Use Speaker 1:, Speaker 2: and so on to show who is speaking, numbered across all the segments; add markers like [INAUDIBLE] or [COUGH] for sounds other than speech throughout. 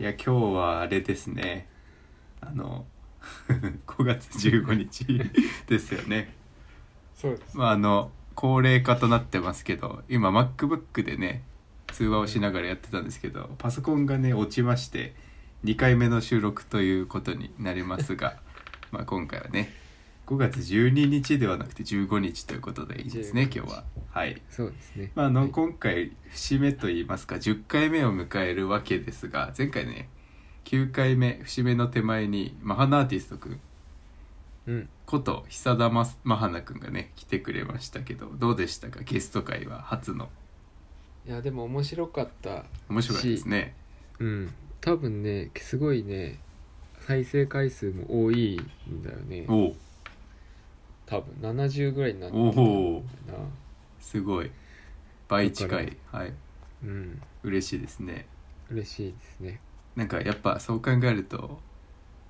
Speaker 1: いや今日はあれですねあの [LAUGHS] 5月15日ですよね
Speaker 2: そうです。
Speaker 1: まああの高齢化となってますけど今 MacBook でね通話をしながらやってたんですけどパソコンがね落ちまして2回目の収録ということになりますがまあ今回はね5月12日ではなくて15日ということでいいですね
Speaker 2: 15日
Speaker 1: 今日ははい
Speaker 2: そうですね。
Speaker 1: まあ、あの
Speaker 2: はい
Speaker 1: 今回節目といいますか10回目を迎えるわけですが前回ね9回目節目の手前にマハナアーティストくん
Speaker 2: うん。
Speaker 1: こと久田まマハナくんがね来てくれましたけどどうでしたかゲスト会は初の
Speaker 2: いやでも面白かった。
Speaker 1: 面白かったですね
Speaker 2: うん。多分ね、すごいね、再生回数も多いんだよね。
Speaker 1: おう
Speaker 2: 多分70ぐらいになって
Speaker 1: お
Speaker 2: たん
Speaker 1: お
Speaker 2: だな。
Speaker 1: すごい倍近いはい
Speaker 2: うん。
Speaker 1: 嬉しいですね
Speaker 2: 嬉しいですね。
Speaker 1: なんかやっぱそう考えると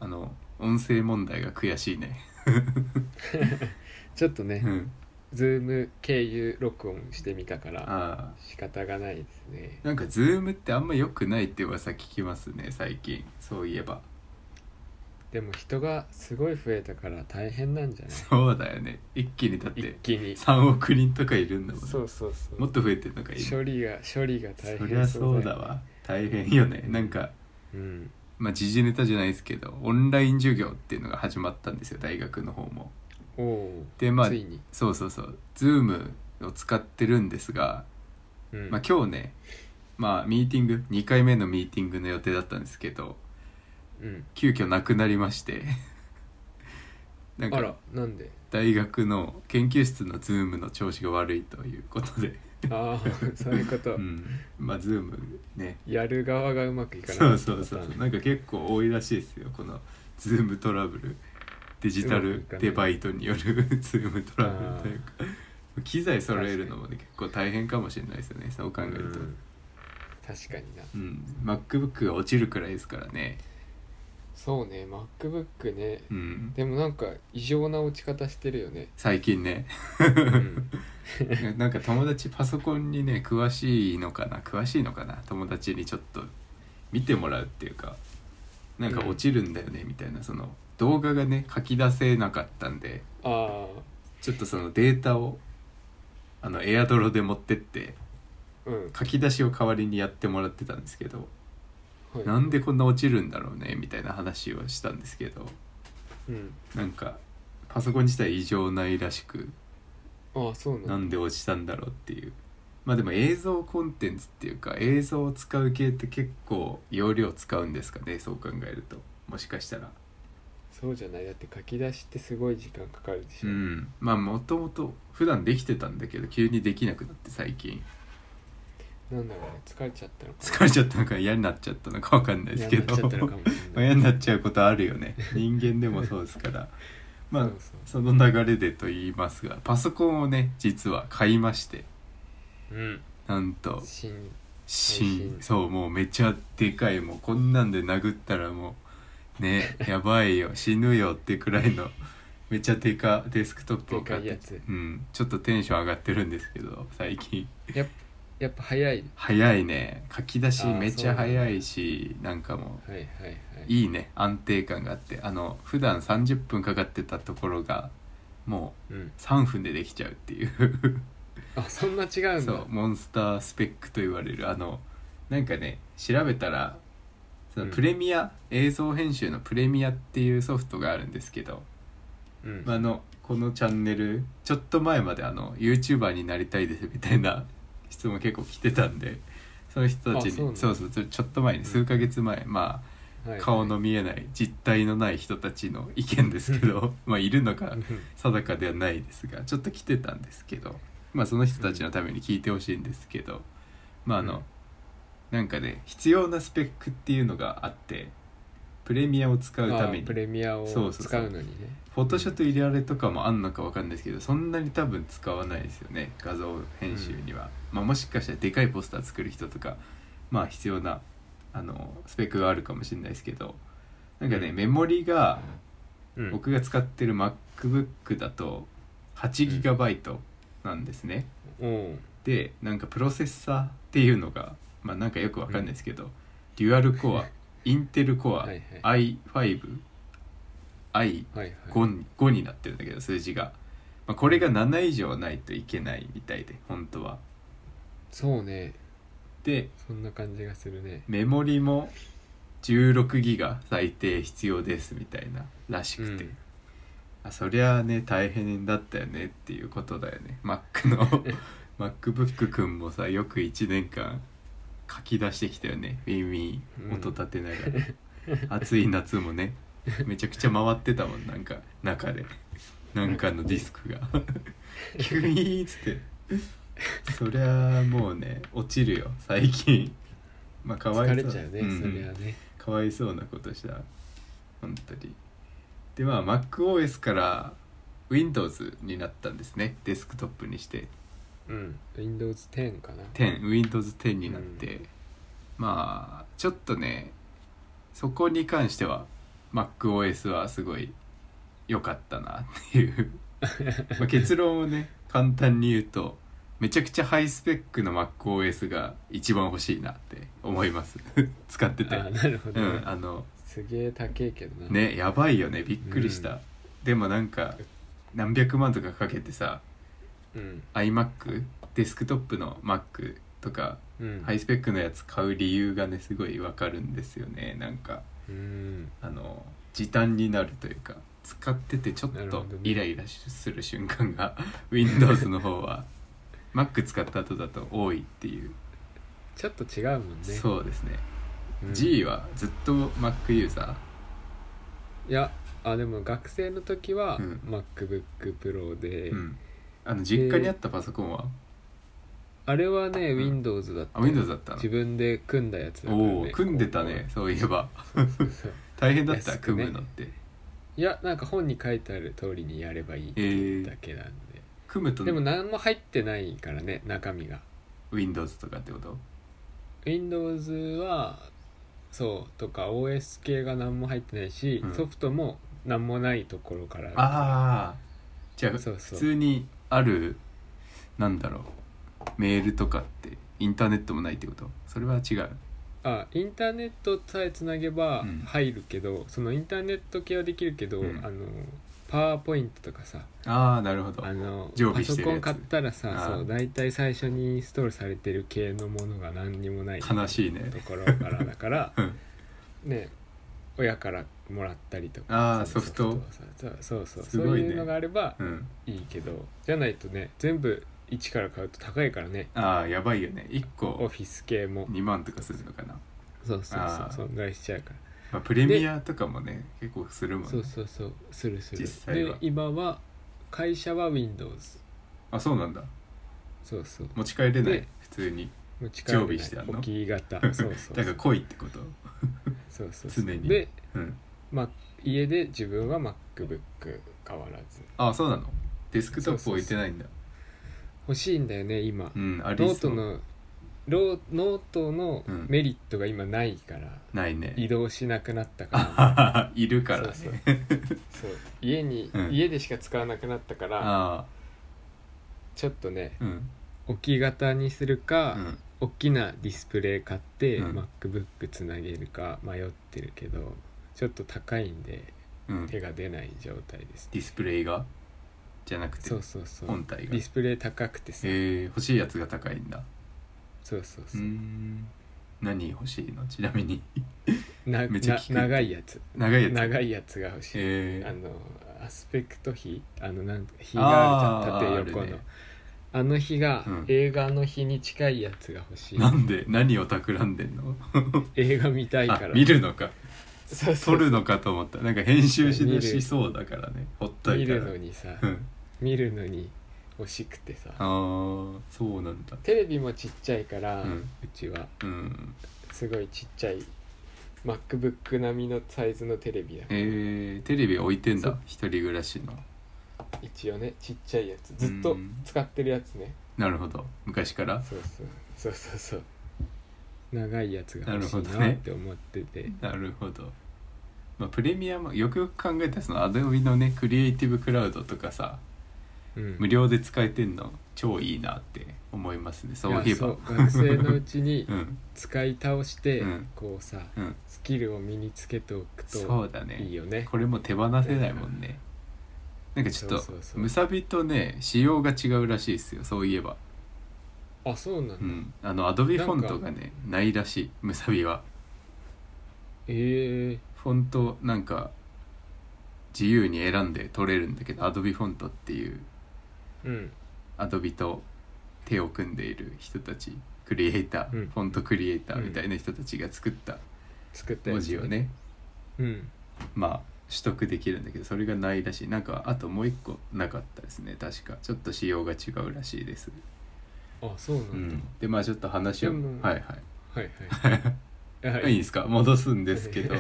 Speaker 1: あの音声問題が悔しいね
Speaker 2: ちょっとね
Speaker 1: う、ん
Speaker 2: ズーム経由録音してみたから
Speaker 1: ああ
Speaker 2: 仕方がないですね。
Speaker 1: なんかズームってあんま良くないって噂聞きますね最近そういえば
Speaker 2: でも人がすごい増えたから大変なんじゃない
Speaker 1: そうだよね一気にだっ
Speaker 2: 一
Speaker 1: て
Speaker 2: 気に。
Speaker 1: 3億人とかいるんだもんね
Speaker 2: そうそうそう。
Speaker 1: もっと増えてんのかいる
Speaker 2: 処理が処理が大変
Speaker 1: そりゃそうだ
Speaker 2: よね。
Speaker 1: わ大変よねなんか
Speaker 2: うん。
Speaker 1: まあ時事ネタじゃないですけどオンライン授業っていうのが始まったんですよ大学の方も
Speaker 2: おお。
Speaker 1: でまあ
Speaker 2: ついに。
Speaker 1: そうそうそうズームを使ってるんですが、
Speaker 2: うん
Speaker 1: まあ、今日ねまあミーティング2回目のミーティングの予定だったんですけど
Speaker 2: うん。
Speaker 1: 急遽なくなりましてなん
Speaker 2: あ、
Speaker 1: から
Speaker 2: な
Speaker 1: [LAUGHS]
Speaker 2: んで。
Speaker 1: 大学の研究室のズームの調子が悪いということで、
Speaker 2: ああ、 [LAUGHS] そういうこと
Speaker 1: う。ん、まあズームね
Speaker 2: やる側がうまくいかない。
Speaker 1: そうそうそう
Speaker 2: パターン
Speaker 1: なんか結構多いらしいですよこのズームトラブルデジタルデバイトによる [LAUGHS] ズームトラブルというか機材揃えるのもね結構大変かもしれないですよねそう考えると、
Speaker 2: うん確かにな。
Speaker 1: うん、MacBook が落ちるくらいですからね
Speaker 2: そうね、MacBook ね。
Speaker 1: うん
Speaker 2: でもなんか異常な落ち方してる
Speaker 1: [LAUGHS]
Speaker 2: よね。
Speaker 1: 最近ね
Speaker 2: うん。
Speaker 1: なんか友達パソコンにね詳しいのかな詳しいのかな友達にちょっと見てもらうっていうかなんか落ちるんだよねみたいなその動画がね書き出せなかったんで
Speaker 2: あ
Speaker 1: ちょっとそのデータをあのエアドロで持ってって
Speaker 2: あ、うん。
Speaker 1: 書き出しを代わりにやってもらってたんですけど
Speaker 2: はい
Speaker 1: なんでこんな落ちるんだろうねみたいな話をしたんですけど
Speaker 2: うん。
Speaker 1: なんかパソコン自体異常ないらしく
Speaker 2: ああ、そう
Speaker 1: な
Speaker 2: なんだ。
Speaker 1: んで落ちたんだろうっていうまあでも映像コンテンツっていうか映像を使う系って結構容量使うんですかねそう考えるともしかしたら
Speaker 2: そうじゃない。だって書き出しってすごい時間かかるでし
Speaker 1: う
Speaker 2: ょ。
Speaker 1: んまあもともと普段できてたんだけど急にできなくなって最近
Speaker 2: なんだろうね、疲れちゃったのか
Speaker 1: 疲れちゃったのか嫌になっちゃったのか分かんないで
Speaker 2: な。
Speaker 1: すけど
Speaker 2: 嫌になっちゃったのかもし
Speaker 1: [LAUGHS] まあ
Speaker 2: れ
Speaker 1: 嫌
Speaker 2: ない。
Speaker 1: になっちゃうことあるよね人間でもそうですから
Speaker 2: [LAUGHS]
Speaker 1: まあ
Speaker 2: そうそう
Speaker 1: その流れでと言いますがパソコンをね実は買いまして
Speaker 2: うん。
Speaker 1: なんと
Speaker 2: 新。
Speaker 1: 新
Speaker 2: 配信
Speaker 1: そうもうめちゃでかいもうこんなんで殴ったらもう
Speaker 2: [LAUGHS]
Speaker 1: ねやばいよ死ぬよってくらいのめちゃでかデスクトップを買って
Speaker 2: でかいやつ
Speaker 1: うん、ちょっとテンション上がってるんですけど最近
Speaker 2: やっぱ、やっぱ早い。
Speaker 1: 早いね書き出し
Speaker 2: あー
Speaker 1: めちゃ早いしなんかも
Speaker 2: はいはいは
Speaker 1: う
Speaker 2: い。
Speaker 1: いいね安定感があってあの普段30分かかってたところがも
Speaker 2: うん
Speaker 1: う。3分でできちゃうっていう
Speaker 2: あ、そんな違うん
Speaker 1: そ
Speaker 2: だ
Speaker 1: う。モンスタースペックと言われるあのなんかね調べたらその
Speaker 2: うん
Speaker 1: プレミア、映像編集のプレミアっていうソフトがあるんですけど、
Speaker 2: うん。
Speaker 1: まああのこのチャンネルちょっと前まであの YouTuber になりたいですみたいな質問結構来てたんでその人たちに
Speaker 2: あそうなんだ
Speaker 1: そうそうちょっと前に
Speaker 2: うん
Speaker 1: 数ヶ月前、ま
Speaker 2: は
Speaker 1: あ
Speaker 2: い
Speaker 1: 顔の見えない実体のない人たちの意見ですけ
Speaker 2: [LAUGHS]
Speaker 1: どまあいるのか
Speaker 2: う
Speaker 1: 定かではないですがちょっと来てたんですけどまあその人たちのために聞いてほしいんですけど、まああの、
Speaker 2: うん
Speaker 1: なんかね必要なスペックっていうのがあってプレミアを使うんため
Speaker 2: あ
Speaker 1: に
Speaker 2: プレミアを
Speaker 1: そうそうそう
Speaker 2: 使うのにね
Speaker 1: フォトショーと入れあれとかもあんのかわかんないですけどそんなに多分使わないですよね画像編集には、まあ、もしかしたらでかいポスター作る人とかまあ必要なあのスペックがあるかもしれないですけどなんかね、
Speaker 2: うん
Speaker 1: メモリが
Speaker 2: うん
Speaker 1: 僕が使ってる MacBook だと 8GB なんですね、
Speaker 2: うん [LAUGHS]
Speaker 1: でなんかプロセッサーっていうのがまあなんかよくわかんないですけど、デュアルコアインテルコア
Speaker 2: はいは
Speaker 1: i5i5
Speaker 2: はいはい
Speaker 1: に5になってるんだけど数字が、まあ、これが7以上ないといけないみたいで本当は
Speaker 2: そうね
Speaker 1: で
Speaker 2: そんな感じがするね
Speaker 1: メモリも16ギガ最低必要ですみたいならしくて、
Speaker 2: うん
Speaker 1: あそりゃあね大変だったよねっていうことだよね Mac
Speaker 2: [LAUGHS]
Speaker 1: の MacBook くんもさよく1年間書き出してきたよねウィンウィ
Speaker 2: うん
Speaker 1: ン音立てながら、暑い夏もねめちゃくちゃ回ってたもんなんか中でなんかのディスクが急にっつってそりゃあもうね落ちるよ最近まあかわい
Speaker 2: 疲
Speaker 1: そう
Speaker 2: れちゃうね、
Speaker 1: ん
Speaker 2: それはね
Speaker 1: かわいそうなことした本当にでまあ MacOS から Windows になったんですねデスクトップにして
Speaker 2: うん Windows10 かな
Speaker 1: 10Windows10 になって、まあちょっとねそこに関しては MacOS はすごい良かったなっていうまあ結論をね簡単に言うとめちゃくちゃハイスペックの MacOS が一番欲しいなって思います使ってて
Speaker 2: あなるほ
Speaker 1: う
Speaker 2: どね、
Speaker 1: んあの
Speaker 2: すげえ高えけどな
Speaker 1: ねやばいよねびっくりした、
Speaker 2: うん
Speaker 1: でもなんか何百万とかかけてさ
Speaker 2: うん
Speaker 1: iMac デスクトップの Mac とか
Speaker 2: うん
Speaker 1: ハイスペックのやつ買う理由がねすごいわかるんですよねなんか
Speaker 2: うん
Speaker 1: あの時短になるというか使っててちょっ
Speaker 2: なるほ
Speaker 1: と
Speaker 2: どね
Speaker 1: イライラする瞬間が [LAUGHS] Windows の方は Mac 使った後だと多いっていう、
Speaker 2: ちょっと違うもんね
Speaker 1: そうですね、
Speaker 2: うん
Speaker 1: G はずっと Mac ユーザ
Speaker 2: いやあでも学生の時は
Speaker 1: うん
Speaker 2: MacBookPro で、
Speaker 1: ー、うん、あの実家にあったパソコンは、
Speaker 2: あれはね
Speaker 1: うん
Speaker 2: Windows だった、
Speaker 1: あ Windows だったの
Speaker 2: 自分で組んだやつだから、ね、
Speaker 1: おお組んでたねそういえば [LAUGHS]
Speaker 2: こうそう
Speaker 1: 大変だった、
Speaker 2: 安く
Speaker 1: 組
Speaker 2: ね
Speaker 1: むのって
Speaker 2: いやなんか本に書いてある通りにやればいいっていうだけなんで、
Speaker 1: 組むと
Speaker 2: でも何も入ってないからね中身が
Speaker 1: Windows とかってこと
Speaker 2: Windows はそうとか OS 系が何も入ってないし、
Speaker 1: うん
Speaker 2: ソフトも何もないところから
Speaker 1: ああじゃあ
Speaker 2: そうそう
Speaker 1: 普通にあるなんだろうメールとかってインターネットもないってことそれは違う
Speaker 2: あインターネットさえつなげば
Speaker 1: うん
Speaker 2: 入るけど、そのインターネット系はできるけど、
Speaker 1: うん
Speaker 2: あのパワーポイントとかさ
Speaker 1: ああなるほど
Speaker 2: あの
Speaker 1: 常
Speaker 2: パ
Speaker 1: 備し
Speaker 2: ソ
Speaker 1: てる
Speaker 2: コ
Speaker 1: や
Speaker 2: ン
Speaker 1: つ
Speaker 2: 買ったらさ
Speaker 1: あー
Speaker 2: そう大体最初にインストールされてる系のものが何にもない
Speaker 1: 悲しいね [LAUGHS]
Speaker 2: ところからだから [LAUGHS]
Speaker 1: うん
Speaker 2: ね親からもらったりとか
Speaker 1: あー
Speaker 2: その
Speaker 1: ソフト
Speaker 2: をさそうそうそう
Speaker 1: す
Speaker 2: そう
Speaker 1: ごいね
Speaker 2: いうのがあれば
Speaker 1: うん
Speaker 2: いいけど、じゃないとね全部一から買うと高いからね
Speaker 1: ああやばいよね1
Speaker 2: オ
Speaker 1: 個
Speaker 2: フィス系も
Speaker 1: 2万とかするのかな、
Speaker 2: そうそう
Speaker 1: あー
Speaker 2: そうそんぐらいしちゃうから。
Speaker 1: まあ、プレミアとかもね結構するもん
Speaker 2: そう
Speaker 1: ね
Speaker 2: そうそうするする
Speaker 1: 実際は
Speaker 2: で今は会社は Windows
Speaker 1: あそうなんだ
Speaker 2: そうそう
Speaker 1: 持ち帰れない
Speaker 2: で
Speaker 1: 普通に
Speaker 2: 持ち
Speaker 1: 常備してあんの
Speaker 2: 置き型そうそ
Speaker 1: [LAUGHS]
Speaker 2: う
Speaker 1: だから来いってこと
Speaker 2: そうそうそう
Speaker 1: 常に
Speaker 2: で、
Speaker 1: うん
Speaker 2: ま、家で自分は MacBook 変わらず
Speaker 1: ああそうなのデスクトップ置いてないんだ
Speaker 2: 欲しいんだよね今、
Speaker 1: うんあ
Speaker 2: ノ
Speaker 1: り
Speaker 2: ート
Speaker 1: そう
Speaker 2: のローノートの
Speaker 1: うん
Speaker 2: メリットが今ないから、
Speaker 1: ないね
Speaker 2: 移動しなくなったから
Speaker 1: あ [LAUGHS] いるからね
Speaker 2: そう
Speaker 1: [LAUGHS]
Speaker 2: そう家に、
Speaker 1: うん
Speaker 2: 家でしか使わなくなったから
Speaker 1: あ
Speaker 2: ちょっとね
Speaker 1: あうん
Speaker 2: 置き型にする
Speaker 1: う
Speaker 2: か、
Speaker 1: ん
Speaker 2: 大きなディスプレイ買って、
Speaker 1: うん
Speaker 2: MacBook つなげるか迷ってるけどちょっと高いんで
Speaker 1: うん
Speaker 2: 手
Speaker 1: デ
Speaker 2: が出ない状態です、
Speaker 1: ィスプレイがじゃなくて
Speaker 2: そうそうそう
Speaker 1: 本体が
Speaker 2: ディスプレイ高くてさ、
Speaker 1: えー、欲しいやつが高いんだ
Speaker 2: そうそう
Speaker 1: う
Speaker 2: そう
Speaker 1: ー
Speaker 2: うん
Speaker 1: 何欲しいのちなみ
Speaker 2: [LAUGHS]
Speaker 1: に
Speaker 2: な
Speaker 1: めっちゃ
Speaker 2: な
Speaker 1: 聞く
Speaker 2: 長いやつ
Speaker 1: 長いやつ
Speaker 2: 長いやつが欲しい、
Speaker 1: え
Speaker 2: あ
Speaker 1: ー、
Speaker 2: のアスペクト比あのなんか比があるじゃ
Speaker 1: あー
Speaker 2: ん縦
Speaker 1: あ
Speaker 2: 横のあ,、
Speaker 1: るね
Speaker 2: の日が、
Speaker 1: うん
Speaker 2: 映画の日に近いやつが欲しい
Speaker 1: なんで何を企んでんの
Speaker 2: 映画見たい
Speaker 1: あ
Speaker 2: から
Speaker 1: 見るのか
Speaker 2: そうそ
Speaker 1: 撮
Speaker 2: う
Speaker 1: るのかと
Speaker 2: [LAUGHS]
Speaker 1: 思ったなんか編集し
Speaker 2: 見
Speaker 1: な
Speaker 2: る
Speaker 1: しそうだからねほった
Speaker 2: 見
Speaker 1: いたら
Speaker 2: るのにさ
Speaker 1: うん
Speaker 2: 見るのに欲しくてさ
Speaker 1: あーそうなんだ
Speaker 2: テレビもちっちゃいから、
Speaker 1: う
Speaker 2: うんちは
Speaker 1: うん
Speaker 2: すごいちっちゃい MacBook 並みのサイズのテレビだ
Speaker 1: えー、テレビ置いてん
Speaker 2: そ
Speaker 1: だ
Speaker 2: う
Speaker 1: 一人暮らしの
Speaker 2: 一応ねちっちゃいやつずっと使ってるやつね
Speaker 1: なるほど昔から
Speaker 2: そうそうそうそうそう長いやつが
Speaker 1: なる
Speaker 2: 欲し
Speaker 1: ほ
Speaker 2: い
Speaker 1: どね
Speaker 2: なって思ってて、
Speaker 1: なるほど、まあ、プレミアムよくよく考えたらそのアドビのねクリエイティブクラウドとかさ
Speaker 2: うん
Speaker 1: 無料で使えてんの超いいなって思いますねそういえば
Speaker 2: やそう学生のうちに
Speaker 1: うん、
Speaker 2: 使い倒して、
Speaker 1: うん
Speaker 2: こうさ
Speaker 1: うん、
Speaker 2: スキルを身につけておく
Speaker 1: そ
Speaker 2: と
Speaker 1: うだね
Speaker 2: いいよね
Speaker 1: これも手放せないもんねなんかちょっと
Speaker 2: そうそうそう
Speaker 1: むさびとね仕様が違うらしいですよそういえば
Speaker 2: あそうなんだ、
Speaker 1: うんあのアドビフ
Speaker 2: なんか
Speaker 1: ォントがねないらしいむさびは
Speaker 2: ええ
Speaker 1: フォントなんか自由に選んで取れるんだけどアドビフォントっていう
Speaker 2: うん
Speaker 1: アドビと手を組んでいる人たちクリエイター、
Speaker 2: うん
Speaker 1: フォントクリエイターみたいな人たちが作った
Speaker 2: 作ったや
Speaker 1: 文
Speaker 2: つ
Speaker 1: 字をね、
Speaker 2: うん
Speaker 1: まあ取得できるんだけどそれがないらしいなんかあともう一個なかったですね確かちょっと仕様が違うらしいです、
Speaker 2: あそうなんだ、
Speaker 1: うん、でまあちょっと話を
Speaker 2: でも
Speaker 1: はい
Speaker 2: はいはい
Speaker 1: は [LAUGHS]
Speaker 2: は
Speaker 1: い
Speaker 2: い
Speaker 1: いいですか戻すんです
Speaker 2: [LAUGHS]
Speaker 1: けど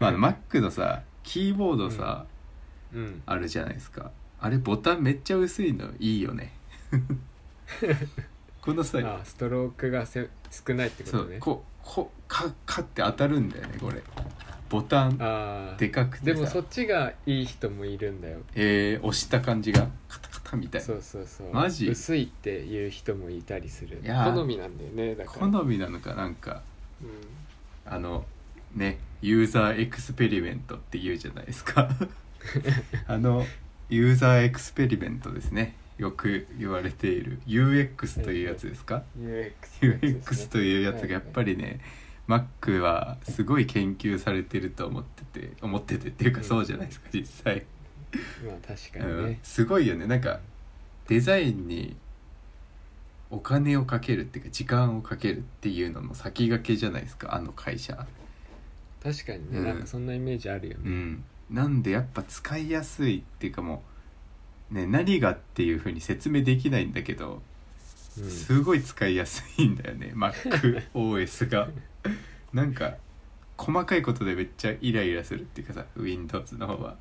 Speaker 1: まああの Mac のさキーボードさ、
Speaker 2: うん
Speaker 1: あるじゃないですかあれボタンめっちゃ薄いのいいよ
Speaker 2: [LAUGHS]
Speaker 1: ねこのさ
Speaker 2: あストロークがせ少ないってこ
Speaker 1: そ
Speaker 2: と
Speaker 1: う
Speaker 2: ね
Speaker 1: ここカッカッって当たるんだよねこれボタン
Speaker 2: あ
Speaker 1: でかく
Speaker 2: で
Speaker 1: て
Speaker 2: も
Speaker 1: さ
Speaker 2: そっちがいい人もいるんだよ
Speaker 1: えー押した感じがカタカタみたいな
Speaker 2: そうそうそう
Speaker 1: マジ
Speaker 2: 薄いっていう人もいたりする
Speaker 1: いやー
Speaker 2: 好みなんだよねだから
Speaker 1: 好みなのかなんか
Speaker 2: う
Speaker 1: あのねユーザーエクスペリメントって言うじゃないです
Speaker 2: [LAUGHS]
Speaker 1: かあのユーザーエクスペリメントですねよく言われている UX というやつですか、
Speaker 2: ん UX です
Speaker 1: UX
Speaker 2: ね
Speaker 1: というやつがやっぱりね Mac はすごい研究されてると思ってて思っててっていうか
Speaker 2: うん
Speaker 1: そうじゃないですか実際、
Speaker 2: まあ確か
Speaker 1: うん
Speaker 2: にね、
Speaker 1: すごいよねなんかデザインにお金をかけるっていうか時間をかけるっていうのの先駆けじゃないですかあの会社
Speaker 2: 確かにね、
Speaker 1: うん
Speaker 2: なんかそんなイメージあるよ
Speaker 1: う
Speaker 2: ね、
Speaker 1: ん、なんでやっぱ使いやすいっていうかもう、ね、何がっていうふうに説明できないんだけど、
Speaker 2: うん
Speaker 1: すごい使いやすいんだよ
Speaker 2: [LAUGHS]
Speaker 1: ね MacOS がなんか細かいことでめっちゃイライラするっていうかさ Windows の方は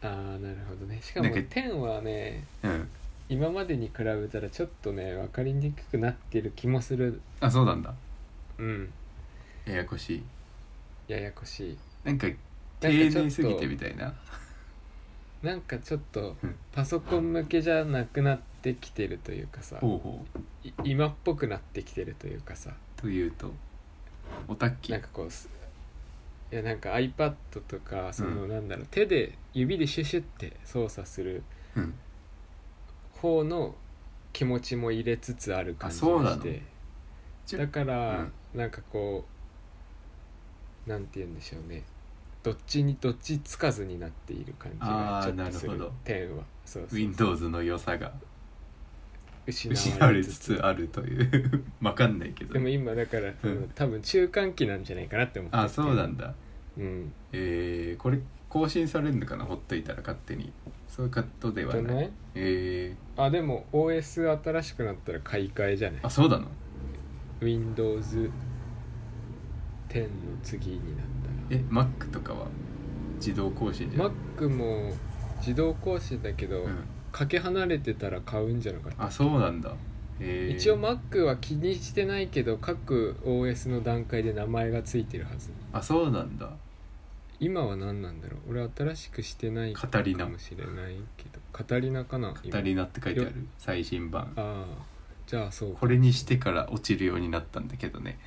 Speaker 2: ああなるほどねしかも
Speaker 1: なんか
Speaker 2: 10はね
Speaker 1: うん
Speaker 2: 今までに比べたらちょっとね分かりにくくなってる気もする
Speaker 1: あそうなんだ
Speaker 2: うん
Speaker 1: ややこしい
Speaker 2: ややこしい
Speaker 1: なんか丁
Speaker 2: なんかちょっと
Speaker 1: 寧すぎてみたいな
Speaker 2: なんかちょっと
Speaker 1: うん
Speaker 2: パソコン向けじゃなくなってきてるというかさ
Speaker 1: 方法
Speaker 2: い今っぽくなってきてるというかさ
Speaker 1: というとオタッキ
Speaker 2: なん
Speaker 1: ー
Speaker 2: かこうすいやなんか iPad とかその、
Speaker 1: うん
Speaker 2: なんだろう手で指でシュシュって操作する
Speaker 1: うん
Speaker 2: 方の気持ちも入れつつある感じ
Speaker 1: あそう
Speaker 2: が
Speaker 1: な
Speaker 2: し
Speaker 1: の
Speaker 2: て
Speaker 1: じゃ
Speaker 2: だか
Speaker 1: う
Speaker 2: ら、
Speaker 1: ん
Speaker 2: なんかこうなんて言うんでしょうねどっちにどっちつかずになっている感じが
Speaker 1: あー
Speaker 2: ちょっとす
Speaker 1: な
Speaker 2: る
Speaker 1: るほど
Speaker 2: 点はそうそう
Speaker 1: Windows の良さが
Speaker 2: 失
Speaker 1: 失わ
Speaker 2: わ
Speaker 1: れ
Speaker 2: れ
Speaker 1: つ
Speaker 2: つ
Speaker 1: つ
Speaker 2: つ
Speaker 1: あるという [LAUGHS] わかんないけど
Speaker 2: でも今だから、その
Speaker 1: うん
Speaker 2: 多分中間期なんじゃないかなって思って
Speaker 1: あそうなんだ
Speaker 2: うん
Speaker 1: えー、これ更新されるのかなほっといたら勝手にそういうことでは
Speaker 2: じゃ
Speaker 1: ない
Speaker 2: ない
Speaker 1: え
Speaker 2: あでも OS 新しくなったら買い替えじゃない
Speaker 1: ー、あそうなの
Speaker 2: Windows 10の次になっ
Speaker 1: え Mac とかは自動更新じ
Speaker 2: た
Speaker 1: ゃ
Speaker 2: ら
Speaker 1: ん
Speaker 2: Mac も自動更新だけど、
Speaker 1: うん、
Speaker 2: かけ離れてたら買うんじゃなかった
Speaker 1: あそうなんだえー、
Speaker 2: 一応 Mac は気にしてないけど各 OS の段階で名前がついてるはず
Speaker 1: あそうなんだ
Speaker 2: 今は何なんだろう俺新しくしてない
Speaker 1: カ
Speaker 2: か
Speaker 1: タリナ
Speaker 2: もしれないけどカタリナかな
Speaker 1: 「
Speaker 2: 今
Speaker 1: 語りな」って書いてあ
Speaker 2: よ
Speaker 1: る最新版
Speaker 2: ああじゃあそう
Speaker 1: これにしてから落ちるようになったんだけど
Speaker 2: [LAUGHS]
Speaker 1: ね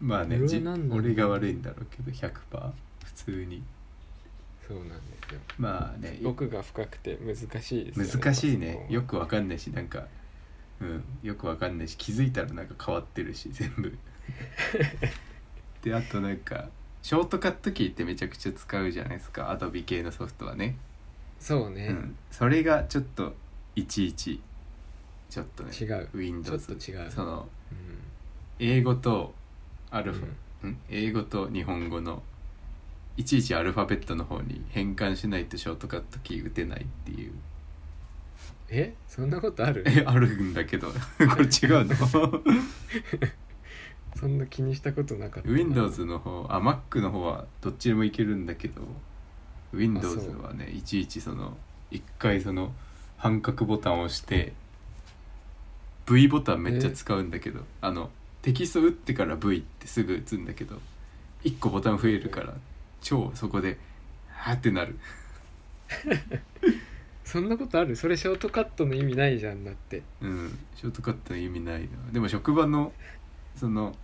Speaker 1: まあね
Speaker 2: これは
Speaker 1: じ
Speaker 2: 何なんだ
Speaker 1: 俺が悪いんだろうけど100%普通に
Speaker 2: そうなんですよ
Speaker 1: まあね
Speaker 2: 奥が深くて難しいですよね
Speaker 1: 難しいねよ
Speaker 2: く
Speaker 1: くわかんないしなんかうんよくわかんないし気づいたらなんか変わってるし [LAUGHS] 全部であとなんかショートカットキーってめちゃくちゃ使うじゃないですかアドビ系のソフトはね、
Speaker 2: そう
Speaker 1: う
Speaker 2: ね、
Speaker 1: ん、それがちょっといちいちちょっとね
Speaker 2: 違う
Speaker 1: Windows
Speaker 2: ちょっと違う
Speaker 1: その
Speaker 2: うん
Speaker 1: 英語とアルフ
Speaker 2: うん
Speaker 1: ァ、ん、英語と日本語のいちいちアルファベットの方に変換しないとショートカットキー打てないっていう
Speaker 2: えそんなことある
Speaker 1: え [LAUGHS] あるんだけどこれ違うの [LAUGHS]
Speaker 2: そんな気にしたことなかったな
Speaker 1: Windows の方あ Mac の方はどっちでもいけるんだけど Windows はねいちいちその一回その半角ボタンを押して V ボタンめっちゃ使うんだけどあのテキスト打ってから V ってすぐ打つんだけど1個ボタン増えるから超そこではーってなる
Speaker 2: そんなことあるそれショートカットの意味ないじゃんだって
Speaker 1: うんショートカットの意味ないなでも職場のその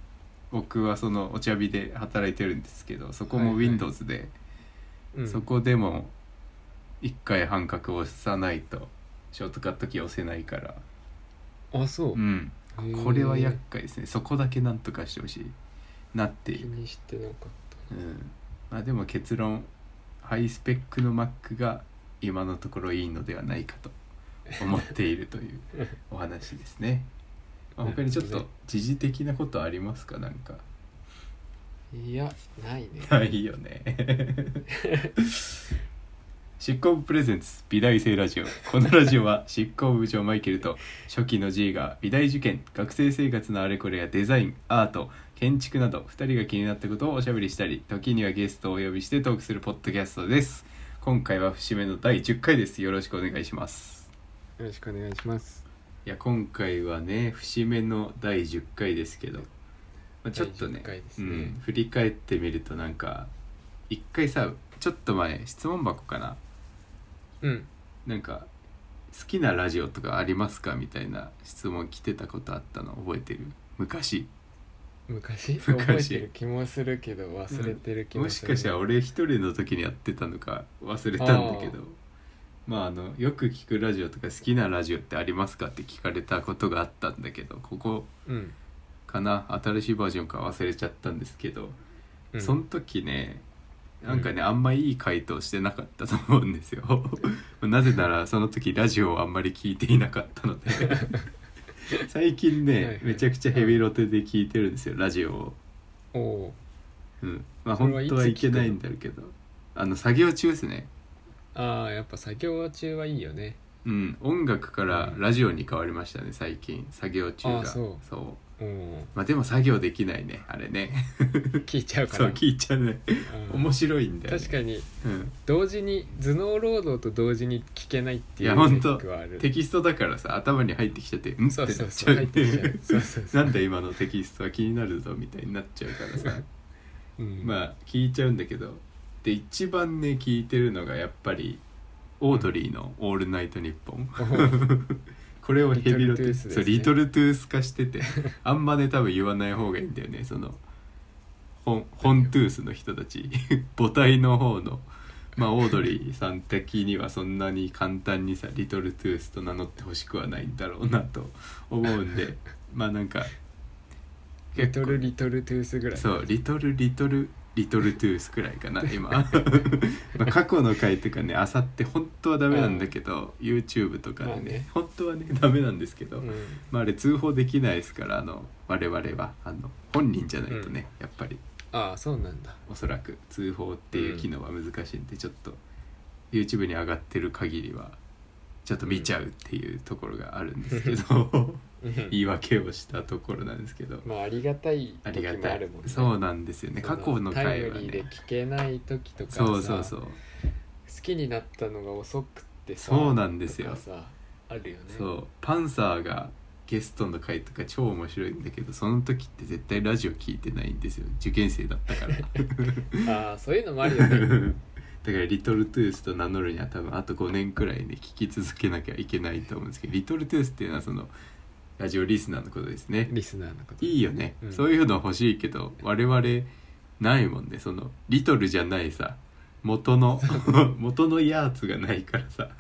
Speaker 1: 僕はそのお茶日で働いてるんですけどそこも
Speaker 2: はいはい
Speaker 1: Windows で、
Speaker 2: うん
Speaker 1: そこでも一回半角を押さないとショートカットキー押せないから
Speaker 2: あそう
Speaker 1: う、ん
Speaker 2: へー
Speaker 1: これは厄介ですねそこだけなんとかしてほしいなってい
Speaker 2: 気
Speaker 1: う、
Speaker 2: にしてなかった
Speaker 1: うんまあ、でも結論ハイスペックの Mac が今のところいいのではないかと思っているというお話ですね。まあ他にちょっ
Speaker 2: なる
Speaker 1: と
Speaker 2: ほ
Speaker 1: 時事的なことありますかなんか。
Speaker 2: いやない
Speaker 1: [LAUGHS]
Speaker 2: ね
Speaker 1: ないよね。執行部プレゼンツ美大生ラジオこのラジオは執行部部長マイケルと初期の G が美大受験学生生活のあれこれやデザインアート建築など2人が気になったことをおしゃべりしたり時にはゲストをお呼びしてトークするポッドキャストです今回は節目の第10回ですよろしくお願いします
Speaker 2: よろしくお願いします
Speaker 1: いや今回はね節目の第10回ですけど、まあ、ちょっとね
Speaker 2: 第10回です
Speaker 1: う
Speaker 2: ね
Speaker 1: ん、振り返ってみるとなんか一回さちょっと前質問箱かな
Speaker 2: うん
Speaker 1: なんか「好きなラジオとかありますか?」みたいな質問来てたことあったの覚えてる昔
Speaker 2: 昔
Speaker 1: 昔
Speaker 2: 覚えてる気もするけど忘れてる気
Speaker 1: も
Speaker 2: も
Speaker 1: し
Speaker 2: する、
Speaker 1: かしたら俺一人の時にやってたのか忘れたんだけど
Speaker 2: あー
Speaker 1: まああのよく聞くラジオとか好きなラジオってありますかって聞かれたことがあったんだけどここ
Speaker 2: うん、
Speaker 1: かな新しいバージョンか忘れちゃったんですけど、
Speaker 2: うん、
Speaker 1: その時ねなんかね、
Speaker 2: うん
Speaker 1: あんまいい回答してなかったと思うん
Speaker 2: [LAUGHS]
Speaker 1: ですよなぜならその時ラジオをあんまり聞いていなかったので最近ね、
Speaker 2: はいはい
Speaker 1: めちゃくちゃヘビロテで聞いてるんですよラジオを、
Speaker 2: おおう
Speaker 1: うん、まあ
Speaker 2: それ
Speaker 1: 本
Speaker 2: はいつ
Speaker 1: 当はいけないんだけどあの作業中ですね
Speaker 2: ああやっぱ作業中はいいよね
Speaker 1: うん音楽からラジオに変わりましたね最近作業中
Speaker 2: あ
Speaker 1: が
Speaker 2: そうおお
Speaker 1: まあでも作業できないねあれね [LAUGHS]
Speaker 2: 聞いちゃうか
Speaker 1: そう
Speaker 2: ら
Speaker 1: 聞いちゃうね
Speaker 2: うん
Speaker 1: 面白いんだよね
Speaker 2: 確かに
Speaker 1: うん
Speaker 2: 同時に頭脳労働と同時に聞けないってい
Speaker 1: いうや
Speaker 2: ネ
Speaker 1: ほん
Speaker 2: ッ
Speaker 1: と
Speaker 2: クはある
Speaker 1: テキストだからさ頭に入ってきちゃって「ん?」って
Speaker 2: そ
Speaker 1: な
Speaker 2: うそう
Speaker 1: っちゃ
Speaker 2: そう
Speaker 1: う
Speaker 2: 入ってきちゃうそうそうそ
Speaker 1: [LAUGHS]
Speaker 2: う
Speaker 1: なんだ今のテキストは気になるぞみたいになっちゃうからさ
Speaker 2: うん
Speaker 1: まあ聞いちゃうんだけどで一番ね聞いてるのがやっぱりオードリーの「オールナイトニッポン」これをヘビロテ
Speaker 2: リトルトゥースですね
Speaker 1: そうリトルトゥース化しててあんまね多分言わない方がいいんだよねその本本トゥースの人たち母体の方のまあオードリーさん的にはそんなに簡単にさリトルトゥースと名乗ってほしくはないんだろうなと思うんでまあなんか
Speaker 2: リトルリトルトゥースぐらい
Speaker 1: そうリトルリトルリトルトゥースくらいか
Speaker 2: [LAUGHS]
Speaker 1: な今 [LAUGHS] まあ過去の回とかねあさって本当はダメなんだけど YouTube とかでね,、
Speaker 2: まあね
Speaker 1: 本当はねダメなんですけど、
Speaker 2: うん
Speaker 1: まああれ通報できないですからあの我々はあの本人じゃないとね、やっぱり
Speaker 2: ああそうなんだ
Speaker 1: おそらく通報っていう機能は難しいんで、ちょっと YouTube に上がってる限りはちょっと見ちゃうっていうところがあるんですけど、 [LAUGHS]
Speaker 2: うん
Speaker 1: 言い訳をしたところなんですけど。
Speaker 2: まあありがたい
Speaker 1: あり
Speaker 2: 時
Speaker 1: が
Speaker 2: も
Speaker 1: た
Speaker 2: あ
Speaker 1: い
Speaker 2: るもんね
Speaker 1: そうなんですよね過去の
Speaker 2: タ
Speaker 1: 回
Speaker 2: イム
Speaker 1: は
Speaker 2: リーで
Speaker 1: ね
Speaker 2: 聞けない時とかさ
Speaker 1: そうそうそう
Speaker 2: 好きになったのが遅くってさ
Speaker 1: そうなんですよ
Speaker 2: とかさあるよね
Speaker 1: そうパンサーがゲストの回とか超面白いんだけどその時って絶対ラジオ聞いてないんですよ受験生だった
Speaker 2: [LAUGHS]
Speaker 1: から
Speaker 2: ああそういうのもある
Speaker 1: [LAUGHS]
Speaker 2: よね
Speaker 1: だから「リトルトゥース」と名乗るには多分あと5年くらいね聞き続けなきゃいけないと思うんですけど「リトルトゥース」っていうのはそのラジオリスナーのことですね
Speaker 2: リスナーのこと
Speaker 1: いいよね、
Speaker 2: うん
Speaker 1: そういうの欲しいけど我々ないもんねそのリトルじゃないさ元の
Speaker 2: [LAUGHS]
Speaker 1: 元のやつがないからさ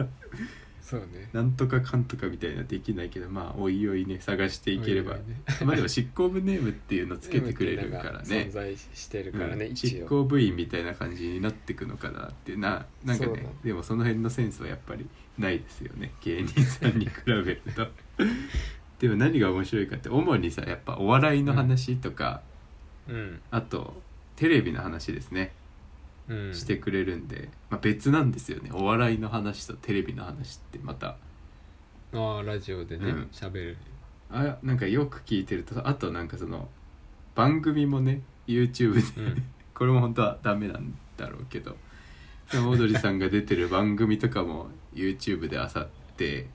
Speaker 2: そうね
Speaker 1: なんとかかんとかみたいなできないけどまあおいおいね探していければ、
Speaker 2: おいおいね
Speaker 1: まあでも執行部ネームっていうのつけてくれる
Speaker 2: [LAUGHS]
Speaker 1: から
Speaker 2: 存
Speaker 1: ね
Speaker 2: 在してるからね、
Speaker 1: うん
Speaker 2: 一
Speaker 1: 執
Speaker 2: 応
Speaker 1: 行部員みたいな感じになってくのかなってななんか
Speaker 2: そうだ
Speaker 1: ね
Speaker 2: ね
Speaker 1: でもその辺のセンスはやっぱりないですよね芸人さんに比べる
Speaker 2: [LAUGHS]
Speaker 1: とでも何が面白いかって主にさやっぱお笑いの話とか、
Speaker 2: うん、
Speaker 1: あとテレビの話ですね
Speaker 2: うん、
Speaker 1: してくれるんで、まあ、別なんですよねお笑いの話とテレビの話ってまた
Speaker 2: ああラジオでね
Speaker 1: うん
Speaker 2: 喋、る
Speaker 1: あなんかよく聞いてるとあとなんかその番組もね YouTube で、
Speaker 2: うん
Speaker 1: [LAUGHS] これも本当はダメなんだろうけどそのオードリーさんが出てる番組とかも YouTube であさって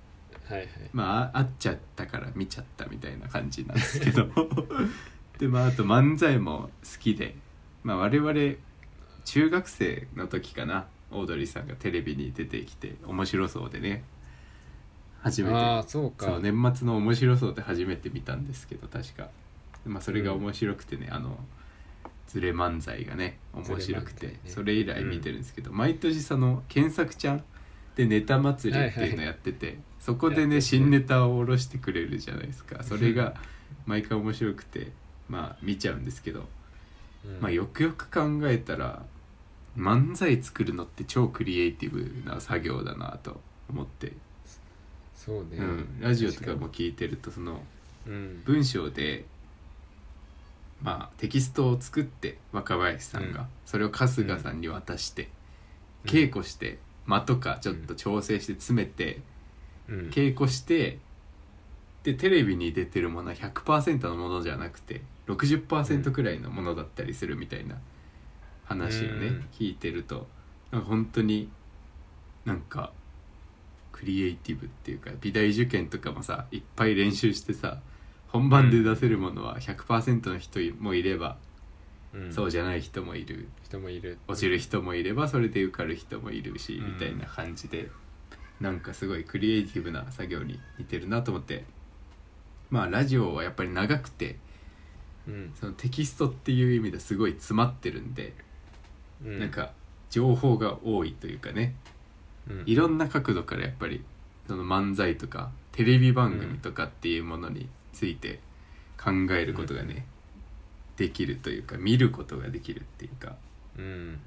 Speaker 2: はいはい
Speaker 1: まああ会っちゃったから見ちゃったみたいな感じなんですけどでまああと漫才も好きでまあ我々中学生の時かなオードリーさんがテレビに出てきて面白そうでね初めて
Speaker 2: ああそうか
Speaker 1: そう年末の面白そうで初めて見たんですけど確か、まあ、それが面白くてね、あのズレ漫才がね面白くて、
Speaker 2: ズレ漫才ね
Speaker 1: それ以来見てるんですけど、毎年その検索ちゃんでネタ祭りっていうのやってて、そこで
Speaker 2: やって
Speaker 1: ね
Speaker 2: て
Speaker 1: 新ネタを下ろしてくれるじゃないですかそれが毎回面白くてまあ見ちゃうんですけど、
Speaker 2: うん
Speaker 1: まあよくよく考えたら漫才作るのって超クリエイティブな作業だなと思って、
Speaker 2: そうね、
Speaker 1: うん、ラジオとかも聞いてるとその
Speaker 2: うん
Speaker 1: 文章で、まあ、テキストを作って若林さんが、
Speaker 2: うん
Speaker 1: それを春日さんに渡して、
Speaker 2: うん
Speaker 1: 稽古して間とかちょっと調整して詰めて、
Speaker 2: うん
Speaker 1: 稽古してでテレビに出てるものは100%のものじゃなくて60%くらいのものだったりするみたいな話をね、
Speaker 2: うん
Speaker 1: 聞いてるとなんか本当になんかクリエイティブっていうか美大受験とかもさいっぱい練習してさ本番で出せるものは100%の人もいれば、
Speaker 2: うん
Speaker 1: そうじゃない人もいる
Speaker 2: 人もいる
Speaker 1: 落ちる人もいればそれで受かる人もいるし、
Speaker 2: う
Speaker 1: み
Speaker 2: ん
Speaker 1: たいな感じでなんかすごいクリエイティブな作業に似てるなと思ってまあラジオはやっぱり長くて
Speaker 2: うん、
Speaker 1: そのテキストっていう意味ですごい詰まってるんで、
Speaker 2: う
Speaker 1: なんか情報が多いというかね
Speaker 2: うん
Speaker 1: いろんな角度からやっぱりその漫才とかテレビ番組とかっていうものについて考えることがね、できるというか見ることができるっていうか。
Speaker 2: うん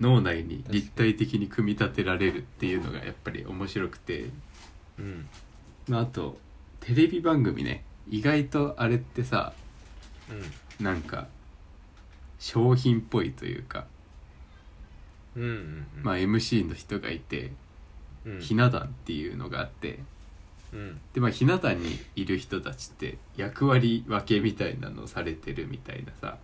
Speaker 1: 脳内に立体的に組み立てられるっていうのがやっぱり面白くて、
Speaker 2: うん
Speaker 1: まあ、あとテレビ番組ね意外とあれってさなんか商品っぽいというか、
Speaker 2: うんうんうん
Speaker 1: まあ、MC の人がいて
Speaker 2: うん
Speaker 1: ひな壇っていうのがあって
Speaker 2: うん
Speaker 1: で、まあ、ひな壇にいる人たちって役割分けみたいなのされてるみたいなさ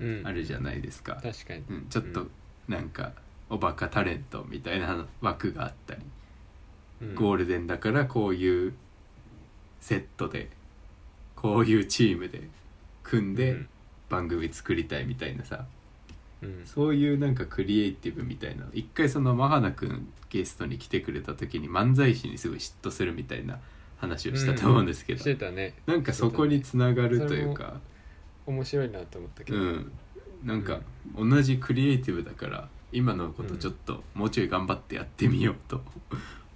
Speaker 2: うん
Speaker 1: あるじゃないですか、
Speaker 2: 確かに
Speaker 1: うん、ちょっとなんかおバカタレントみたいな枠があったりゴー
Speaker 2: ル
Speaker 1: ルデンだからこういうセットでこういうチームで組んで番組作りたいみたいなさ
Speaker 2: うん
Speaker 1: そういうなんかクリエイティブみたいな一回そのマハナ君ゲストに来てくれた時に漫才師にすごい嫉妬するみたいな話をしたと思うんですけ
Speaker 2: し
Speaker 1: ど、
Speaker 2: てたね
Speaker 1: なんかそこにつながるというか
Speaker 2: 面白いなと思ったけ
Speaker 1: う
Speaker 2: ど
Speaker 1: んなんか同じクリエイティブだから今のことちょっともうちょい頑張ってやってみようと [LAUGHS]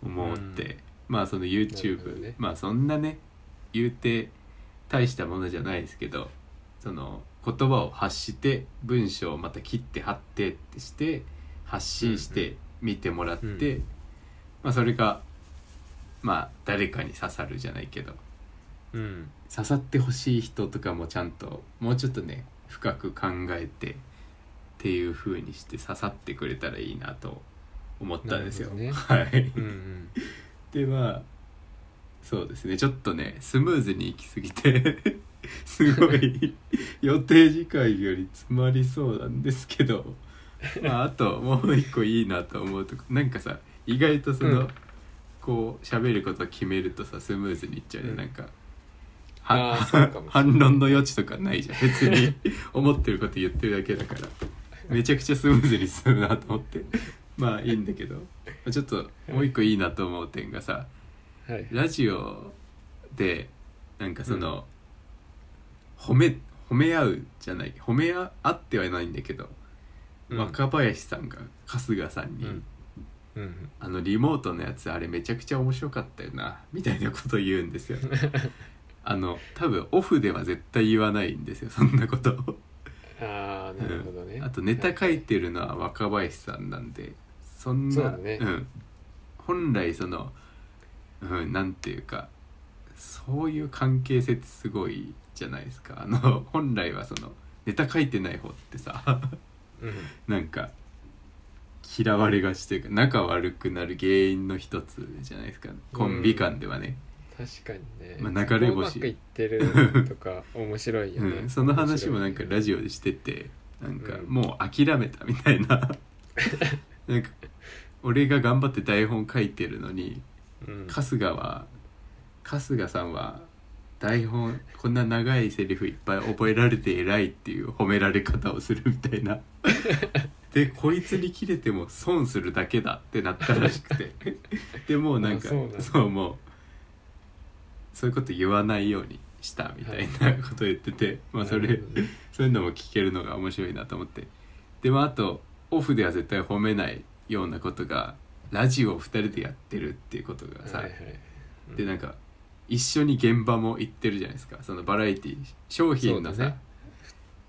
Speaker 1: 思って、
Speaker 2: うん
Speaker 1: まあその
Speaker 2: なるほ
Speaker 1: YouTube、
Speaker 2: どね
Speaker 1: まあそんなね言うて大したものじゃないですけどその言葉を発して文章をまた切って貼ってってして発信して見てもらって、
Speaker 2: うんうん
Speaker 1: まあそれがまあ誰かに刺さるじゃないけど
Speaker 2: うん
Speaker 1: 刺さってほしい人とかもちゃんともうちょっとね深く考えてっていう風にして刺さってくれたらいいなと思ったんですよ。
Speaker 2: なるほ
Speaker 1: はい
Speaker 2: うんうん
Speaker 1: でまあそうですねちょっとねスムーズにいきすぎ
Speaker 2: [LAUGHS]
Speaker 1: てすごい予定時間より詰まりそうなんですけど、まあ、あともう一個いいなと思うとこなんかさ意外とその、
Speaker 2: うん
Speaker 1: こう喋ることを決めるとさスムーズにいっちゃうね、
Speaker 2: うん
Speaker 1: なんか。
Speaker 2: あ
Speaker 1: は [LAUGHS]
Speaker 2: ーそうかもしれない
Speaker 1: 反論の余地とかないじゃん別
Speaker 2: [LAUGHS]
Speaker 1: に思ってること言ってるだけだからめちゃくちゃスムーズに進むなと思ってまあいいんだけどまあちょっともう一個いいなと思う点がさ
Speaker 2: はい
Speaker 1: ラジオでなんかその、褒め褒め合うじゃない褒め合合ってはないんだけど、
Speaker 2: うん
Speaker 1: 若林さんが春日さんに、
Speaker 2: うんうん
Speaker 1: あのリモートのやつあれめちゃくちゃ面白かったよなみたいなこと言うんですよ
Speaker 2: [LAUGHS]
Speaker 1: あの多分オフでは絶対言わないんですよそんなことを
Speaker 2: ああなるほどね
Speaker 1: あとネタ書いてるのは若林さんなんでそんな
Speaker 2: そうだね
Speaker 1: ん、本来その、うん、なんていうかそういう関係性ってすごいじゃないですかあの本来はそのネタ書いてない方ってさ
Speaker 2: うん
Speaker 1: なんか嫌われがちというか仲悪くなる原因の一つじゃないですかコンビ間ではね、
Speaker 2: 確かにね、
Speaker 1: まあ流れ星
Speaker 2: そこうまくいってる
Speaker 1: [LAUGHS]
Speaker 2: とか面白いよ
Speaker 1: う
Speaker 2: ね、
Speaker 1: ん、その話もなんかラ
Speaker 2: ジ
Speaker 1: ジオでしててなんか
Speaker 2: うん
Speaker 1: もう諦めたみたいな [LAUGHS] なんか俺が頑張って台本書いてるのに
Speaker 2: オ、うん、
Speaker 1: 春日は春日さんは台本こんな長
Speaker 2: [LAUGHS]
Speaker 1: いセリフいっぱい覚えられて偉いっていう褒められ方をするみたいなでこいつに切れても損するだけだってなったらしくてでもうなんか
Speaker 2: あそうなんだ
Speaker 1: そうもうそういうこと言わないようにしたみたいなことを言ってて、まあそ
Speaker 2: な
Speaker 1: れ
Speaker 2: るほどね
Speaker 1: そういうのも聞けるのが面白いなと思ってでもあとオフでは絶対褒めないようなことがラジオを2人でやってるっていうことがさ、
Speaker 2: はいはい
Speaker 1: でなん
Speaker 2: か
Speaker 1: か一緒に現場も行ってるじゃないですかそのバラエティ商品の
Speaker 2: そうだ
Speaker 1: さ
Speaker 2: ね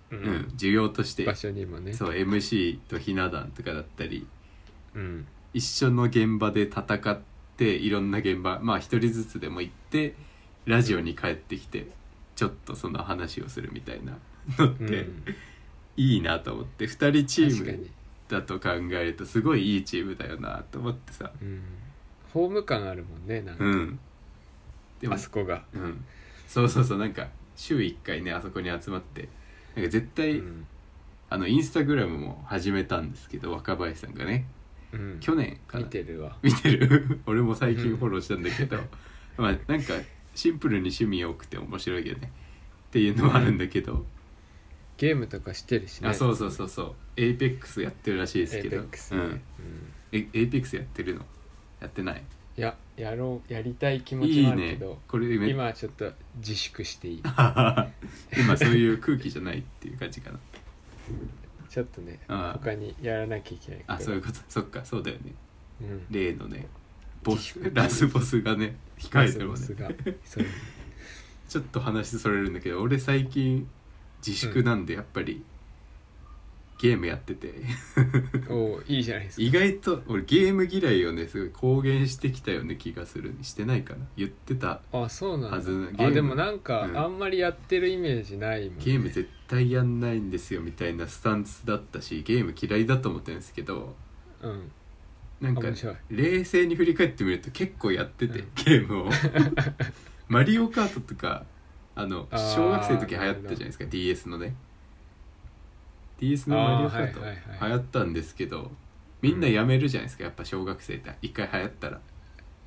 Speaker 2: う
Speaker 1: う、
Speaker 2: ん、
Speaker 1: ん、授業として
Speaker 2: 場所にもね
Speaker 1: そう MC とひな壇とかだったり
Speaker 2: うん
Speaker 1: 一緒の現場で戦っていろんな現場まあ一人ずつでも行ってラジオに帰ってきてちょっとその話をするみたいなのっ
Speaker 2: う
Speaker 1: て
Speaker 2: ん、
Speaker 1: いいなと思って2人チー
Speaker 2: 確か
Speaker 1: ム
Speaker 2: に、
Speaker 1: だと考えるとすごいいいチームだよなと思ってさ
Speaker 2: うん、ホーム感あるもんねなんか、
Speaker 1: うんでも
Speaker 2: あそこが、
Speaker 1: うんそうそうそうなんか週1回ねあそこに集まってなんか絶対、
Speaker 2: うん
Speaker 1: あのインスタグラムも始めたんですけど若林さんがね
Speaker 2: うん、
Speaker 1: 去年かな
Speaker 2: 見てるわ
Speaker 1: 見てる [LAUGHS] 俺も最近フォローしたんだけど、 [LAUGHS] まあなんかシンプルに趣味多くて面白いよねっていうのもあるんだけど、
Speaker 2: ゲームとかしてるしね
Speaker 1: あそううそうそうそうエイペックスやってるらしいで
Speaker 2: です
Speaker 1: け
Speaker 2: すけ
Speaker 1: どう
Speaker 2: ど、ね
Speaker 1: ん、
Speaker 2: うん
Speaker 1: えエイペックスやってるのやってない
Speaker 2: いややろうやりたい気持ち
Speaker 1: い
Speaker 2: も
Speaker 1: い
Speaker 2: あるけ
Speaker 1: ね
Speaker 2: ど
Speaker 1: これめ
Speaker 2: 今はちょっと自粛していい
Speaker 1: [LAUGHS] 今そういう空気じゃないっていう感じかな
Speaker 2: ちょっとね
Speaker 1: ああ
Speaker 2: 他にやらなきゃいけない
Speaker 1: あそういうこと [LAUGHS] そっかそうだよね
Speaker 2: うん、
Speaker 1: 例のねボス
Speaker 2: 自粛
Speaker 1: ラスボスがね控えても
Speaker 2: ラ
Speaker 1: ね
Speaker 2: スボスがそう
Speaker 1: ちょっと話それるんだけど俺最近自粛なんでやっぱり、ゲームやってて
Speaker 2: おういいじゃないですか
Speaker 1: 意外と俺ゲーム嫌いをねすごい公言してきたような気がするしてないかな言ってた
Speaker 2: あそうな
Speaker 1: はず
Speaker 2: ん
Speaker 1: ゲー
Speaker 2: だあ
Speaker 1: ム
Speaker 2: でもなんか、
Speaker 1: うん
Speaker 2: あんまりやってるイメージないもん、ね、
Speaker 1: ゲーム絶対やんないんですよみたいなスタンスだったしゲーム嫌いだと思ってるんですけど
Speaker 2: うん
Speaker 1: なんか
Speaker 2: 面白い
Speaker 1: 冷静に振り返ってみると結構やってて、
Speaker 2: うん
Speaker 1: ゲー
Speaker 2: [LAUGHS]
Speaker 1: ムをマリオカートとかあの
Speaker 2: あー
Speaker 1: 小学生の時流行ったじゃないですか DS のね DS のマリオカート
Speaker 2: あーはいはいはい
Speaker 1: 流行ったんですけど、みんなやめるじゃないですかやっぱ小学生って一回流行ったら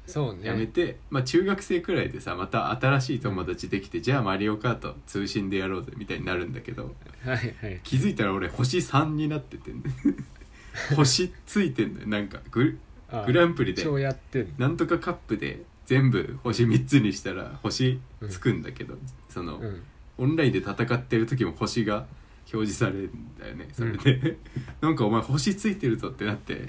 Speaker 2: そうね
Speaker 1: やめて、まあ中学生くらいでさまた新しい友達できて、じゃあマリオカート通信でやろうぜみたいになるんだけど
Speaker 2: はいはい
Speaker 1: 気づいたら俺星3になって
Speaker 2: [LAUGHS]
Speaker 1: て、ね、星ついてんのよなんかグ
Speaker 2: あ
Speaker 1: グランプリで
Speaker 2: 超やってんの
Speaker 1: なんとかカップで全部星3つにしたら星つくんだけど、その、
Speaker 2: うん
Speaker 1: オンラインで戦ってる時も星が表示されるんだよねそれで、
Speaker 2: [LAUGHS]
Speaker 1: なんかお前星ついてるぞってなって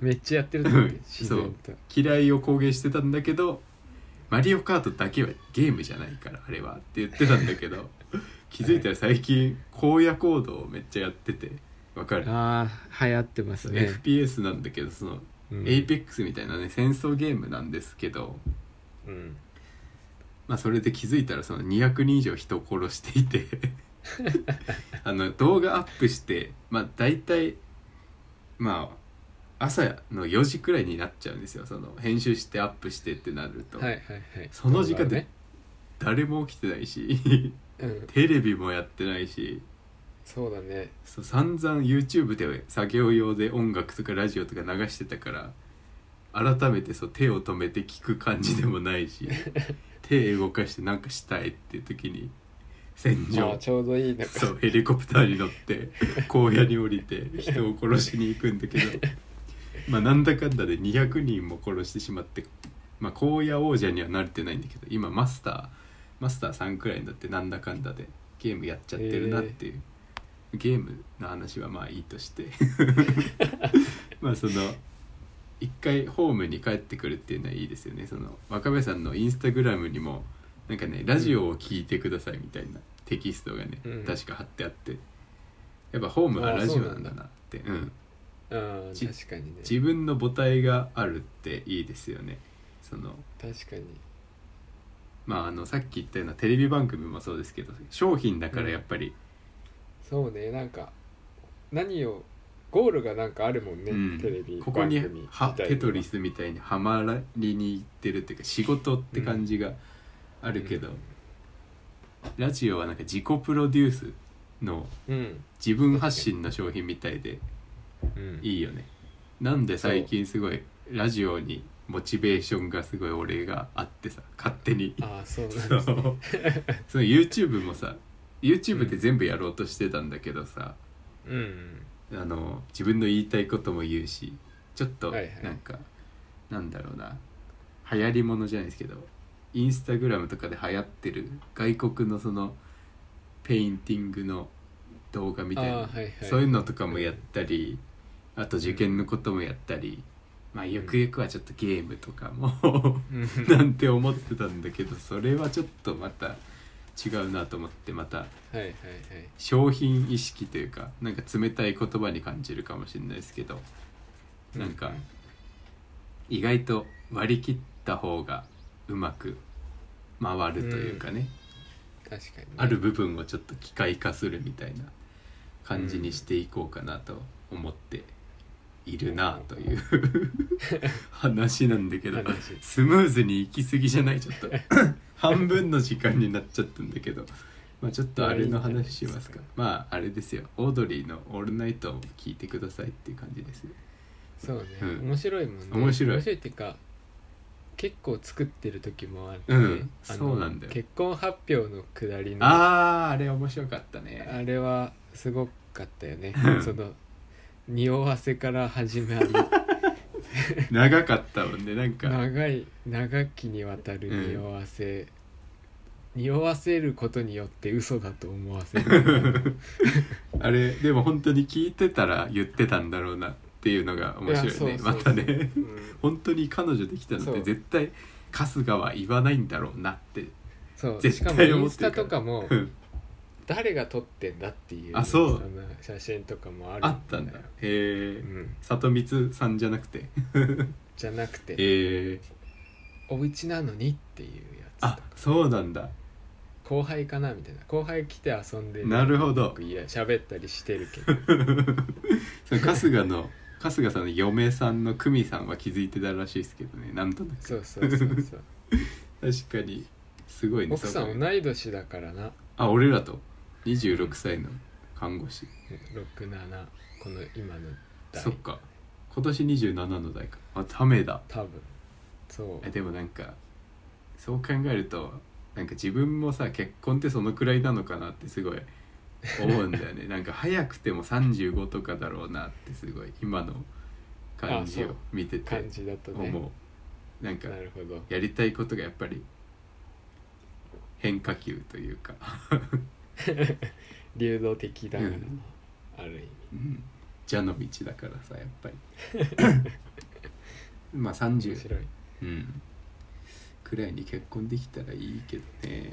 Speaker 2: めっちゃやってると
Speaker 1: う
Speaker 2: 思って
Speaker 1: ん
Speaker 2: 自然と
Speaker 1: 嫌いを公言してたんだけど「マリオカートだけはゲームじゃないからあれは」って言ってたんだけ
Speaker 2: [LAUGHS]
Speaker 1: ど気づいたら最近荒野行動をめっちゃやっててわかる、
Speaker 2: ああ流行ってますね、
Speaker 1: FPS なんだけどその、
Speaker 2: うん、
Speaker 1: APEX みたいなね戦争ゲームなんですけど
Speaker 2: うん
Speaker 1: まあ、それで気づいたらその200人以上人を殺してい
Speaker 2: [LAUGHS]
Speaker 1: てあの動画アップして、まあ、大体まあ朝の4時くらいになっちゃうんですよその編集してアップしてってなると、
Speaker 2: はいはいはい
Speaker 1: その時間
Speaker 2: ね
Speaker 1: で誰も起きてないし [LAUGHS]
Speaker 2: うん
Speaker 1: テレビもやってないし
Speaker 2: そうだね
Speaker 1: そう散々 YouTube で作業用で音楽とかラジオとか流してたから改めてそう手を止めて聞く感じでもないし手動かしてなんかしたいっていう時に戦
Speaker 2: ああ
Speaker 1: 場
Speaker 2: ちょうどいいのか
Speaker 1: そうヘリコプターに乗って荒野に降りて人を殺しに行くんだけどまあなんだかんだで200人も殺してしまって、まあ、荒野王者にはなれてないんだけど今マスターマスターさんくらいになってなんだかんだでゲームやっちゃってるなっていう、ゲームの話はまあいいとして [LAUGHS] まあその一回ホームに帰ってくるっていうのはいいですよねその若林さんのインスタグラムにもなんかねラジオを聞いてくださいみたいなテキストがね、
Speaker 2: うん
Speaker 1: 確か貼ってあってやっぱホームはラジオなんだなってうん、
Speaker 2: うん
Speaker 1: じ
Speaker 2: 確かにね
Speaker 1: 自分の母体があるっていいですよねその
Speaker 2: 確かに
Speaker 1: まああのさっき言ったようなテレビ番組もそうですけど商品だからやっぱり、
Speaker 2: そうねなんか何をゴールがなんかあるもんね、
Speaker 1: うん
Speaker 2: テレビ
Speaker 1: ここに
Speaker 2: 番組み
Speaker 1: は
Speaker 2: たいな
Speaker 1: テトリスみたいにはまりに行ってるっていうか仕事って感じがあるけど、ラジオはなんか自己プロデュースの
Speaker 2: うん、
Speaker 1: 自分発信の商品みたいで
Speaker 2: うん、
Speaker 1: いいよねなんで最近すごいラジオにモチベーションがすごい俺があってさ勝手に
Speaker 2: ああそうなん
Speaker 1: そ
Speaker 2: で
Speaker 1: う
Speaker 2: すね
Speaker 1: その YouTube もさ YouTube で全部やろうとしてたんだけどさ、
Speaker 2: うん
Speaker 1: あの自分の言いたいことも言うしちょっと
Speaker 2: は
Speaker 1: ない
Speaker 2: はい
Speaker 1: んか、なんだろうな流行りものじゃないですけどインスタグラムとかで流行ってる外国のそのペインティングの動画みたいな、
Speaker 2: あーはいはい
Speaker 1: そういうのとかもやったりあと受験のこともやったり、まあゆくゆくはちょっとゲームとかも [LAUGHS]
Speaker 2: うん
Speaker 1: なんて思ってたんだけどそれはちょっとまた違うなと思ってまた
Speaker 2: はいはいはい
Speaker 1: 商品意識というかなんか冷たい言葉に感じるかもしれないですけどなんか意外と割り切った方がうまく回るというかね、
Speaker 2: 確かにね、
Speaker 1: ある部分をちょっと機械化するみたいな感じにしていこうかなと思っているなと
Speaker 2: [LAUGHS]
Speaker 1: いう話なんだけど
Speaker 2: 話
Speaker 1: スムーズに行き過ぎじゃないちょっ
Speaker 2: [LAUGHS]
Speaker 1: と半分の時間になっちゃったんだけどまあちょっとあれの話しますか
Speaker 2: いいんじゃないですか
Speaker 1: まああれですよオードリーの「オールナイト」を聞いてくださいっていう感じですね
Speaker 2: そうね、
Speaker 1: うん
Speaker 2: 面白いもんね
Speaker 1: 面白い
Speaker 2: 面白いっていうか結構作ってる時もあるね
Speaker 1: うん
Speaker 2: あの
Speaker 1: そうなんだよ
Speaker 2: 結婚発表のくだりの
Speaker 1: あーあれ面白かったね
Speaker 2: あれはすごかったよね
Speaker 1: うん
Speaker 2: その匂わせから始まり
Speaker 1: 長かったもんねなんか
Speaker 2: 長い長きにわたる匂わせ、匂わせることによって嘘だと思わせる
Speaker 1: あれでも本当に聞いてたら言ってたんだろうなっていうのが [LAUGHS] 面白いね
Speaker 2: やそうそうそう
Speaker 1: またね
Speaker 2: うん
Speaker 1: 本当に彼女できたのっ
Speaker 2: そ
Speaker 1: て
Speaker 2: う
Speaker 1: 絶対春日は言わないんだろうなって
Speaker 2: そう
Speaker 1: 絶
Speaker 2: しかも
Speaker 1: 対
Speaker 2: イ
Speaker 1: 思
Speaker 2: ン
Speaker 1: っ
Speaker 2: ス
Speaker 1: てる
Speaker 2: タ
Speaker 1: から
Speaker 2: とかも
Speaker 1: うん
Speaker 2: 誰が撮ってんだっていう
Speaker 1: あそう
Speaker 2: の写真とかもある
Speaker 1: あったんだへ
Speaker 2: う
Speaker 1: え
Speaker 2: ん、
Speaker 1: 里光さんじゃなくて
Speaker 2: じゃなくて
Speaker 1: へえ
Speaker 2: お家なのにっていうやつと
Speaker 1: あ
Speaker 2: か
Speaker 1: そうなんだ
Speaker 2: 後輩かなみたいな後輩来て遊んで
Speaker 1: なるほど
Speaker 2: いや喋ったりしてるけ
Speaker 1: [LAUGHS]
Speaker 2: ど
Speaker 1: その春日の春日さんの嫁さんの久美さんは気づいてたらしいですけどねなんとなく
Speaker 2: そうそうそう
Speaker 1: [LAUGHS]
Speaker 2: そう
Speaker 1: 確かにすごいね
Speaker 2: 奥さ
Speaker 1: そうん考える
Speaker 2: 同い年だからな
Speaker 1: あ俺らと26歳の看護師
Speaker 2: 67この今の代
Speaker 1: そっか今年27の代かあためだ
Speaker 2: 多分そ
Speaker 1: えでもなんかそう考えるとなんか自分もさ結婚ってそのくらいなのかなってすごい思うんだよね
Speaker 2: [LAUGHS]
Speaker 1: なんか早くても35とかだろうなってすごい今の感じ
Speaker 2: あそ
Speaker 1: を
Speaker 2: う
Speaker 1: 見て
Speaker 2: う
Speaker 1: て
Speaker 2: 感じだとね
Speaker 1: 思うなんか
Speaker 2: なるほど
Speaker 1: やりたいことがやっぱり変化球というか、 [LAUGHS]
Speaker 2: 流動的だからな、
Speaker 1: うん
Speaker 2: ある意味
Speaker 1: うん、蛇の道だからさやっ
Speaker 2: [LAUGHS]
Speaker 1: ぱりまあ
Speaker 2: 面
Speaker 1: 30、
Speaker 2: 白い
Speaker 1: うん、くらいに結婚できたらいいけどね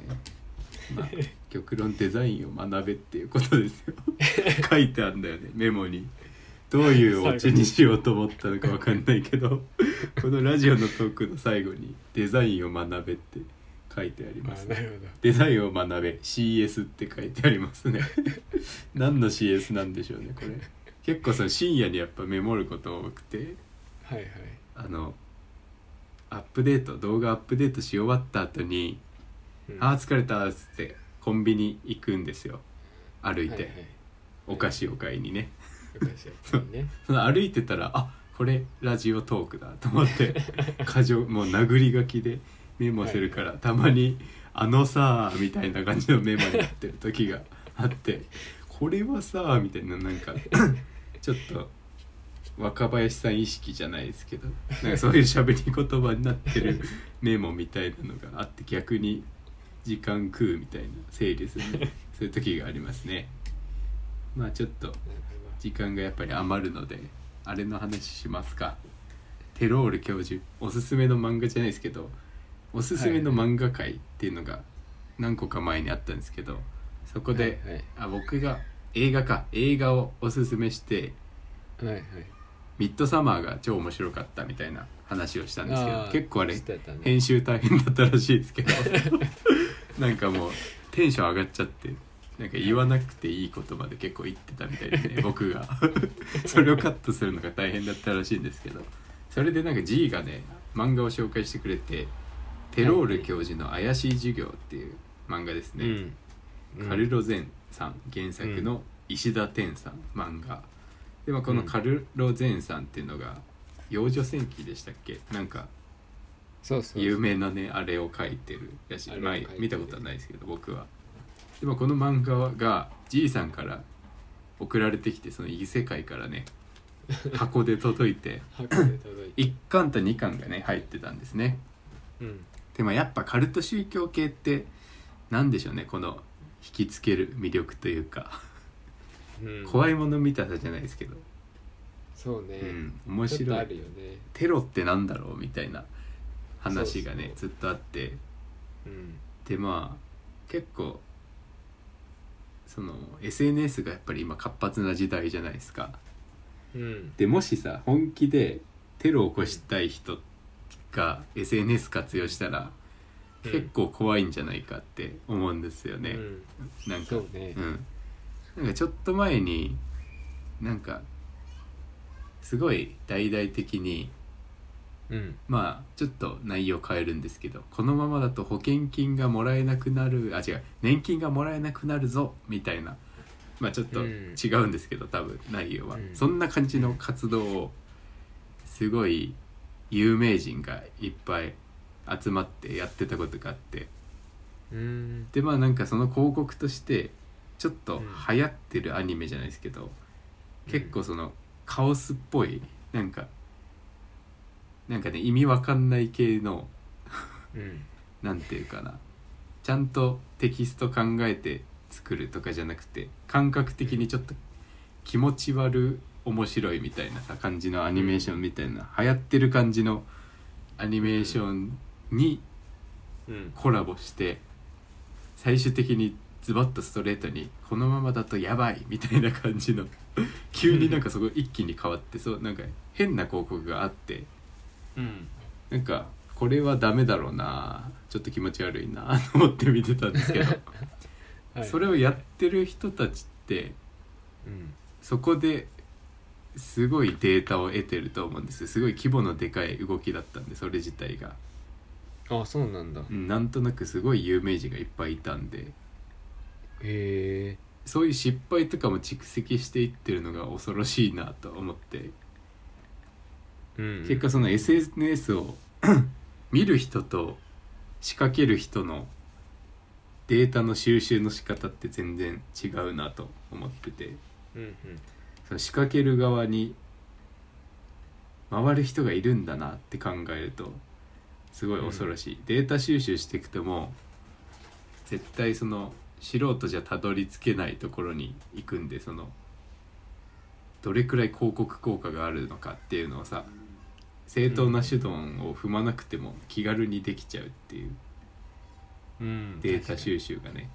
Speaker 1: まあ極論デザインを学べっていうことですよ書いてあるんだよねメモにどういうオチにしようと思ったのかわかんないけどこのラジオのトークの最後に「デザインを学べ」って書いてありま
Speaker 2: あ
Speaker 1: す
Speaker 2: なる
Speaker 1: デザインを学べ CS って書いてありますね何の CS なんでしょうねこれ結構その深夜にやっぱメモること多くて
Speaker 2: ほどはいはい
Speaker 1: あのアップデート動画アップデートし終わった後に
Speaker 2: う
Speaker 1: 「
Speaker 2: ん
Speaker 1: あー疲れた」っつってコンビニ行くんですよ歩い
Speaker 2: は
Speaker 1: て、
Speaker 2: いはい
Speaker 1: お菓子を買いにね
Speaker 2: 昔やったね
Speaker 1: その歩いてたらあこれラジオトークだと思って過剰もう殴り書きでメモするから、たまに「あのさー」みたいな感じのメモになってる時が [LAUGHS] あって「これはさー」みたいななんかちょっと若林さん意識じゃないですけどなんかそういう喋り言葉になってるメモみたいなのがあって逆に時間食うみたいな整理するそういう時がありますね。まあちょっと
Speaker 2: なる
Speaker 1: 時間がやっぱり余るのであれの話しますかテロール教授おすすめの漫画じゃないですけどおすすめの漫画界っていうのが何個か前にあったんですけどそこ
Speaker 2: ほど
Speaker 1: で、
Speaker 2: はいはい
Speaker 1: あ僕が映画か映画をおすすめして
Speaker 2: はいはい
Speaker 1: ミッドサマーが超面白かったみたいな話をしたんですけ
Speaker 2: あ
Speaker 1: ど
Speaker 2: ー
Speaker 1: 結構あれ
Speaker 2: してたね
Speaker 1: 編集大変だったらしいですけど [LAUGHS] なんかもうテンション上がっちゃってなんか言わなくていいことまで結構言ってたみたいでね
Speaker 2: [LAUGHS]
Speaker 1: 僕が [LAUGHS] それをカットするのが大変だったらしいんですけどそれでなんか G がね漫画を紹介してくれて「テロール教授の怪しい授業」っていう漫画ですね、
Speaker 2: うん
Speaker 1: カルロゼンさん原作の石田天さん漫画でもこのカルロゼンさんっていうのが幼女戦記でしたっけなんか
Speaker 2: そうそう
Speaker 1: 有名なねあれを書いてるらしい
Speaker 2: あれを
Speaker 1: まあ
Speaker 2: 書いてる
Speaker 1: 見たことはないですけど僕はでもこの漫画がじいさんから送られてきてその異世界から
Speaker 2: [LAUGHS]
Speaker 1: ね箱で届いて
Speaker 2: 箱で届いて
Speaker 1: 1巻と2巻がね入ってたんですね
Speaker 2: うん
Speaker 1: でまあやっぱカルト宗教系ってなんでしょうねこの引きつける魅力というか、
Speaker 2: うん
Speaker 1: 怖いもの見たさじゃないですけど、
Speaker 2: そうね、
Speaker 1: うん、面
Speaker 2: ちょっと
Speaker 1: 白
Speaker 2: あ
Speaker 1: い
Speaker 2: るよね
Speaker 1: テロってなんだろうみたいな話がね
Speaker 2: そ
Speaker 1: ずっとあって
Speaker 2: うん
Speaker 1: でまあ結構その SNS がやっぱり今活発な時代じゃないですか。
Speaker 2: うん
Speaker 1: でもしさ本気でテロを起こしたい人が SNS 活用したら
Speaker 2: うん
Speaker 1: 結構怖いんじゃないかって思うんですよね。
Speaker 2: うん
Speaker 1: なんか
Speaker 2: そうね
Speaker 1: うん、なんかちょっと前になんかすごい大々的に
Speaker 2: うん
Speaker 1: まあちょっと内容変えるんですけどこのままだと保険金がもらえなくなるあ違う年金がもらえなくなるぞみたいなまあちょっと
Speaker 2: うん
Speaker 1: 違うんですけど、多分内容は、
Speaker 2: うん
Speaker 1: そんな感じの活動をすごい有名人がいっぱい集まってやってたことがあって
Speaker 2: うん
Speaker 1: でまあなんかその広告としてちょっ
Speaker 2: う
Speaker 1: と
Speaker 2: ん
Speaker 1: 流行ってるアニメじゃないですけど、結構そのカオスっぽいなんかなんかね意味わかんない系の
Speaker 2: うん
Speaker 1: なんていうかなちゃんとテキスト考えて作るとかじゃなくて感覚的にちょっと気持ち悪面白いみたいなさ感じのアニメーションみたいな流行ってる感じのアニメーションに
Speaker 2: うん
Speaker 1: コラボして最終的にズバッとストレートにこのままだとやばいみたいな感じの [LAUGHS] 急になんかそこ一気に変わってそうなんか変な広告があって
Speaker 2: うん
Speaker 1: なんかこれはダメだろうなちょっと気持ち悪いなと思って見てたんですけど、
Speaker 2: はい
Speaker 1: それをやってる人たちって
Speaker 2: うん
Speaker 1: そこですごいデータを得てると思うんですよすごい規模のでかい動きだったんでそれ自体が、
Speaker 2: あそうなんだ
Speaker 1: うんなんとなくすごい有名人がいっぱいいたんで
Speaker 2: へえ
Speaker 1: そういう失敗とかも蓄積していってるのが恐ろしいなと思って
Speaker 2: うん
Speaker 1: 結果その SNS を [CLEARS THROAT] 見る人と仕掛ける人のデータの収集の仕方って全然違うなと思ってて
Speaker 2: うんうん
Speaker 1: その仕掛ける側に回る人がいるんだなって考えるとすごい恐ろしい、データ収集していくともう絶対その素人じゃたどり着けないところに行くんでそのどれくらい広告効果があるのかっていうのをさ正当な手段を踏まなくても気軽にできちゃうっていう
Speaker 2: うん
Speaker 1: データ収集がね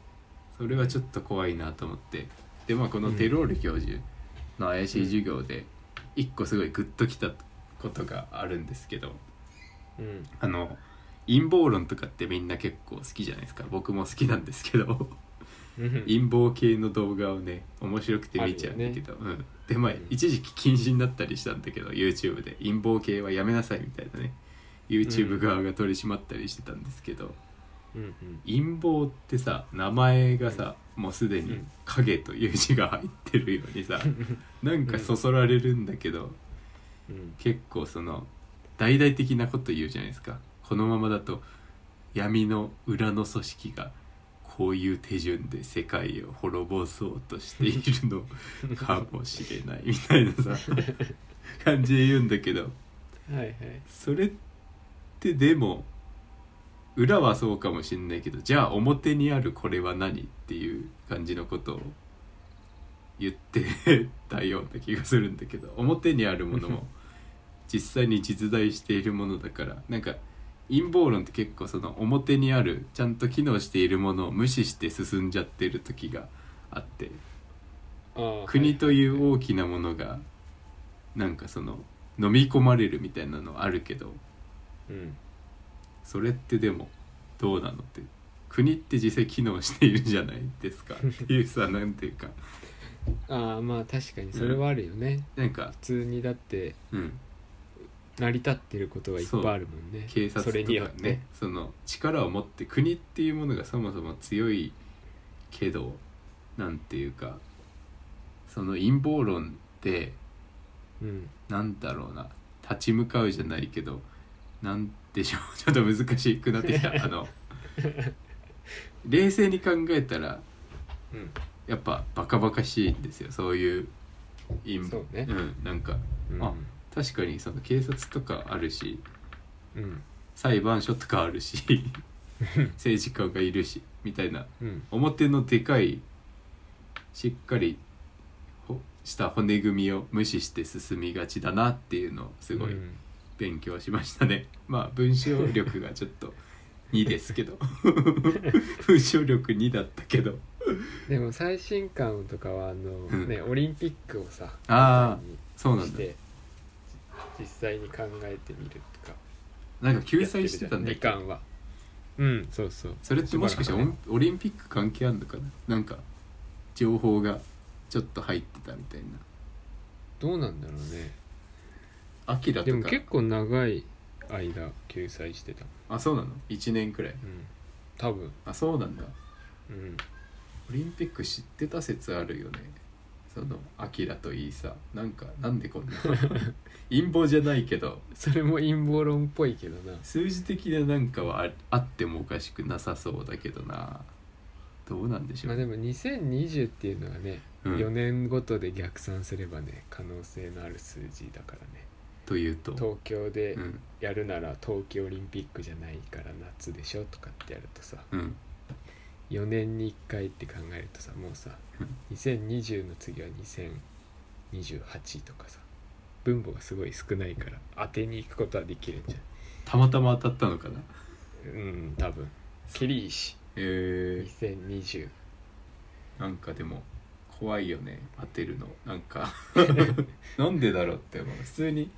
Speaker 1: それはちょっと怖いなと思ってでまあこのテロール教授の怪しい授業で一個すごいグッときたことがあるんですけど
Speaker 2: うん
Speaker 1: あの陰謀論とかってみんな結構好きじゃないですか僕も好きなんですけど
Speaker 2: うん
Speaker 1: 陰謀系の動画をね面白くて見ちゃうんだけど、うん、でまあ
Speaker 2: うん
Speaker 1: 一時期禁止になったりしたんだけど YouTube で陰謀系はやめなさいみたいなね YouTube 側が取り締まったりしてたんですけど、
Speaker 2: うん
Speaker 1: 陰謀ってさ名前がさ、もうすで
Speaker 2: う
Speaker 1: に
Speaker 2: ん
Speaker 1: 「影」という字が入ってるようにさなんかそそられるんだけど、
Speaker 2: うん
Speaker 1: 結構その大々的なこと言うじゃないですかこのままだと闇の裏の組織がこういう手順で世界を滅ぼそうとしているのかもしれないみたいなさ [LAUGHS] 感じで言うんだけど
Speaker 2: はいはい
Speaker 1: それってでも裏はそうかもしんないけどじゃあ表にあるこれは何っていう感じのことを言ってたような気がするんだけど表にあるものも実際に実在しているものだからなんか陰謀論って結構その表にあるちゃんと機能しているものを無視して進んじゃってる時があって
Speaker 2: あー
Speaker 1: 国という大きなものがなんかその飲み込まれるみたいなのあるけど
Speaker 2: うん
Speaker 1: それってでもどうなのって国って実際機能しているじゃないです
Speaker 2: [LAUGHS]
Speaker 1: かっていうさなんていうか
Speaker 2: ああまあ確かにそれはあるよね
Speaker 1: なんか、
Speaker 2: 普通にだって
Speaker 1: うん、
Speaker 2: 成り立ってることがいっぱいあるもんね
Speaker 1: 警察と
Speaker 2: それによっ
Speaker 1: か
Speaker 2: て
Speaker 1: ねその力を持って国っていうものがそもそも強いけどなんていうかその陰謀論って
Speaker 2: うん
Speaker 1: なんだろうな立ち向かうじゃないけどなんでしょう [LAUGHS] ちょっと難し
Speaker 2: [LAUGHS]
Speaker 1: くなってきたあの冷静に考えたら
Speaker 2: うん
Speaker 1: やっぱバカバカしいんですよそういう陰
Speaker 2: そうね
Speaker 1: ん、なんか
Speaker 2: うん
Speaker 1: あ確かにその警察とかあるし
Speaker 2: うん
Speaker 1: 裁判所とかある
Speaker 2: [LAUGHS]
Speaker 1: し政治家がいるしみたいな
Speaker 2: うん
Speaker 1: 表のでかいしっかりほした骨組みを無視して進みがちだなっていうのをすごい
Speaker 2: うん
Speaker 1: 勉強しましたね、 [LAUGHS] まあ文章力がちょっ
Speaker 2: [LAUGHS]
Speaker 1: と2ですけど [LAUGHS] 文章力2だったけど
Speaker 2: でも最新刊とかはあの、
Speaker 1: ん
Speaker 2: ねオリンピックをさ
Speaker 1: あー
Speaker 2: 舞
Speaker 1: そう
Speaker 2: 台
Speaker 1: なん
Speaker 2: にし
Speaker 1: だ
Speaker 2: て実際に考えてみるとか
Speaker 1: なんか救済してたんだ
Speaker 2: や
Speaker 1: っ
Speaker 2: っ
Speaker 1: け
Speaker 2: てるじゃん二巻はうんそうそう
Speaker 1: それってもしかしてオ
Speaker 2: ばらくね
Speaker 1: ンオリンピック関係あるのかななんか情報がちょっと入ってたみたいな
Speaker 2: どうなんだろうね
Speaker 1: アキラ
Speaker 2: で
Speaker 1: と
Speaker 2: も
Speaker 1: か
Speaker 2: 結構長い間救済してた
Speaker 1: あそうなの1年くらい
Speaker 2: うん多分
Speaker 1: あそうなんだ
Speaker 2: うん
Speaker 1: オリンピック知ってた説あるよねそのアキラといいさなんかなんでこん
Speaker 2: [LAUGHS]
Speaker 1: な陰謀じゃないけど
Speaker 2: それも陰謀論っぽいけどな
Speaker 1: 数字的ななんかはああってもおかしくなさそうだけどなどうなんでしょ
Speaker 2: まあ
Speaker 1: う
Speaker 2: でも2020っていうのはね、
Speaker 1: うん
Speaker 2: 4年ごとで逆算すればね可能性のある数字だからね
Speaker 1: というと
Speaker 2: 東京で
Speaker 1: うん
Speaker 2: やるなら冬季オリンピックじゃないから夏でしょとかってやるとさ
Speaker 1: うん
Speaker 2: 4年に1回って考えるとさもうさ
Speaker 1: うん
Speaker 2: 2020の次は2028とかさ分母がすごい少ないから当てに行くことはできるんじゃ
Speaker 1: たまたま当たったのかな
Speaker 2: ないうん多分キリいし
Speaker 1: えー
Speaker 2: 2020
Speaker 1: なんかでも怖いよね当てるのなんかなんでだろうって思う普通に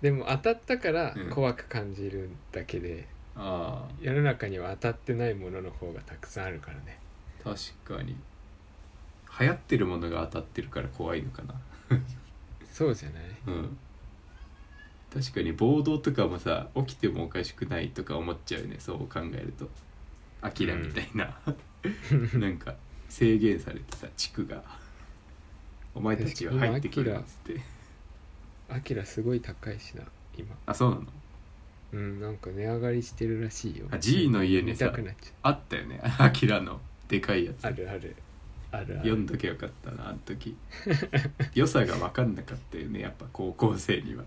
Speaker 2: でも当たったから
Speaker 1: うん
Speaker 2: 怖く感じるだけで、
Speaker 1: ああ
Speaker 2: 世の中には当たってないものの方がたくさんあるからね
Speaker 1: 確かに流行ってるものが当たってるから怖いのかな
Speaker 2: そうじゃない
Speaker 1: うん確かに暴動とかもさ起きてもおかしくないとか思っちゃうよねそう考えるとアキラみたいな、 [LAUGHS] なんか制限されてさ地区が「お前たちは入ってくるな」っつって
Speaker 2: アキラすごい高いしな今
Speaker 1: あそうなの
Speaker 2: うんなんか値上がりしてるらしいよ
Speaker 1: あ G の家に
Speaker 2: 見
Speaker 1: さ
Speaker 2: たくなっちゃ
Speaker 1: あったよねアキラのでかいやつ
Speaker 2: うあるあるあるあ
Speaker 1: 読
Speaker 2: る
Speaker 1: んどけよかったなあの時 [LAUGHS] 良さが分かんなかったよねやっぱ高校生には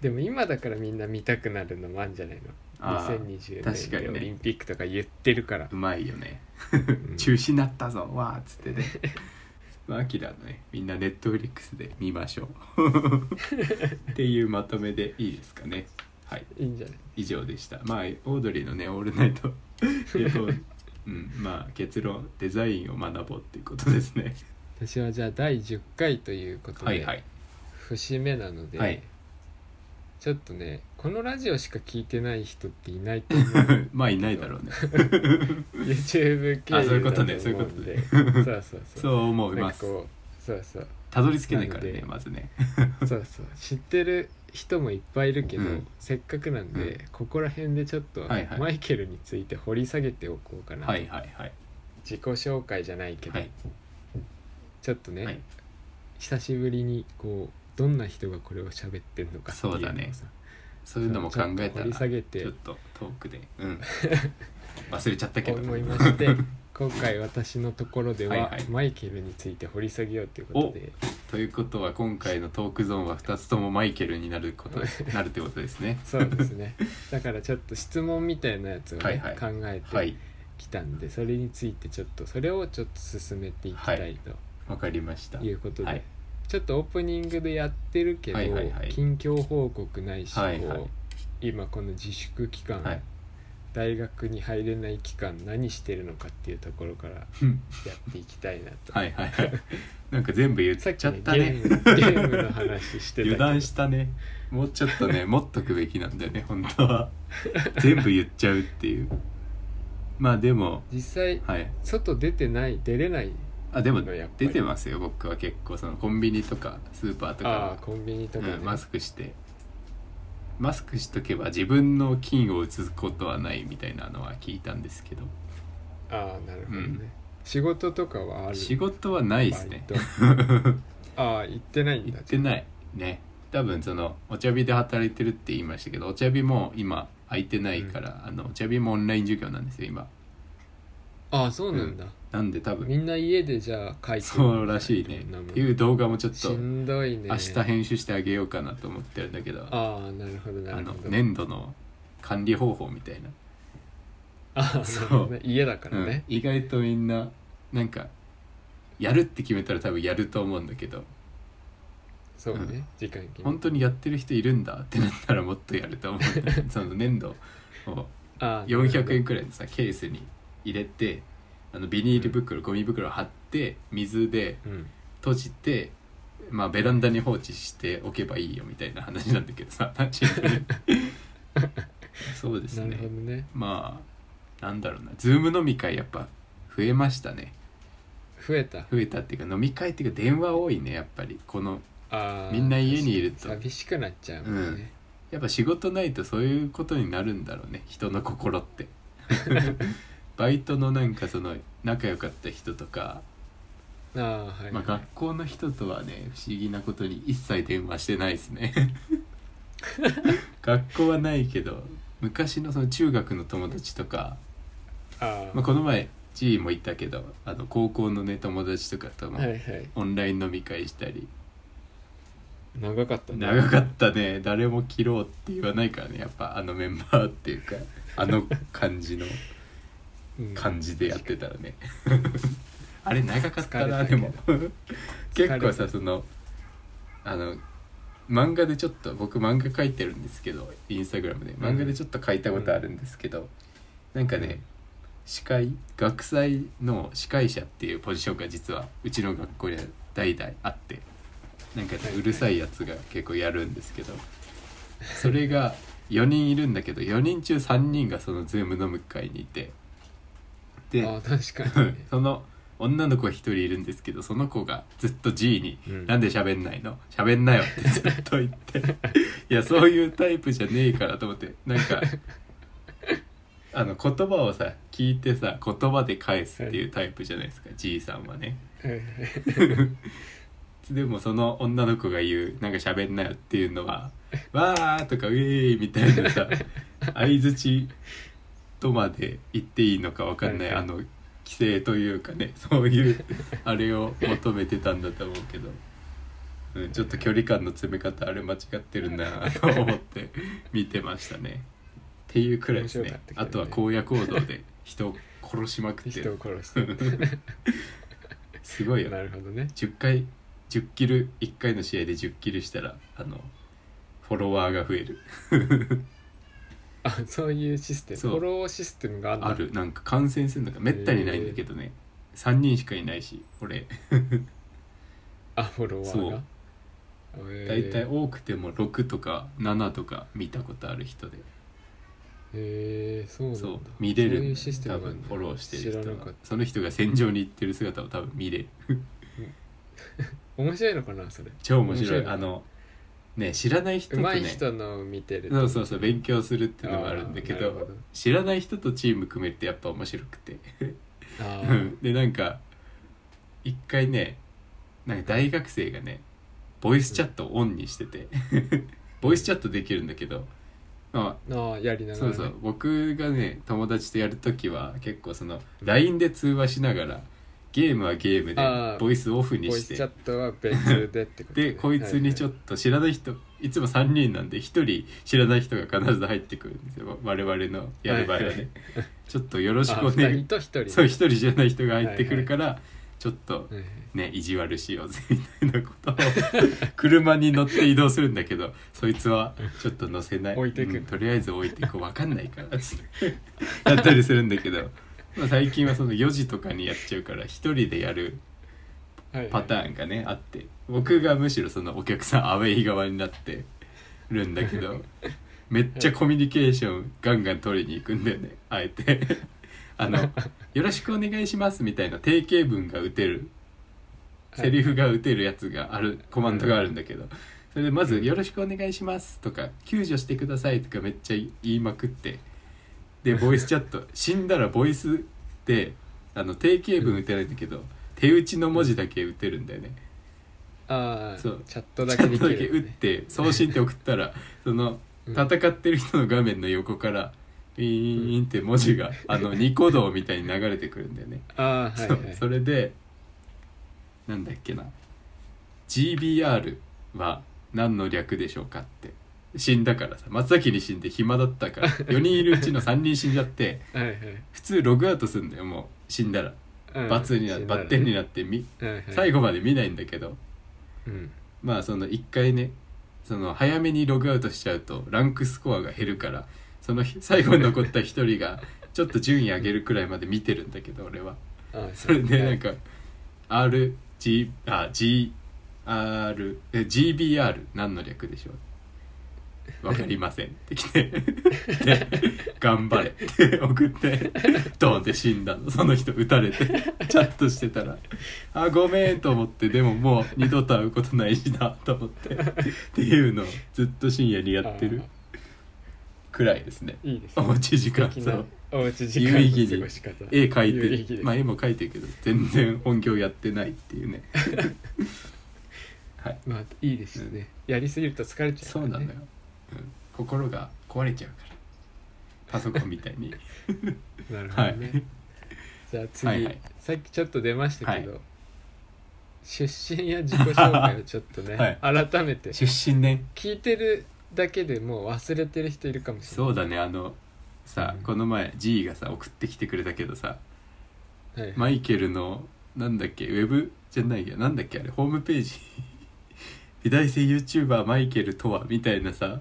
Speaker 2: でも今だからみんな見たくなるのもあるんじゃないの
Speaker 1: あー
Speaker 2: 2020
Speaker 1: 確
Speaker 2: 年
Speaker 1: かに
Speaker 2: で
Speaker 1: ね
Speaker 2: オリンピックとか言って
Speaker 1: [LAUGHS]
Speaker 2: るから
Speaker 1: うまいよね
Speaker 2: うん
Speaker 1: 中止になったぞわーっつってね [LAUGHS] まあアキラのねみんなネットフリックスで見ましょう [LAUGHS] っていうまとめでいいですかねはい
Speaker 2: いいんじゃない
Speaker 1: 以上でしたまあオードリーのね「オールナイ
Speaker 2: [LAUGHS]
Speaker 1: トレポート」うん、まあ結論デザインを学ぼうっていうことですね
Speaker 2: 私はじゃあ第10回ということで、
Speaker 1: はいはい
Speaker 2: 節目なので、
Speaker 1: はい
Speaker 2: ちょっとねこのラジオしか聞いてない人っていないと思う
Speaker 1: [LAUGHS] まあいないだろうね
Speaker 2: YouTube 経
Speaker 1: あそういうこ
Speaker 2: 由だと
Speaker 1: と
Speaker 2: 思うん
Speaker 1: ね
Speaker 2: で
Speaker 1: そういうことね
Speaker 2: そうそう
Speaker 1: そ
Speaker 2: そう
Speaker 1: 思
Speaker 2: う
Speaker 1: い
Speaker 2: なん
Speaker 1: ま
Speaker 2: か
Speaker 1: す
Speaker 2: こうそうそう
Speaker 1: たどり着けないから
Speaker 2: なの
Speaker 1: ね
Speaker 2: で
Speaker 1: まずね
Speaker 2: そうそう知ってる人もいっぱいいるけど、
Speaker 1: うん
Speaker 2: せっかくなんで、
Speaker 1: う
Speaker 2: ここら辺でちょっと、
Speaker 1: はいはい
Speaker 2: マイケルについて掘り下げておこうかな、
Speaker 1: はいはいはい
Speaker 2: 自己紹介じゃないけど、
Speaker 1: はい
Speaker 2: ちょっとね、
Speaker 1: はい
Speaker 2: 久しぶりにこうどんな人がこれを喋ってんのかってい
Speaker 1: そうだね
Speaker 2: のをさ
Speaker 1: そういうのも考え
Speaker 2: ちょっと
Speaker 1: た
Speaker 2: 掘
Speaker 1: ら
Speaker 2: り下げ
Speaker 1: ち
Speaker 2: て
Speaker 1: ょっと遠くで、うん、 [LAUGHS] 忘れちゃったけど
Speaker 2: 思いまして [LAUGHS] 今回私のところでは
Speaker 1: はいはい
Speaker 2: マイケルについて掘り下げようということで
Speaker 1: [LAUGHS] ということは今回のトークゾーンは2つともマイケルになる
Speaker 2: [LAUGHS]
Speaker 1: ことですなるってことですね
Speaker 2: そうですねだからちょっと質問みたいなやつをね、
Speaker 1: はいはい
Speaker 2: 考えて、
Speaker 1: はい
Speaker 2: 来たんでそれについてちょっとそれをちょっと進めていきたい
Speaker 1: わかりました
Speaker 2: ということで、
Speaker 1: はい
Speaker 2: ちょっとオープニングでやってるけど、
Speaker 1: はいはいはい
Speaker 2: 近況報告ないし、
Speaker 1: はいはい
Speaker 2: こう今この自粛期間、
Speaker 1: はい [LAUGHS]
Speaker 2: 大学に入れない期間何してるのかっていうところからや
Speaker 1: うん
Speaker 2: っていきたいなと、
Speaker 1: はいはい
Speaker 2: [LAUGHS]
Speaker 1: はいなんか全部言っ
Speaker 2: さっ
Speaker 1: ち
Speaker 2: き
Speaker 1: ゃっ
Speaker 2: ね
Speaker 1: たね
Speaker 2: ゲームゲームの話してたけど
Speaker 1: 油断したねもうちょっと
Speaker 2: [LAUGHS]
Speaker 1: ね持っとくべきなんだよね本当は全部言っちゃうっていうまあでも
Speaker 2: 実際
Speaker 1: はい
Speaker 2: 外出てない出れない
Speaker 1: あでも
Speaker 2: やっぱり
Speaker 1: 出てますよ僕は結構そのコンビニとかスーパーとかは
Speaker 2: ああコンビニとかね、
Speaker 1: うん、マスクしてマスクしとけば自分の菌を移すことはないみたいなのは聞いたんですけど
Speaker 2: ああなるほどね、
Speaker 1: うん
Speaker 2: 仕事とかはある
Speaker 1: 仕事はないですね
Speaker 2: バイトああ行ってない
Speaker 1: [LAUGHS]
Speaker 2: ん
Speaker 1: 行
Speaker 2: だ
Speaker 1: ってないね多分そのお茶日で働いてるって言いましたけどお茶日も今空いてないから、あのお茶日もオンライン授業なんですよ今
Speaker 2: ああそうなんだ、
Speaker 1: なんで多
Speaker 2: み
Speaker 1: 分
Speaker 2: んな家でじゃあ書いて
Speaker 1: そうらしいねっていう動画もちょっ
Speaker 2: し
Speaker 1: と明
Speaker 2: んどいね
Speaker 1: 日編集してあげようかなと思ってるんだけどあ
Speaker 2: ああなるほどなる
Speaker 1: の
Speaker 2: ほど
Speaker 1: 粘土の管理方法みたいな、
Speaker 2: ああ
Speaker 1: そう
Speaker 2: なるほどね家だか
Speaker 1: う
Speaker 2: ら
Speaker 1: ん
Speaker 2: ね、
Speaker 1: 意外とみんななんかやるって決めたら多分やると思うんだけど
Speaker 2: そうね、
Speaker 1: うん
Speaker 2: 時間切れ
Speaker 1: 本当にやってる人いるんだってなったらもっとやると思うんだ
Speaker 2: [LAUGHS]
Speaker 1: その粘土を
Speaker 2: ああ
Speaker 1: 400円
Speaker 2: く
Speaker 1: くらいのさケースに入れてあのビニール袋、ゴミ袋貼って水で
Speaker 2: らい、うん、
Speaker 1: 閉じて、まあ、ベランダに放置しておけばいいよみたいな話なんだけど
Speaker 2: [LAUGHS]
Speaker 1: さシンプルにそうです
Speaker 2: なる
Speaker 1: ね
Speaker 2: ほどね
Speaker 1: まあなんだろうなズーム飲み会やっぱ増えましたね
Speaker 2: 増えた
Speaker 1: 増えたっていうか飲み会っていうか電話多いねやっぱりこの
Speaker 2: ああ
Speaker 1: みんな家にいると
Speaker 2: 寂しくなっちゃうもんね、
Speaker 1: やっぱ仕事ないとそういうことになるんだろうね人の心って
Speaker 2: [LAUGHS]
Speaker 1: バイトのなんかその仲良かった人とか、
Speaker 2: ああはい、
Speaker 1: まあ、学校の人とはね不思議なことに一切電話してないですね学校はないけど昔のその中学の友達とか、
Speaker 2: ああ、
Speaker 1: まあ、この前 G も言ったけどあの高校のね友達とかとも
Speaker 2: はいはい
Speaker 1: オンライン飲み会したり、
Speaker 2: 長かったね
Speaker 1: 長かったね誰も切ろうって言わないからねやっぱあのメンバーっていうかあの感じの
Speaker 2: うん
Speaker 1: 感じでやってたらねあれ長かった
Speaker 2: 疲
Speaker 1: な
Speaker 2: れたけ
Speaker 1: で
Speaker 2: ど
Speaker 1: も結構さそのあの漫画でちょっと僕漫画描いてるんですけどインスタグラムで漫画でちょっと描いたことあるんですけど、なんかね、
Speaker 2: うん
Speaker 1: 司会学祭の司会者っていうポジションが実はうちの学校には代々あってなんかね
Speaker 2: はいはいう
Speaker 1: るさいやつが結構やるんですけどそれが4人いるんだけど4人中3人がそのズーム飲む会にいてで
Speaker 2: ああ確かに
Speaker 1: [LAUGHS]
Speaker 2: ね
Speaker 1: その女の子が一人いるんですけどその子がずっと G に
Speaker 2: う
Speaker 1: 「
Speaker 2: ん
Speaker 1: なんで喋んないの喋んなよ」ってずっと言って [LAUGHS] いやそういうタイプじゃねえからと思ってなんかあの言葉をさ聞いてさ言葉で返すっていうタイプじゃないですか G さんはね。
Speaker 2: はいはい
Speaker 1: でもその女の子が言うなんか喋んなよっていうのは「わー」とか「ウェーイ」みたいな
Speaker 2: [LAUGHS]
Speaker 1: さ相づちとまで言っていいのかわかんない、
Speaker 2: はいはい
Speaker 1: あの規制というかねそういうあれを求めてたんだと思うけど、うん、ちょっと距離感の詰め方あれ間違ってるなと思って見てましたね。っていうくらいですね
Speaker 2: 面白かったけど
Speaker 1: あ
Speaker 2: ね
Speaker 1: とは荒野行動で人を殺しまくって
Speaker 2: 人を
Speaker 1: る
Speaker 2: 殺してる
Speaker 1: [LAUGHS] すごいよね
Speaker 2: なるほどね
Speaker 1: 10回10キル1回の試合で10キルしたらあのフォロワーが増える
Speaker 2: あそういうシステム
Speaker 1: そう
Speaker 2: フォローシステムがある
Speaker 1: あるなんか感染するのがめったにないんだけどね、3人しかいないし俺
Speaker 2: あフォロワーがえ
Speaker 1: 大
Speaker 2: ー
Speaker 1: 体多くても6とか7とか見たことある人で
Speaker 2: えー、そうなんだ
Speaker 1: そう見れる
Speaker 2: そうい
Speaker 1: ん
Speaker 2: う
Speaker 1: だ
Speaker 2: シ
Speaker 1: よ
Speaker 2: ステム
Speaker 1: 多
Speaker 2: がある
Speaker 1: 分
Speaker 2: んだ
Speaker 1: フォローしてる
Speaker 2: 知ら
Speaker 1: 人
Speaker 2: なか
Speaker 1: は
Speaker 2: っ
Speaker 1: その人が戦場に行ってる姿を多分見れる
Speaker 2: た面白いのかなそれ
Speaker 1: 超面白い
Speaker 2: 面白いね
Speaker 1: あのね知らない人と
Speaker 2: 上手い
Speaker 1: ね
Speaker 2: 人のを見てる
Speaker 1: そうそう
Speaker 2: う
Speaker 1: そう勉強するっていうのもあるんだけ
Speaker 2: あーなる
Speaker 1: ど
Speaker 2: ほど
Speaker 1: 知らない人とチーム組めるってやっぱ面白くて
Speaker 2: あ
Speaker 1: う
Speaker 2: ー
Speaker 1: んでなんか一回ねなんか大学生がねボイスチャットをオンにしててボイスチャットできるんだけど、ま
Speaker 2: あーやり
Speaker 1: あ、
Speaker 2: なが
Speaker 1: そ
Speaker 2: ら、
Speaker 1: う
Speaker 2: ね、
Speaker 1: そう僕がね友達とやる時は結構その LINE で通話しながらゲームはゲーム
Speaker 2: あ
Speaker 1: で
Speaker 2: ー
Speaker 1: ボイスオフに
Speaker 2: ボイ
Speaker 1: し
Speaker 2: スチャッ
Speaker 1: て
Speaker 2: トは別で
Speaker 1: [LAUGHS]
Speaker 2: ってことね、
Speaker 1: でこいつにちょっ
Speaker 2: と
Speaker 1: と知らない人いつも3人なんで1人知らない人が必ず入ってくるんですよ我々のやる場合はね、
Speaker 2: はいはい
Speaker 1: ちょっとよろ
Speaker 2: よ
Speaker 1: しくお願い
Speaker 2: 人と一人ね
Speaker 1: そう一人じゃない人が入ってくるから、ちょっと
Speaker 2: はいはい
Speaker 1: ね意地悪しようぜみたいなことを [LAUGHS] 車に乗って移動するんだけどそいつはちょっと乗せない
Speaker 2: 置いてく
Speaker 1: うんとりあえず置いてく分かんないからつってやったりするんだけど、まあ、最近はその4時とかにやっちゃうから一人でやる
Speaker 2: はいはい
Speaker 1: パターンがねあって僕がむしろそのお客さんアウェイ側になってるんだけどめっちゃコミュニケーションガンガン取りに行くんだよねあえて [LAUGHS] あの「よろしくお願いします」みたいな定型文が打てるセリフが打てるやつがあるコマンドがあるんだけどそれでまず「よろしくお願いします」とか「救助してください」とかめっちゃ言いまくってでボイスチャット死んだらボイスであの定型文打てないんだけど手打ちの文字だけ打てるんだよね。
Speaker 2: ああ
Speaker 1: そう
Speaker 2: チャットだ
Speaker 1: ち
Speaker 2: け
Speaker 1: ょっ
Speaker 2: で
Speaker 1: と
Speaker 2: き
Speaker 1: だけ打っ
Speaker 2: る、ね、 [LAUGHS]
Speaker 1: て送信って送ったらその
Speaker 2: うん
Speaker 1: 戦ってる人の画面の横からウィーンって文字があのニコ動みたいに流れてくるんだよね、
Speaker 2: ああはいは
Speaker 1: そ
Speaker 2: いう
Speaker 1: それでなんだっけな GBR は何の略でしょうかって死んだからさ真っ先に死んで暇だったから
Speaker 2: [LAUGHS]
Speaker 1: 4人いるうちの3人死んじゃって
Speaker 2: はい
Speaker 1: 普通ログアウトするんだよもう死んだら
Speaker 2: はい
Speaker 1: バツになってバッテンにな
Speaker 2: っ
Speaker 1: ってみ
Speaker 2: て、はいはい、
Speaker 1: 最後まで見ないんだけど
Speaker 2: うん
Speaker 1: まあその1回ねその早めにログアウトしちゃうとランクスコアが減るからその日最後に残った1人がちょっと順位上げるくらいまで見てるんだけど俺は。
Speaker 2: あ
Speaker 1: [LAUGHS]
Speaker 2: ー
Speaker 1: それで
Speaker 2: は
Speaker 1: ないんか RG あ GR え GBR 何の略でしょうわかりませんって来て
Speaker 2: [LAUGHS]
Speaker 1: で「頑張れ」って送ってドンって死んだのその人撃たれてチャットしてたら「あごめん」と思ってでももう二度と会うことないしなと思ってっていうのをずっと深夜にやってるくらいですね
Speaker 2: あーい
Speaker 1: [LAUGHS]
Speaker 2: いです
Speaker 1: おうち時間
Speaker 2: 素敵
Speaker 1: そ
Speaker 2: な
Speaker 1: う
Speaker 2: おうち時間
Speaker 1: 有意義
Speaker 2: の
Speaker 1: に
Speaker 2: 過ごし方
Speaker 1: 絵描
Speaker 2: 有意
Speaker 1: い
Speaker 2: 義
Speaker 1: て
Speaker 2: で
Speaker 1: る
Speaker 2: す
Speaker 1: まあ絵も描いてるけど全然本業やってないって [LAUGHS] いうねはい
Speaker 2: まあいいですよね、やりすぎると疲れちゃう
Speaker 1: そ
Speaker 2: か
Speaker 1: う
Speaker 2: らね、
Speaker 1: なのよ、うん、心が壊れちゃうからパソコンみたい [LAUGHS] に
Speaker 2: なるほどね、
Speaker 1: はい
Speaker 2: じゃあ次、
Speaker 1: はいはい
Speaker 2: さっきちょっと出ましたけど、出身や自己紹介をちょっ
Speaker 1: [LAUGHS]
Speaker 2: とね、改めて
Speaker 1: 出身ね
Speaker 2: 聞いてるだけでもう忘れてる人いるかもしれな
Speaker 1: そうだねあのさ、
Speaker 2: うん
Speaker 1: この前 G がさ送ってきてくれたけどさ
Speaker 2: い、はい
Speaker 1: マイケルのなんだっけウェブじゃないやなんだっけあれホームページ [LAUGHS] 美大生 YouTuber マイケルとはみたいなさ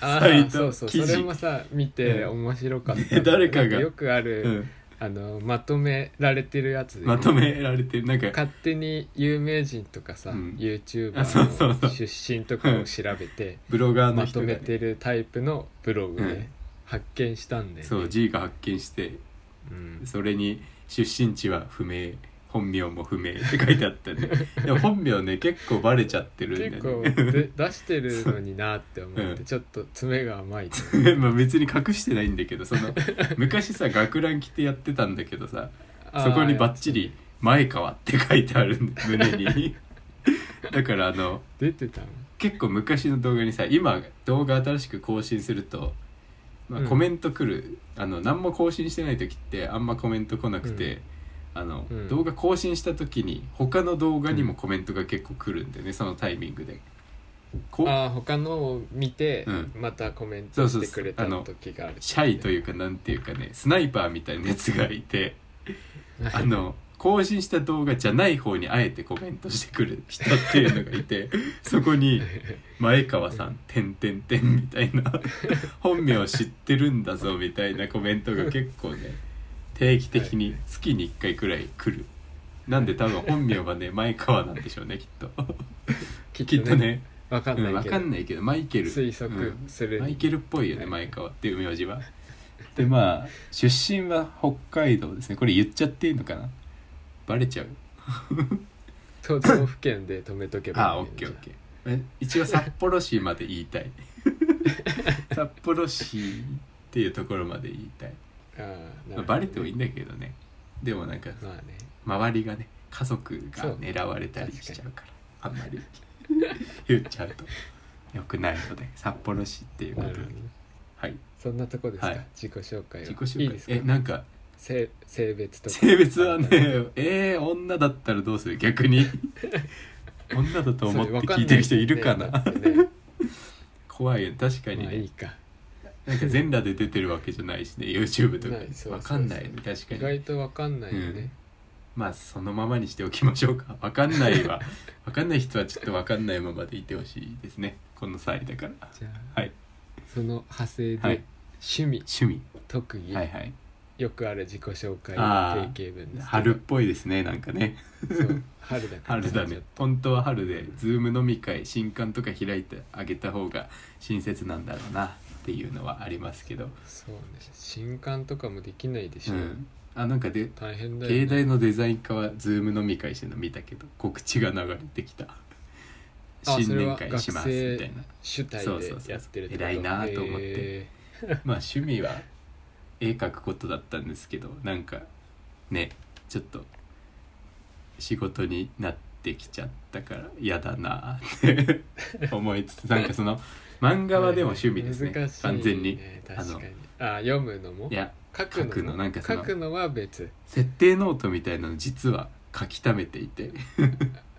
Speaker 2: あ
Speaker 1: サイ
Speaker 2: ー
Speaker 1: ト
Speaker 2: そうそうそ
Speaker 1: 記事
Speaker 2: れもさ見て面白かったんだよ、
Speaker 1: ね誰かが
Speaker 2: よくある、
Speaker 1: うん
Speaker 2: あのまとめられてるやつで
Speaker 1: まとめられてるなんか
Speaker 2: 勝手に有名人とかさ、
Speaker 1: うん
Speaker 2: YouTuber
Speaker 1: あそうそうそう
Speaker 2: の出身とかを調べて
Speaker 1: ブロガーの
Speaker 2: ま
Speaker 1: 人
Speaker 2: と
Speaker 1: が、
Speaker 2: め
Speaker 1: ね、
Speaker 2: てるタイプのブログ
Speaker 1: う
Speaker 2: で、
Speaker 1: ん
Speaker 2: 発見したんで、ね、
Speaker 1: そう G が発見して
Speaker 2: うん
Speaker 1: それに出身地は不明本名も不明って書いてあったねでも本名ね結構バレちゃってる
Speaker 2: 結構
Speaker 1: んだよね
Speaker 2: で出してるのになって思って、
Speaker 1: うん
Speaker 2: ちょっと爪が甘いと
Speaker 1: まあ別に隠してないんだけどその昔さ学ラン着てやってたんだけどさ [LAUGHS] そこにバッチリ「前川」って書いてあるんだ胸にだからあの
Speaker 2: 出てたの
Speaker 1: 結構昔の動画にさ今動画新しく更新すると、まあ、
Speaker 2: うん
Speaker 1: コメント来る、あの何も更新してない時ってあんまコメント来なくて、あの
Speaker 2: うん
Speaker 1: 動画更新した時に他の動画にもコメントが結構来るんだよね、そのタイミングで。こう
Speaker 2: ああ他のを見て、
Speaker 1: うん
Speaker 2: またコメン
Speaker 1: そう
Speaker 2: ト
Speaker 1: そ
Speaker 2: し
Speaker 1: う
Speaker 2: て
Speaker 1: そ
Speaker 2: く
Speaker 1: う
Speaker 2: れた時がある
Speaker 1: シャイと
Speaker 2: う
Speaker 1: いうかなんていうかねスナイパーみたいなやつがいてあの更新した動画じゃない方にあえてコメントしてくる人っていうのがい
Speaker 2: [LAUGHS]
Speaker 1: てそこに前川さん、てんてんてんみたいな本名を知ってるんだぞみたいなコメントが結構ね定期的に月に1回くらい来るなんで多分本名はね前川なんでしょうねきっと
Speaker 2: [LAUGHS] き
Speaker 1: きっとね
Speaker 2: わかん
Speaker 1: う、
Speaker 2: なんい
Speaker 1: わ
Speaker 2: け
Speaker 1: か
Speaker 2: ど、
Speaker 1: んないけどマイケル
Speaker 2: 推測
Speaker 1: うん
Speaker 2: するに
Speaker 1: マイケルっぽいよね
Speaker 2: はい
Speaker 1: 前川っていう名字はでまあ出身は北海道ですねこれ言っちゃっていいのかなバレちゃう
Speaker 2: 都道府県で止めとけば
Speaker 1: あ、オッケーオッケー。え一応札幌市まで言いた
Speaker 2: [LAUGHS]
Speaker 1: い。札幌市っていうところまで言いたい。
Speaker 2: ーあーなるほど
Speaker 1: まあ、バレてもいいんだけどね。でもなんか
Speaker 2: まあね
Speaker 1: 周りがね家族
Speaker 2: そ
Speaker 1: が
Speaker 2: う
Speaker 1: 狙われたりしちゃうからあんまり言っちゃうと良くないので札幌市っていうこ
Speaker 2: な
Speaker 1: と
Speaker 2: る
Speaker 1: で
Speaker 2: ほどね
Speaker 1: はい
Speaker 2: そんなとこですか、
Speaker 1: はい
Speaker 2: 自己紹介は
Speaker 1: 自己紹介
Speaker 2: いいですか
Speaker 1: えなんか
Speaker 2: 性性別とか
Speaker 1: 性別はねえー、女だったらどうする逆に [LAUGHS] 女だと思って聞いてる人いるかな
Speaker 2: それわ
Speaker 1: [LAUGHS]
Speaker 2: んいですよねだってね
Speaker 1: 怖いよ確かに
Speaker 2: まあ
Speaker 1: ね
Speaker 2: いいか
Speaker 1: なんか全裸で出てるわけじゃないしね YouTube とか
Speaker 2: ないそうそうそう
Speaker 1: わかんないね確
Speaker 2: 意
Speaker 1: かに
Speaker 2: 外とわかんないよね、
Speaker 1: まあそのままにしておきましょうかわかんない
Speaker 2: [LAUGHS]
Speaker 1: はわかんない人はちょっとわかんないままでいてほしいですねこの際だから
Speaker 2: じゃあ
Speaker 1: はい
Speaker 2: その派生で、
Speaker 1: はい
Speaker 2: 趣味
Speaker 1: 趣味
Speaker 2: 特技、
Speaker 1: はいはい
Speaker 2: よくある自己紹介
Speaker 1: あー
Speaker 2: 定型文です
Speaker 1: 春っぽいですねなんかね
Speaker 2: そう春だか
Speaker 1: [LAUGHS]
Speaker 2: ら
Speaker 1: 春だね本当は春で Zoom 飲み会新刊とか開いてあげた方が親切なんだろうなっていうのはありますけど
Speaker 2: そうね新刊とかもできないでし
Speaker 1: う
Speaker 2: ょ、
Speaker 1: んあなんかで
Speaker 2: 大変だよ、ね、
Speaker 1: 携帯のデザイン科はズーム飲み会してるの見たけど告知が流れてきた
Speaker 2: あ
Speaker 1: 新年会します
Speaker 2: それ
Speaker 1: みた
Speaker 2: は学生
Speaker 1: いな
Speaker 2: 主体
Speaker 1: そう
Speaker 2: で
Speaker 1: そうそう
Speaker 2: やってるってこと
Speaker 1: 偉いなと思って
Speaker 2: へ
Speaker 1: まあ趣味は絵描くことだったんですけどなんかねちょっと仕事になっってきちゃったから嫌だなって [LAUGHS] 思いつつなんかその漫画はでも趣味ですね
Speaker 2: 難しい
Speaker 1: 完全にあ
Speaker 2: 確
Speaker 1: の
Speaker 2: かにあ読むのも
Speaker 1: いや
Speaker 2: 書くの
Speaker 1: 書くのなんかそ
Speaker 2: 書
Speaker 1: の
Speaker 2: くのは別
Speaker 1: 設定ノートみたいなの実は書き溜めていて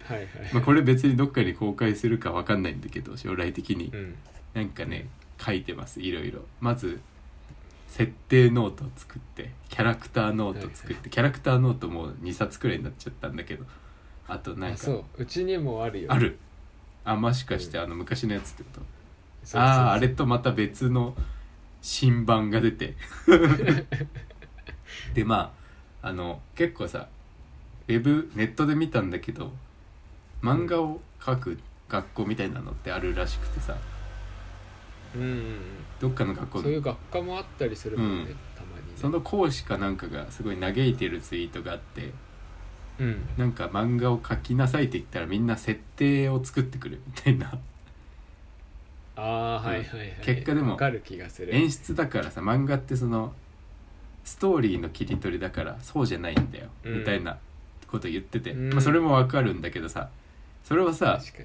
Speaker 2: はいはい、
Speaker 1: まあこれ別にどっかに公開するかわかんないんだけど将来的に
Speaker 2: うん
Speaker 1: なんかね書いてますいろいろまず設定ノートを作ってキャラクターノートを作って、
Speaker 2: はい
Speaker 1: キャラクターノートもう2冊くらいになっちゃったんだけどあとなん
Speaker 2: あ
Speaker 1: か
Speaker 2: そううちにもあるよ
Speaker 1: あるあもしかしてあの昔のやつってこと、
Speaker 2: そうそうそう
Speaker 1: あああれとまた別の新版が出
Speaker 2: [LAUGHS]
Speaker 1: てでまああの結構さウェブネットで見たんだけど漫画を描く学校みたいなのってあるらしくてさ
Speaker 2: うんうんうん
Speaker 1: どっかの学校
Speaker 2: そういう学科もあったりするもんね、
Speaker 1: うん
Speaker 2: たまにね
Speaker 1: その講師かなんかがすごい嘆いてるツイートがあって
Speaker 2: うん
Speaker 1: なんか漫画を描きなさいって言ったらみんな設定を作ってくるみたいな
Speaker 2: あ
Speaker 1: う
Speaker 2: あ
Speaker 1: ん
Speaker 2: はいはいはい、
Speaker 1: 結果でも
Speaker 2: わかる気がする
Speaker 1: 演出だからさ漫画ってそのストーリーの切り取りだからそうじゃないんだよ、
Speaker 2: うん
Speaker 1: みたいなこと言ってて、
Speaker 2: うん
Speaker 1: まあ、それもわかるんだけどさそれをさ
Speaker 2: 確か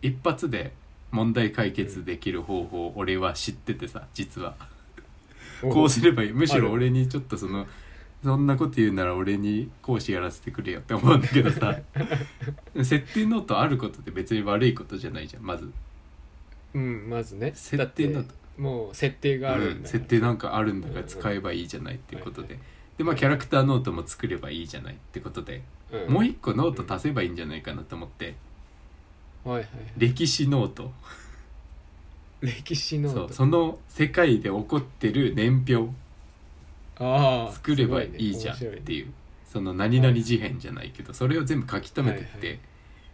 Speaker 2: に
Speaker 1: 一発で問題解決できる方法を俺は知っててさ実は [LAUGHS] こうすればいいむしろ俺にちょっとそのそんなこと言うなら俺に講師やらせてくれよって思うんだけど
Speaker 2: [LAUGHS]
Speaker 1: さ設定ノートあることって別に悪いことじゃないじゃんまず
Speaker 2: うんまずね
Speaker 1: 設定ノ
Speaker 2: だっ
Speaker 1: ー
Speaker 2: て
Speaker 1: ト
Speaker 2: もう設定があるんだ、
Speaker 1: う、
Speaker 2: うんん、
Speaker 1: 設定なんかあるんだから使えばいいじゃないっていうことで、
Speaker 2: はい
Speaker 1: でまあキャラクターノートも作ればいいじゃないってことで、もう一個ノート足せばいいんじゃないかなと思って、
Speaker 2: はいはい
Speaker 1: 歴史ノート
Speaker 2: 歴史ノー
Speaker 1: そ
Speaker 2: ト
Speaker 1: うその世界で起こってる年表
Speaker 2: ああ
Speaker 1: 作ればいいじゃんっ
Speaker 2: すごね
Speaker 1: ていう、その何々事変じゃないけどそれを全部書き留めてって、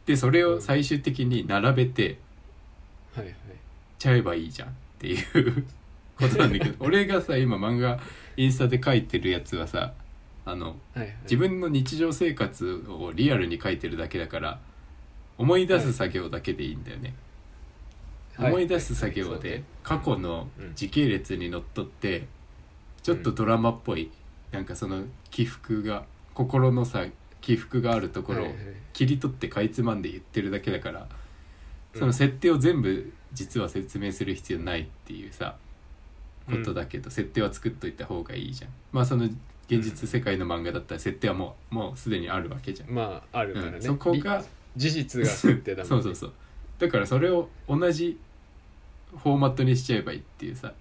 Speaker 1: でそれを最終的に並べて
Speaker 2: 面白いね
Speaker 1: ちゃえばいいじゃんっていう
Speaker 2: [LAUGHS]
Speaker 1: ことなんだけど俺がさ今漫画インスタで書いてるやつはさあの
Speaker 2: はいはいはいはい
Speaker 1: 自分の日常生活をリアルに書いてるだけだから思い出す作業だけでいいんだよね、
Speaker 2: はい
Speaker 1: 思い出す作業
Speaker 2: はいはい
Speaker 1: で過去の時系列にのっとってちょっとドラマっぽいなんかその起伏が心のさ起伏があるところを
Speaker 2: はいはい
Speaker 1: 切り取ってかいつまんで言ってるだけだから
Speaker 2: うん
Speaker 1: その設定を全部実は説明する必要ないっていうさことだけど設定は作っといた方がいいじゃんまあその現実世界の漫画だったら設定はもうもうすでにあるわけじゃん
Speaker 2: まああるからね、
Speaker 1: うんそこが
Speaker 2: り事実が設定だもん、
Speaker 1: [LAUGHS]
Speaker 2: ね、
Speaker 1: そうそうそうだからそれを同じフォーマットにしちゃえばいいっていうさ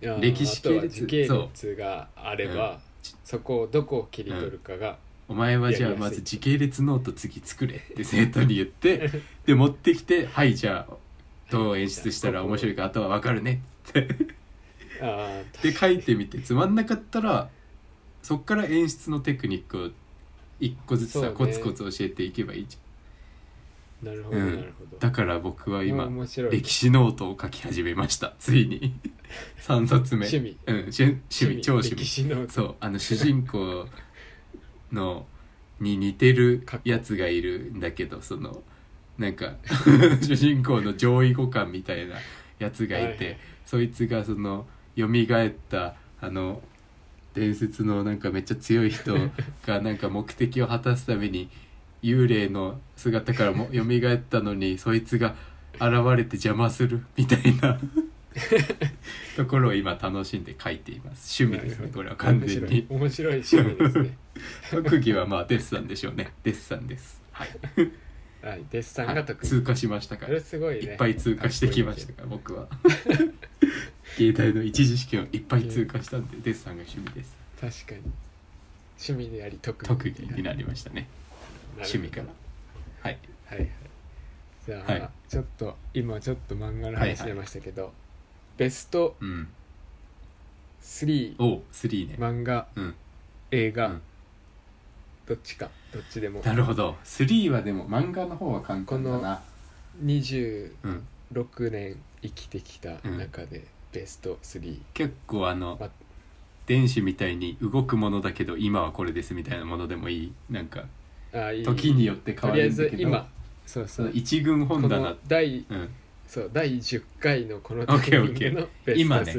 Speaker 2: いやー
Speaker 1: 歴史系
Speaker 2: あとは
Speaker 1: 列
Speaker 2: 時系列があればそ,、こをどこを切り取るかが、
Speaker 1: お前はじゃあまず時系列ノート次作れって生徒に言っ
Speaker 2: [LAUGHS]
Speaker 1: てで持ってきて「はいじゃあどう演出したら面白いかあとは分かるね」って
Speaker 2: ああ
Speaker 1: で書いてみてつまんなかったらそっから演出のテクニックを一個ずつ
Speaker 2: そう
Speaker 1: さ、
Speaker 2: ね
Speaker 1: コツコツ教えていけばいいじ
Speaker 2: なるほ
Speaker 1: ゃ
Speaker 2: ど、
Speaker 1: ん、う
Speaker 2: なる
Speaker 1: ん
Speaker 2: ほど、
Speaker 1: だから僕は今
Speaker 2: 面白い
Speaker 1: 歴史ノートを書き始めましたついに3 [LAUGHS] 冊目
Speaker 2: 趣味
Speaker 1: うん、しゅ趣味超趣
Speaker 2: 歴
Speaker 1: 味
Speaker 2: 史の
Speaker 1: そうあの主人公のに似てる
Speaker 2: かっこ
Speaker 1: やつがいるんだけどそのなんか [LAUGHS] 主人公の上位互換みたいなやつがいて、
Speaker 2: はい
Speaker 1: そいつがその蘇ったあの伝説のなんかめっちゃ強い人がなんか目的を果たすために幽霊の姿からも蘇ったのにそいつが現れて邪魔するみたい
Speaker 2: [LAUGHS]
Speaker 1: なところを今楽しんで書いています趣味ですねこれは完全に
Speaker 2: 面白い面白い趣味ですね
Speaker 1: 特技はまあデッサンでしょうねデッサンですはい
Speaker 2: はいデッサンが得意
Speaker 1: 通過しましたか
Speaker 2: そ
Speaker 1: ら
Speaker 2: れすごい
Speaker 1: い
Speaker 2: ね
Speaker 1: っぱい通過してきましたから僕は携帯の一次試験をいっぱい通過したんでデッサンが趣味 [LAUGHS] です
Speaker 2: 確かに趣味であり特技
Speaker 1: 特技になりましたね
Speaker 2: なるほ
Speaker 1: 趣
Speaker 2: ど
Speaker 1: 味からはい
Speaker 2: はいはいじゃあ、
Speaker 1: はい
Speaker 2: ちょっと今ちょっと漫画の話出ましたけど、ベスト
Speaker 1: うん
Speaker 2: 3
Speaker 1: おう3ね、
Speaker 2: 漫画
Speaker 1: うん
Speaker 2: 映画、
Speaker 1: うん
Speaker 2: どっちかどっちでも
Speaker 1: なるほど3はでも漫画の方は簡単だな
Speaker 2: 26
Speaker 1: うん
Speaker 2: 年生きてきた中でベスト3、
Speaker 1: 結構あの
Speaker 2: ま
Speaker 1: 電子みたいに動くものだけど今はこれですみたいなものでもいいなんか
Speaker 2: あいい
Speaker 1: 時によって変
Speaker 2: と
Speaker 1: わ
Speaker 2: りあえ
Speaker 1: るんだ
Speaker 2: ず
Speaker 1: けど
Speaker 2: 今そう
Speaker 1: そ
Speaker 2: そ
Speaker 1: の
Speaker 2: う
Speaker 1: 一軍
Speaker 2: こ
Speaker 1: 本棚
Speaker 2: の第
Speaker 1: うん
Speaker 2: そう第10回のこの
Speaker 1: オッケー
Speaker 2: タイミングのベスト3
Speaker 1: 今ね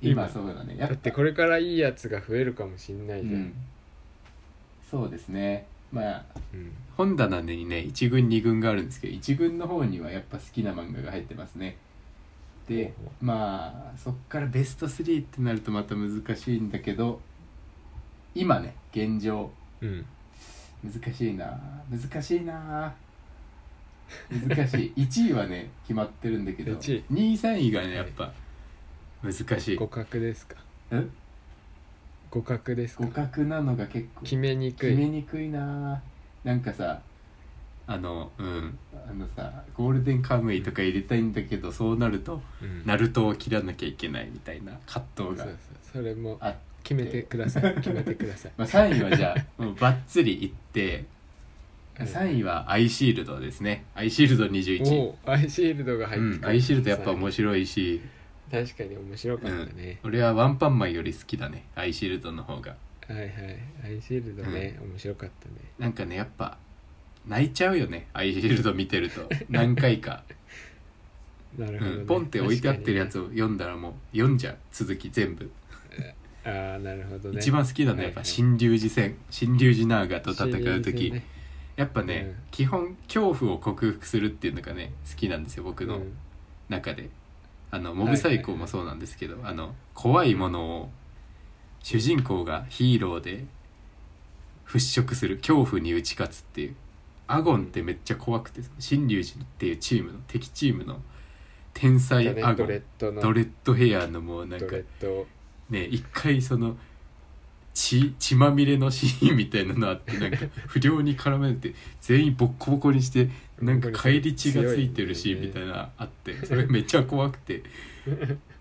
Speaker 1: 今そうだねや
Speaker 2: だってこれからいいやつが増えるかもしんないじゃん、
Speaker 1: うん、そうですねまあ
Speaker 2: うん、
Speaker 1: 本棚にね1軍2軍があるんですけど1軍の方にはやっぱ好きな漫画が入ってますねで
Speaker 2: ほうほ
Speaker 1: まあそっからベスト3ってなるとまた難しいんだけど今ね現状
Speaker 2: うん、
Speaker 1: 難しいな難しいな難
Speaker 2: [LAUGHS]
Speaker 1: しい1位はね決まってるんだけど
Speaker 2: 1
Speaker 1: 2
Speaker 2: 位
Speaker 1: 位3位がねやっぱ難しい
Speaker 2: 互角ですか
Speaker 1: ん
Speaker 2: 互角ですか
Speaker 1: 互角なのが結構
Speaker 2: 決めにく
Speaker 1: 決め
Speaker 2: い
Speaker 1: にくいななんかさあのうんあのさゴールデンカムイとか入れたいんだけどそうなると
Speaker 2: うん
Speaker 1: ナルトを切らなきゃいけないみたいな葛
Speaker 2: そう
Speaker 1: 藤
Speaker 2: そ
Speaker 1: が
Speaker 2: うそれも
Speaker 1: あっ
Speaker 2: 決めてください決めてください
Speaker 1: まあ、3位はじゃあ [LAUGHS] もうバッツリいって
Speaker 2: うん
Speaker 1: 3位はアイシールドですねアイシールド21、
Speaker 2: おおアイシールドが入って
Speaker 1: うん、アイシールドやっぱ面
Speaker 2: 面白
Speaker 1: 白いし
Speaker 2: い確かに面白かったね、
Speaker 1: 俺はワンパンマンより好きだねアイシールドの方が
Speaker 2: はいはいアイシールドね、面白かったね
Speaker 1: なんかねやっぱ泣いちゃうよねアイシールド見てる
Speaker 2: [LAUGHS]
Speaker 1: と何回か、
Speaker 2: なるほどね、
Speaker 1: うん、ポンって置いてあってるやつを読んだらもう読んじゃう続き全部、
Speaker 2: 確かにねああなるほどね
Speaker 1: 一番好きなのはやっぱ新龍寺戦新龍寺ナーガと戦う
Speaker 2: 心理
Speaker 1: 時、
Speaker 2: 戦ね
Speaker 1: やっぱね、
Speaker 2: うん
Speaker 1: 基本恐怖を克服するっていうのがね好きなんですよ僕
Speaker 2: う
Speaker 1: の
Speaker 2: ん
Speaker 1: 中で、あのモブサイコもそうなんですけど、あの怖いものを主人公がヒーローで払拭する恐怖に打ち勝つっていうアゴンってめっちゃ怖くて新龍寺っていうチームの敵チームの天才
Speaker 2: じゃあね
Speaker 1: アゴ
Speaker 2: ド
Speaker 1: ン、
Speaker 2: レッドの
Speaker 1: ドレッドヘアのもうなん
Speaker 2: ド
Speaker 1: か
Speaker 2: レッド
Speaker 1: ね一回その血血まみれのシーンみたいなのあって [LAUGHS] なんか不良に絡めて全員ボッコボコにしてなんか返り血がついてるシーンみたいなのあってそれめっちゃ怖くて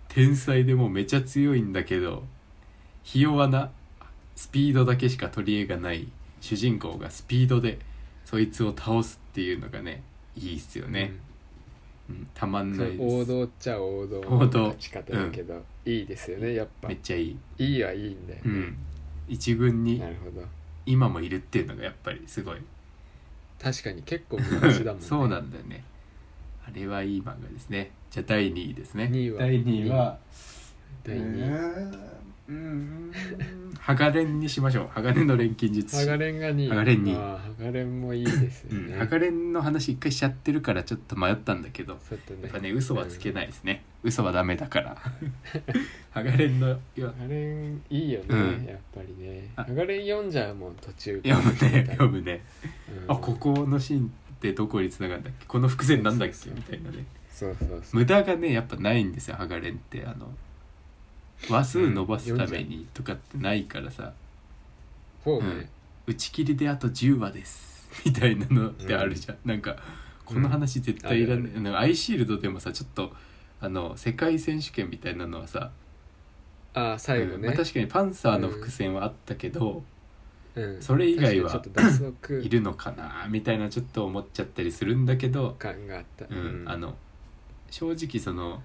Speaker 1: 天才でもうめちゃ強いんだけどひ弱なスピードだけしか取り柄がない主人公がスピードでそいつを倒すっていうのがねいいっすよね、、うんたま
Speaker 2: うんん
Speaker 1: ないです
Speaker 2: 王道っちゃ王道
Speaker 1: 王道
Speaker 2: の勝ち方だけど、いいですよねやっぱ
Speaker 1: めっ
Speaker 2: い
Speaker 1: ちゃいい、
Speaker 2: いはいいんだよ
Speaker 1: う
Speaker 2: ね、
Speaker 1: ん、一軍に
Speaker 2: なるほど
Speaker 1: 今もいるっていうのがやっぱりすごい
Speaker 2: 確かに結構昔だもん
Speaker 1: [LAUGHS]
Speaker 2: ね
Speaker 1: そうなんだよねあれはいい漫画ですねじゃあ第2位ですね
Speaker 2: 二位は
Speaker 1: 第2位は
Speaker 2: 第二位
Speaker 1: うーん鋼にしましょう鋼の錬金術
Speaker 2: ハ
Speaker 1: 師
Speaker 2: ガレンが2位
Speaker 1: ハガレン二位
Speaker 2: まあハガレンもいいですよ
Speaker 1: うん
Speaker 2: ね、
Speaker 1: 鋼の話一回しちゃってるからちょっと迷ったんだけど
Speaker 2: ちょっとね
Speaker 1: やっぱね嘘はつけないですね嘘はダメだから鋼の
Speaker 2: [LAUGHS]
Speaker 1: よ
Speaker 2: ハガレンいいよね、
Speaker 1: うん
Speaker 2: やっぱりね
Speaker 1: あ
Speaker 2: ハガレン読んじゃうもん途中から
Speaker 1: 読むね読むね
Speaker 2: うん
Speaker 1: あここのシーンってどこに繋がるんだっけこの伏線なんだっけ
Speaker 2: そう
Speaker 1: み
Speaker 2: そう
Speaker 1: たいなね
Speaker 2: そうそうそう
Speaker 1: 無駄がねやっぱないんですよハガレンってあの話数伸ばすためにとかってないからさ、
Speaker 2: そうね、
Speaker 1: うん打ち切りであと10話ですみたいなのってあるじゃん、なんかこの話絶対いらない、なんかアイシールドでもさちょっとあの世界選手権みたいなのはさ、
Speaker 2: ああ最後
Speaker 1: うん
Speaker 2: ね、
Speaker 1: まあ確かにパンサーの伏線はあったけど、
Speaker 2: うん
Speaker 1: それ以外は
Speaker 2: 確かにちょっと脱
Speaker 1: い
Speaker 2: 足
Speaker 1: るのかなみたいなちょっと思っちゃったりするんだけど、
Speaker 2: 感があった、
Speaker 1: うん、あの正直その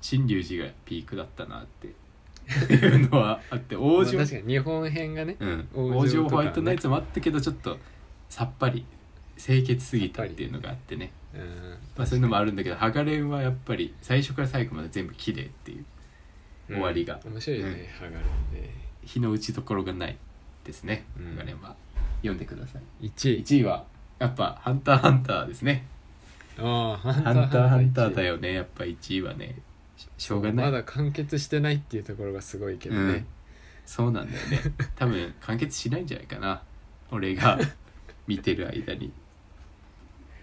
Speaker 1: 新龍寺がピークだったなっていうのはあって
Speaker 2: まあ
Speaker 1: 王女、
Speaker 2: 確かに日本編がね
Speaker 1: うん、
Speaker 2: 王
Speaker 1: 王女
Speaker 2: 女とかね
Speaker 1: ホワイトナイツもあったけどちょっとさっぱり清潔すぎたっていうのがあってね、
Speaker 2: うん
Speaker 1: まあ、そういうのもあるんだけどハガレンはやっぱり最初から最後まで全部綺麗っていう終わりが
Speaker 2: うん面白いよね、ハガレンね
Speaker 1: 日の打ちどころがないですね、
Speaker 2: うん
Speaker 1: ハガレンは読んでください
Speaker 2: 1位
Speaker 1: 1位はやっぱ「ハンターハンター」ですね
Speaker 2: ああハ
Speaker 1: ハンターハンターだ
Speaker 2: よ
Speaker 1: よねやっぱ1位はねししょうがない
Speaker 2: まだ完結してないっていうところがすごいけど
Speaker 1: うん
Speaker 2: ね、、
Speaker 1: そうなんだよ
Speaker 2: [LAUGHS]
Speaker 1: ね多分完結しないんじゃないかな俺が見てる間にっ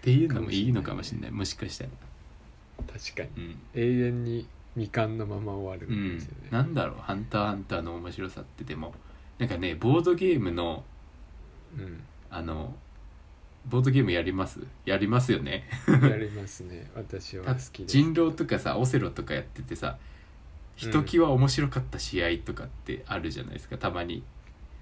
Speaker 1: ていうのもいいのかもしれないもしかしたら
Speaker 2: 確かに
Speaker 1: うん、
Speaker 2: 永遠に未完のまま終わ
Speaker 1: う
Speaker 2: るん
Speaker 1: ん
Speaker 2: ですよね、
Speaker 1: なんだろう「ハンターハンター」の面白さってでもなんかねボードゲームのあのボードゲームやりますやりますよね
Speaker 2: うんやります
Speaker 1: [LAUGHS]
Speaker 2: ね私は好きです
Speaker 1: 人狼とかさオセロとかやっててさひときわ面白かった試合とかってあるじゃないですかたまに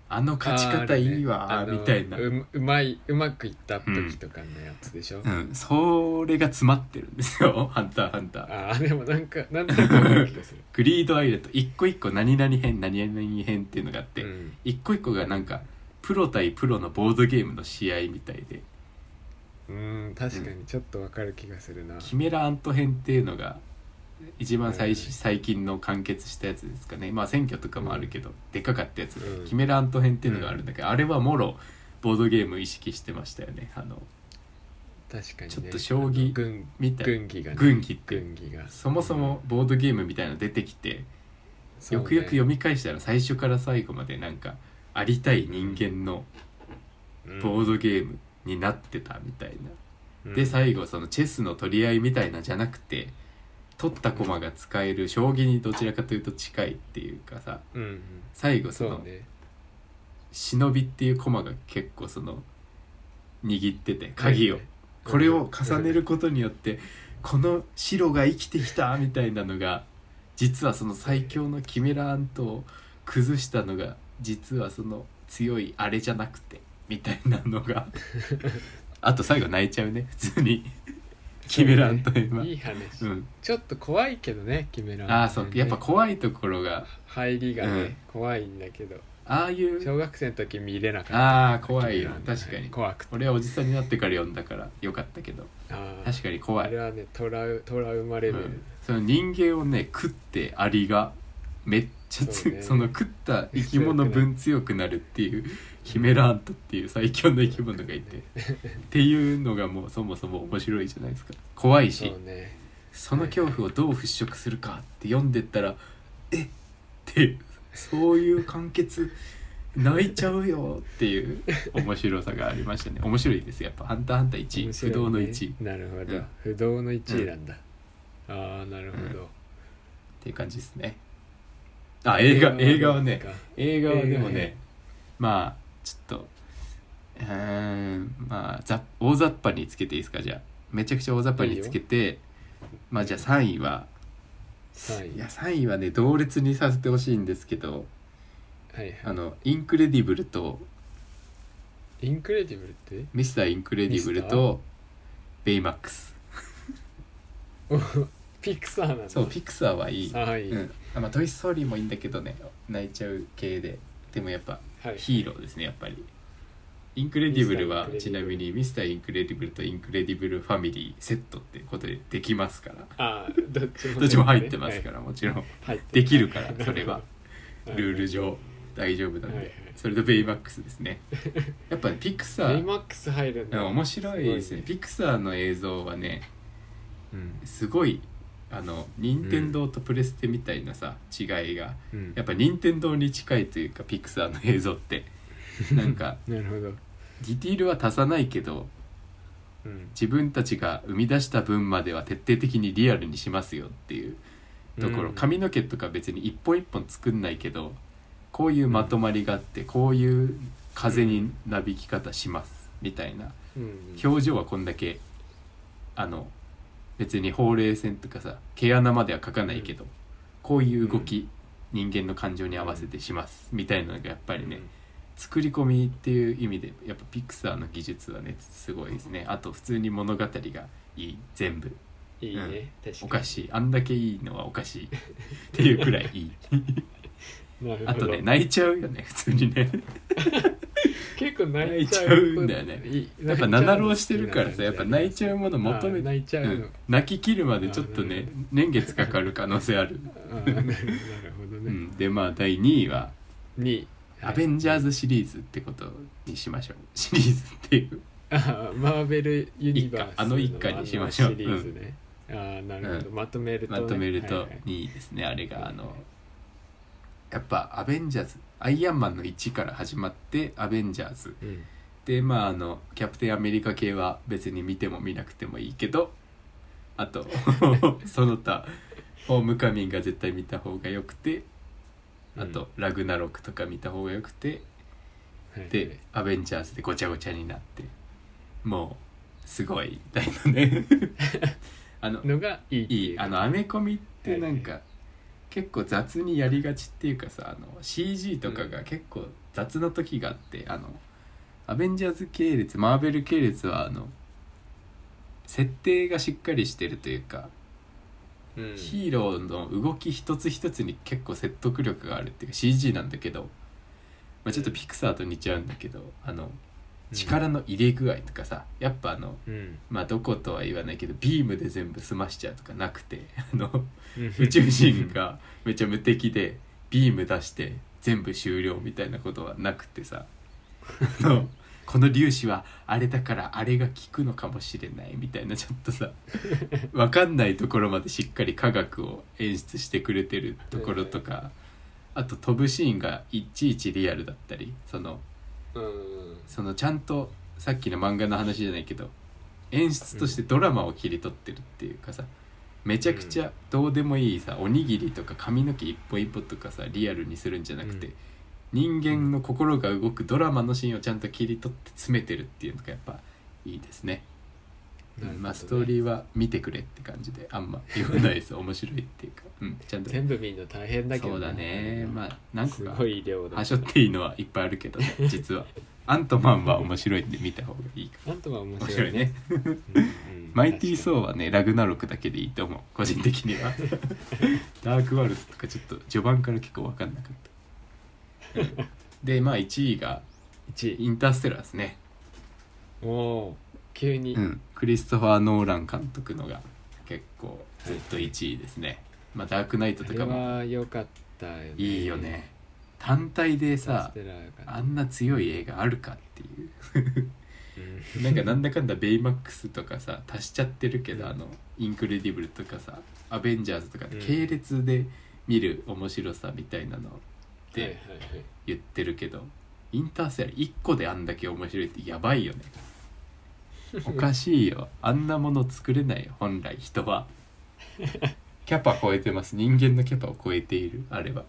Speaker 1: あの勝ち
Speaker 2: あーあ
Speaker 1: 方
Speaker 2: るね
Speaker 1: いいわ
Speaker 2: あ
Speaker 1: ー
Speaker 2: の
Speaker 1: みたいな
Speaker 2: ううまいうまくいった時とかのやつでしょ、
Speaker 1: うん、それが詰まってるんですよ「 [LAUGHS] ハンターハンター
Speaker 2: ああでもなんかなんとなくわかる気が
Speaker 1: [LAUGHS]
Speaker 2: する」
Speaker 1: グリードアイランド一個一個何々編何々編っていうのがあって、
Speaker 2: うん
Speaker 1: 一個一個がなんかプロ対プロのボードゲームの試合みたいで
Speaker 2: うん確かにちょっとわかる気がするな、
Speaker 1: キメラアント編っていうのが一番最,、
Speaker 2: うん
Speaker 1: 最近の完結したやつですかねまあ選挙とかもあるけど、でかかったやつ、
Speaker 2: うん
Speaker 1: キメラアント編っていうのがあるんだけど、あれはもろボードゲーム意識してましたよねあの
Speaker 2: 確かにね
Speaker 1: ちょっと将棋
Speaker 2: あの軍
Speaker 1: みたい
Speaker 2: 軍技が、ね、
Speaker 1: 軍技って
Speaker 2: 軍技が
Speaker 1: そもそもボードゲームみたいなの出てきて、よくよく読み返したら最初から最後までなんかありたい人間のボードゲームになってたみたいな、で
Speaker 2: 後
Speaker 1: 最後そのチェスの取り合いみたいなじゃなくて取った駒が使える将棋にどちらかというと近いっていうかさ
Speaker 2: うんうん、
Speaker 1: 最後そ
Speaker 2: そう
Speaker 1: の
Speaker 2: ね
Speaker 1: 忍びっていう駒が結構その握ってて鍵を
Speaker 2: はい
Speaker 1: これを重ねることによってこの白が生きてきたみたいなのが実はその最強のキメラアントを崩したのが実はその強いあれじゃなくてみたいなの
Speaker 2: [LAUGHS]
Speaker 1: があと最後泣いちゃうね普通にキメラアント
Speaker 2: そう
Speaker 1: 今
Speaker 2: ねいい話、
Speaker 1: うん
Speaker 2: ちょっと怖いけどねキメラ
Speaker 1: ああそうやっぱ
Speaker 2: ね
Speaker 1: 怖いところが
Speaker 2: 入りがね、
Speaker 1: うん
Speaker 2: 怖いんだけど
Speaker 1: ああいう
Speaker 2: 小学生の時見れなかった
Speaker 1: ああ怖いよ
Speaker 2: キメラ
Speaker 1: 確かに
Speaker 2: 怖くて
Speaker 1: 俺はおじさんになってから読んだからよかったけど
Speaker 2: あー
Speaker 1: 確かに怖
Speaker 2: あ
Speaker 1: い
Speaker 2: れはねトラウトラウマレベル、
Speaker 1: うんその人間をね食ってアリがめっちゃつ
Speaker 2: そ
Speaker 1: そ,、
Speaker 2: うね
Speaker 1: の食った生き物分強くなるっていうキメラアントっていう最強の生き物がい
Speaker 2: [LAUGHS]
Speaker 1: てっていうのがもうそもそも面白いじゃないですか怖いし
Speaker 2: そうね
Speaker 1: その恐怖をどう払拭するかって読んでったらえっていうそういう完結泣いちゃうよっていう面白さがありましたね面白いですやっぱ「ハンターハンター1」
Speaker 2: 面
Speaker 1: 不
Speaker 2: 白いね
Speaker 1: 動の1っ
Speaker 2: なるほ
Speaker 1: う
Speaker 2: ど
Speaker 1: ん
Speaker 2: 不動の1位なんだ、ああなるほど、
Speaker 1: ていう感じですねあ映画映画はね
Speaker 2: どうですか
Speaker 1: 映画はでも
Speaker 2: 映画
Speaker 1: ね
Speaker 2: ね
Speaker 1: まあちょっとうーんまあざ大雑把につけていいですかじゃあめちゃくちゃ大雑把につけてまあじゃあ3位は
Speaker 2: 三位
Speaker 1: いや3位はね同列にさせてほしいんですけど
Speaker 2: はいはい
Speaker 1: あのインクレディブルと
Speaker 2: インクレディブルって
Speaker 1: ミスターインクレディブルとベイマックス
Speaker 2: ピクサーなんだ
Speaker 1: そうピクサーはいい、
Speaker 2: はい、
Speaker 1: うんあまあ、トイ・ストーリーもいいんだけどね泣いちゃう系ででもやっぱ
Speaker 2: はい
Speaker 1: ヒーローですねやっぱりインクレディブルはちなみにミスターインクレディブルとインクレディブルファミリーセットってことでできます [LAUGHS] から
Speaker 2: あーどっちも、、
Speaker 1: どっちも入ってますかららもちろん
Speaker 2: はい入ってる
Speaker 1: できるからそれは
Speaker 2: はい
Speaker 1: ルール上大丈夫なん
Speaker 2: はいは
Speaker 1: で
Speaker 2: い
Speaker 1: それとベイマックスですねやっぱねピクサ
Speaker 2: ベイ
Speaker 1: ー
Speaker 2: マックス入るん
Speaker 1: うん
Speaker 2: だ
Speaker 1: 面白いですねピクサーの映像はね
Speaker 2: うん
Speaker 1: すごいあの任天堂とプレステみたいなさ違いが
Speaker 2: うん
Speaker 1: やっぱ任天堂に近いというかピクサーの映像ってなんか
Speaker 2: なるほど、
Speaker 1: ディティールは足さないけど
Speaker 2: うん、
Speaker 1: 自分たちが生み出した分までは徹底的にリアルにしますよっていうところ、
Speaker 2: うん
Speaker 1: 髪の毛とか別に一本一本作んないけどこういうまとまりがあってこういう風になびき方しますみたいな
Speaker 2: うん
Speaker 1: 表情はこんだけあの別にほうれい線とかさ毛穴までは描かないけどこういう動き人間の感情に合わせてしますみたいなのがやっぱりね作り込みっていう意味でやっぱピクサーの技術はねすごいですねあと普通に物語がいい全部
Speaker 2: いいね、
Speaker 1: うん
Speaker 2: 確か
Speaker 1: お
Speaker 2: に
Speaker 1: かしいあんだけいいのはおかしいっていうくらいい [LAUGHS] い
Speaker 2: なるほ
Speaker 1: あ
Speaker 2: ど
Speaker 1: とね泣いちゃうよね普通 [LAUGHS] にね
Speaker 2: 結構泣いちゃ
Speaker 1: 泣い
Speaker 2: う
Speaker 1: ちゃうんだよね
Speaker 2: い
Speaker 1: やっぱ七浪してるからさやっぱ泣いちゃうもの
Speaker 2: あ
Speaker 1: 求めて
Speaker 2: ー泣いちゃう
Speaker 1: う
Speaker 2: の、
Speaker 1: ん泣ききるまでちょっと
Speaker 2: あ
Speaker 1: ね
Speaker 2: ー
Speaker 1: 年月かかる可能性ある、
Speaker 2: あーなるなるほど
Speaker 1: う
Speaker 2: ね、
Speaker 1: ん、でまあ第2位は
Speaker 2: 二位
Speaker 1: 「
Speaker 2: は
Speaker 1: ア
Speaker 2: い
Speaker 1: ベンジャーズ」シリーズってことにしましょうシリーズっていう
Speaker 2: あーマーベルユニバース
Speaker 1: 一家あの一家にしましょう
Speaker 2: あのシリーズね、ああーなるほど、
Speaker 1: う
Speaker 2: まとめると、ね、
Speaker 1: まとめる
Speaker 2: はい
Speaker 1: と
Speaker 2: はい
Speaker 1: 2位ですねあれがあ
Speaker 2: は
Speaker 1: の
Speaker 2: い
Speaker 1: やっぱ「アベンジャーズ」「アイアンマン」の1から始まって「アベンジャーズ
Speaker 2: うん」
Speaker 1: でまああのキャプテンアメリカ系は別に見ても見なくてもいいけどあ
Speaker 2: [LAUGHS]
Speaker 1: とその他「ホームカミング」が絶対見た方がよくてあと「ラグナロク」とか見た方がよくて
Speaker 2: はい
Speaker 1: で「アベンジャーズ」でごちゃごちゃになってもうすごいみたいな
Speaker 2: [LAUGHS]
Speaker 1: ねあの
Speaker 2: のがいいって
Speaker 1: い
Speaker 2: いう
Speaker 1: いあのアメコミってなんか、結構雑にやりがちっていうかさあの CG とかが結構雑な時があって、あのアベンジャーズ系列マーベル系列はあの設定がしっかりしてるというか、
Speaker 2: うん
Speaker 1: ヒーローの動き一つ一つに結構説得力があるっていうか CG なんだけど、まあ、ちょっとピクサーと似ちゃうんだけどあの力の入れ具合とかさやっぱあの
Speaker 2: うん
Speaker 1: まあどことは言わないけどビームで全部済ましちゃうとかなくてあの
Speaker 2: うん [LAUGHS]
Speaker 1: 宇宙人がめちゃ無敵でビーム出して全部終了みたいなことはなくてさあのこの粒子はあれだからあれが効くのかもしれないみたいなちょっとさわかんないところまでしっかり科学を演出してくれてるところとかあと飛ぶシーンがいちいちリアルだったりその
Speaker 2: うん
Speaker 1: そのちゃんとさっきの漫画の話じゃないけど演出としてドラマを切り取ってるっていうかさめちゃくちゃどうでもいいさおにぎりとか髪の毛一本一本とかさリアルにするんじゃなくて、
Speaker 2: うん
Speaker 1: 人間の心が動くドラマのシーンをちゃんと切り取って詰めてるっていうのがやっぱいいですね。
Speaker 2: なるほどね
Speaker 1: まあストーリーは見てくれって感じであんま言わないです面白いっていうか、うん、ちゃんと
Speaker 2: 全部見るの大変だけど
Speaker 1: そうだねまあ何個
Speaker 2: す
Speaker 1: か
Speaker 2: ごい量だ
Speaker 1: はしょっていいのはいっぱいあるけど
Speaker 2: [LAUGHS]
Speaker 1: ね実はアントマンは面白いんで見た方がいいか
Speaker 2: なんとか面
Speaker 1: 面
Speaker 2: 白
Speaker 1: 白
Speaker 2: い
Speaker 1: い
Speaker 2: ね
Speaker 1: ね
Speaker 2: うんうん
Speaker 1: マイティー・ソ
Speaker 2: 確
Speaker 1: ーはねラグナロクだけでいいと思う個人的
Speaker 2: [LAUGHS]
Speaker 1: にはダークワールドとかちょっと序盤から結構分かんなかった、うんでまあ1位が
Speaker 2: かに一位
Speaker 1: インターステラーですね、
Speaker 2: おお急に、
Speaker 1: うん、クリストファー・ノーラン監督のが結構ずっと1位ですね、まあダークナイト
Speaker 2: あ
Speaker 1: と
Speaker 2: れ
Speaker 1: かも
Speaker 2: は良かったよね
Speaker 1: いいよね単体で
Speaker 2: さ
Speaker 1: さ
Speaker 2: ステラーが
Speaker 1: あんな強い映画あるかっていう
Speaker 2: うん
Speaker 1: なんかなんだかんだベイマックスとかさ足しちゃってるけど、
Speaker 2: うん
Speaker 1: あのインクレディブルとかさアベンジャーズとかって
Speaker 2: うん
Speaker 1: 系列で見る面白さみたいなのっ
Speaker 2: はいはい
Speaker 1: て
Speaker 2: はい
Speaker 1: 言ってるけど、インターセラ1個であんだけ面白いってやば
Speaker 2: [LAUGHS]
Speaker 1: いよねおかしいよあんなもの作れないよ本来人
Speaker 2: [LAUGHS]
Speaker 1: はキャパ超えてます人間のキャパを超えているあれは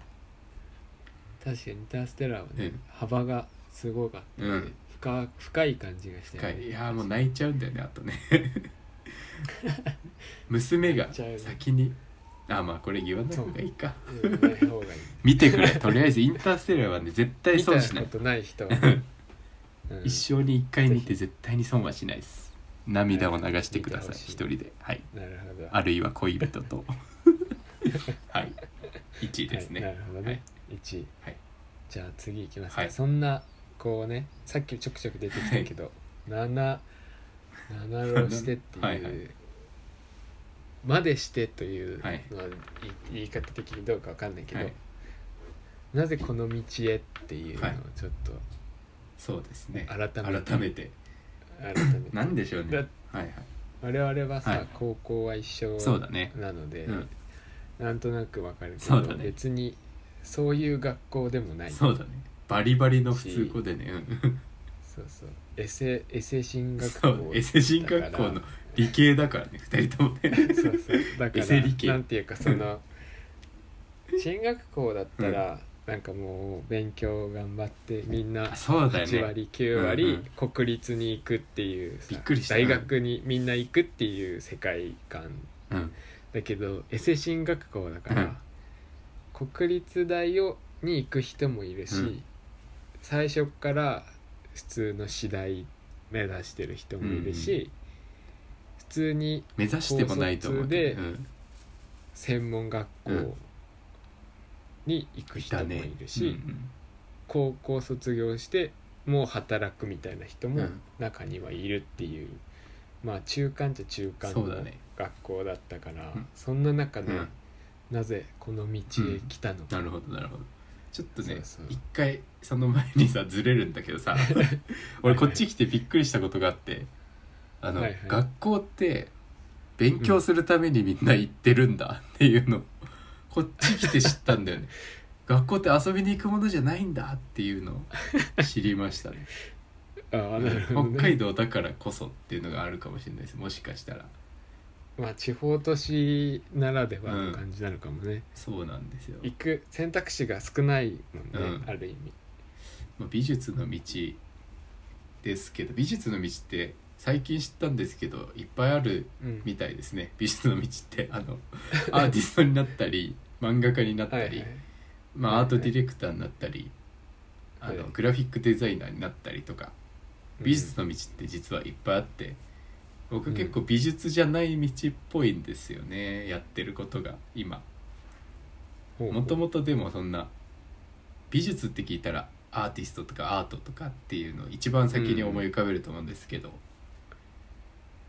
Speaker 2: 確かにインターステラーはね、
Speaker 1: うん
Speaker 2: 幅がすごかった、ね
Speaker 1: うん
Speaker 2: 深深い感じがして、
Speaker 1: 深いいやーもう泣いちゃうんだよねあと
Speaker 2: [LAUGHS]
Speaker 1: ね娘が
Speaker 2: 泣いちゃうね
Speaker 1: 先にあまあこれ言わない方がいいか
Speaker 2: うんない方がいい
Speaker 1: 見てくれとりあえずインターステラーはね絶対
Speaker 2: 見た
Speaker 1: 損しな
Speaker 2: こ
Speaker 1: い
Speaker 2: とな
Speaker 1: [LAUGHS]
Speaker 2: い人は、うん
Speaker 1: 一生に一回見て絶対に損はしないです涙を流してください
Speaker 2: 見てほしい
Speaker 1: 一人ではい
Speaker 2: なるほど
Speaker 1: あるいは恋人
Speaker 2: [LAUGHS]
Speaker 1: とはい1位ですね、
Speaker 2: はい、なるほどね、1位、
Speaker 1: はい
Speaker 2: じゃあ次いきますか、
Speaker 1: はい
Speaker 2: そんなこうねさっきちょくちょく出てきたけど、七七浪してっていう
Speaker 1: はいはい
Speaker 2: までしてというの
Speaker 1: は
Speaker 2: はいい言い方的にどうかわかんないけど、
Speaker 1: はい
Speaker 2: なぜこの道へっていうのを
Speaker 1: はい
Speaker 2: ちょっと
Speaker 1: そうですね
Speaker 2: 改めて、
Speaker 1: 改めて
Speaker 2: 改め
Speaker 1: [LAUGHS]
Speaker 2: て
Speaker 1: 何でしょうね
Speaker 2: だ
Speaker 1: はいはい
Speaker 2: 我々はさ、
Speaker 1: はい
Speaker 2: 高校は一緒
Speaker 1: そうだね
Speaker 2: なので、
Speaker 1: うん
Speaker 2: なんとなくわかるけ
Speaker 1: そ
Speaker 2: ど、
Speaker 1: うだね
Speaker 2: 別にそういう学校でもない
Speaker 1: そうだねバリバリの普通語でねうん
Speaker 2: そうそうエセエセ進学
Speaker 1: そ
Speaker 2: 校
Speaker 1: うエセ進学校の
Speaker 2: だか
Speaker 1: 理系だからね2人ともね
Speaker 2: ら [LAUGHS]
Speaker 1: [LAUGHS]
Speaker 2: そうそうだか
Speaker 1: エセ理系
Speaker 2: らなんていうかその進学校だったら、なんかもう勉強頑張ってみんな
Speaker 1: あそうだよ
Speaker 2: 8
Speaker 1: ね
Speaker 2: 割9割、
Speaker 1: うん
Speaker 2: 国立に行くっていうさ
Speaker 1: びっくりした
Speaker 2: 大学にみんな行くっていう世界観
Speaker 1: うん
Speaker 2: だけどエセ進学校だから、国立大をに行く人もいるし、
Speaker 1: うん
Speaker 2: 最初から普通の私大目指してる人もいるし、
Speaker 1: う
Speaker 2: 普通に
Speaker 1: 目指してもないと思うけど
Speaker 2: 高
Speaker 1: う
Speaker 2: 卒
Speaker 1: ん
Speaker 2: 専門学校
Speaker 1: うん
Speaker 2: に行く
Speaker 1: い
Speaker 2: 人
Speaker 1: た
Speaker 2: も
Speaker 1: ね
Speaker 2: いるし、
Speaker 1: うん
Speaker 2: 高校卒業してもう働くみたいな人
Speaker 1: う
Speaker 2: も
Speaker 1: ん
Speaker 2: 中にはいるっていう、まあ中間っちゃ中間
Speaker 1: そう
Speaker 2: の
Speaker 1: だね
Speaker 2: 学校だったから
Speaker 1: うん
Speaker 2: そ,、んな中
Speaker 1: う
Speaker 2: で、
Speaker 1: ん
Speaker 2: なぜこの道へ来たのか、
Speaker 1: なるほどなるほどちょっとね
Speaker 2: そうそう
Speaker 1: 一回その前にさずれるんだけど
Speaker 2: [LAUGHS]
Speaker 1: さ俺こっち来てびっくりしたことがあってあの、
Speaker 2: はいはい
Speaker 1: 学校って勉強するためにみんな行ってるんだっていうのをこっち来て知ったんだよ
Speaker 2: [LAUGHS]
Speaker 1: ね学校って遊びに行くものじゃないんだっていうのを知りましたね
Speaker 2: ああなるほど、ね、
Speaker 1: 北海道だからこそっていうのがあるかもしれないですもしかしたら
Speaker 2: まあ地方都市ならではの感じなのかもね、
Speaker 1: そうなんですよ、
Speaker 2: 行く選択肢が少ないもんね、
Speaker 1: うん
Speaker 2: ある意味
Speaker 1: まあ、美術の道ですけど美術の道って最近知ったんですけどいっぱいある
Speaker 2: うん
Speaker 1: みたいですね美術の道ってあ
Speaker 2: [LAUGHS]
Speaker 1: のアーティストになったり漫画家になっ
Speaker 2: は
Speaker 1: た
Speaker 2: いはい
Speaker 1: り、まあ、アートディレクターになったり、あ
Speaker 2: は
Speaker 1: の
Speaker 2: い
Speaker 1: グラフィックデザイナーになったりとか美術の道って実はいっぱいあって僕結構美術じゃない道っぽいんですよね、やってることが今。もともとでもそんな美術って聞いたらアーティストとかアートとかっていうのを一番先に思い浮かべると思うんですけど、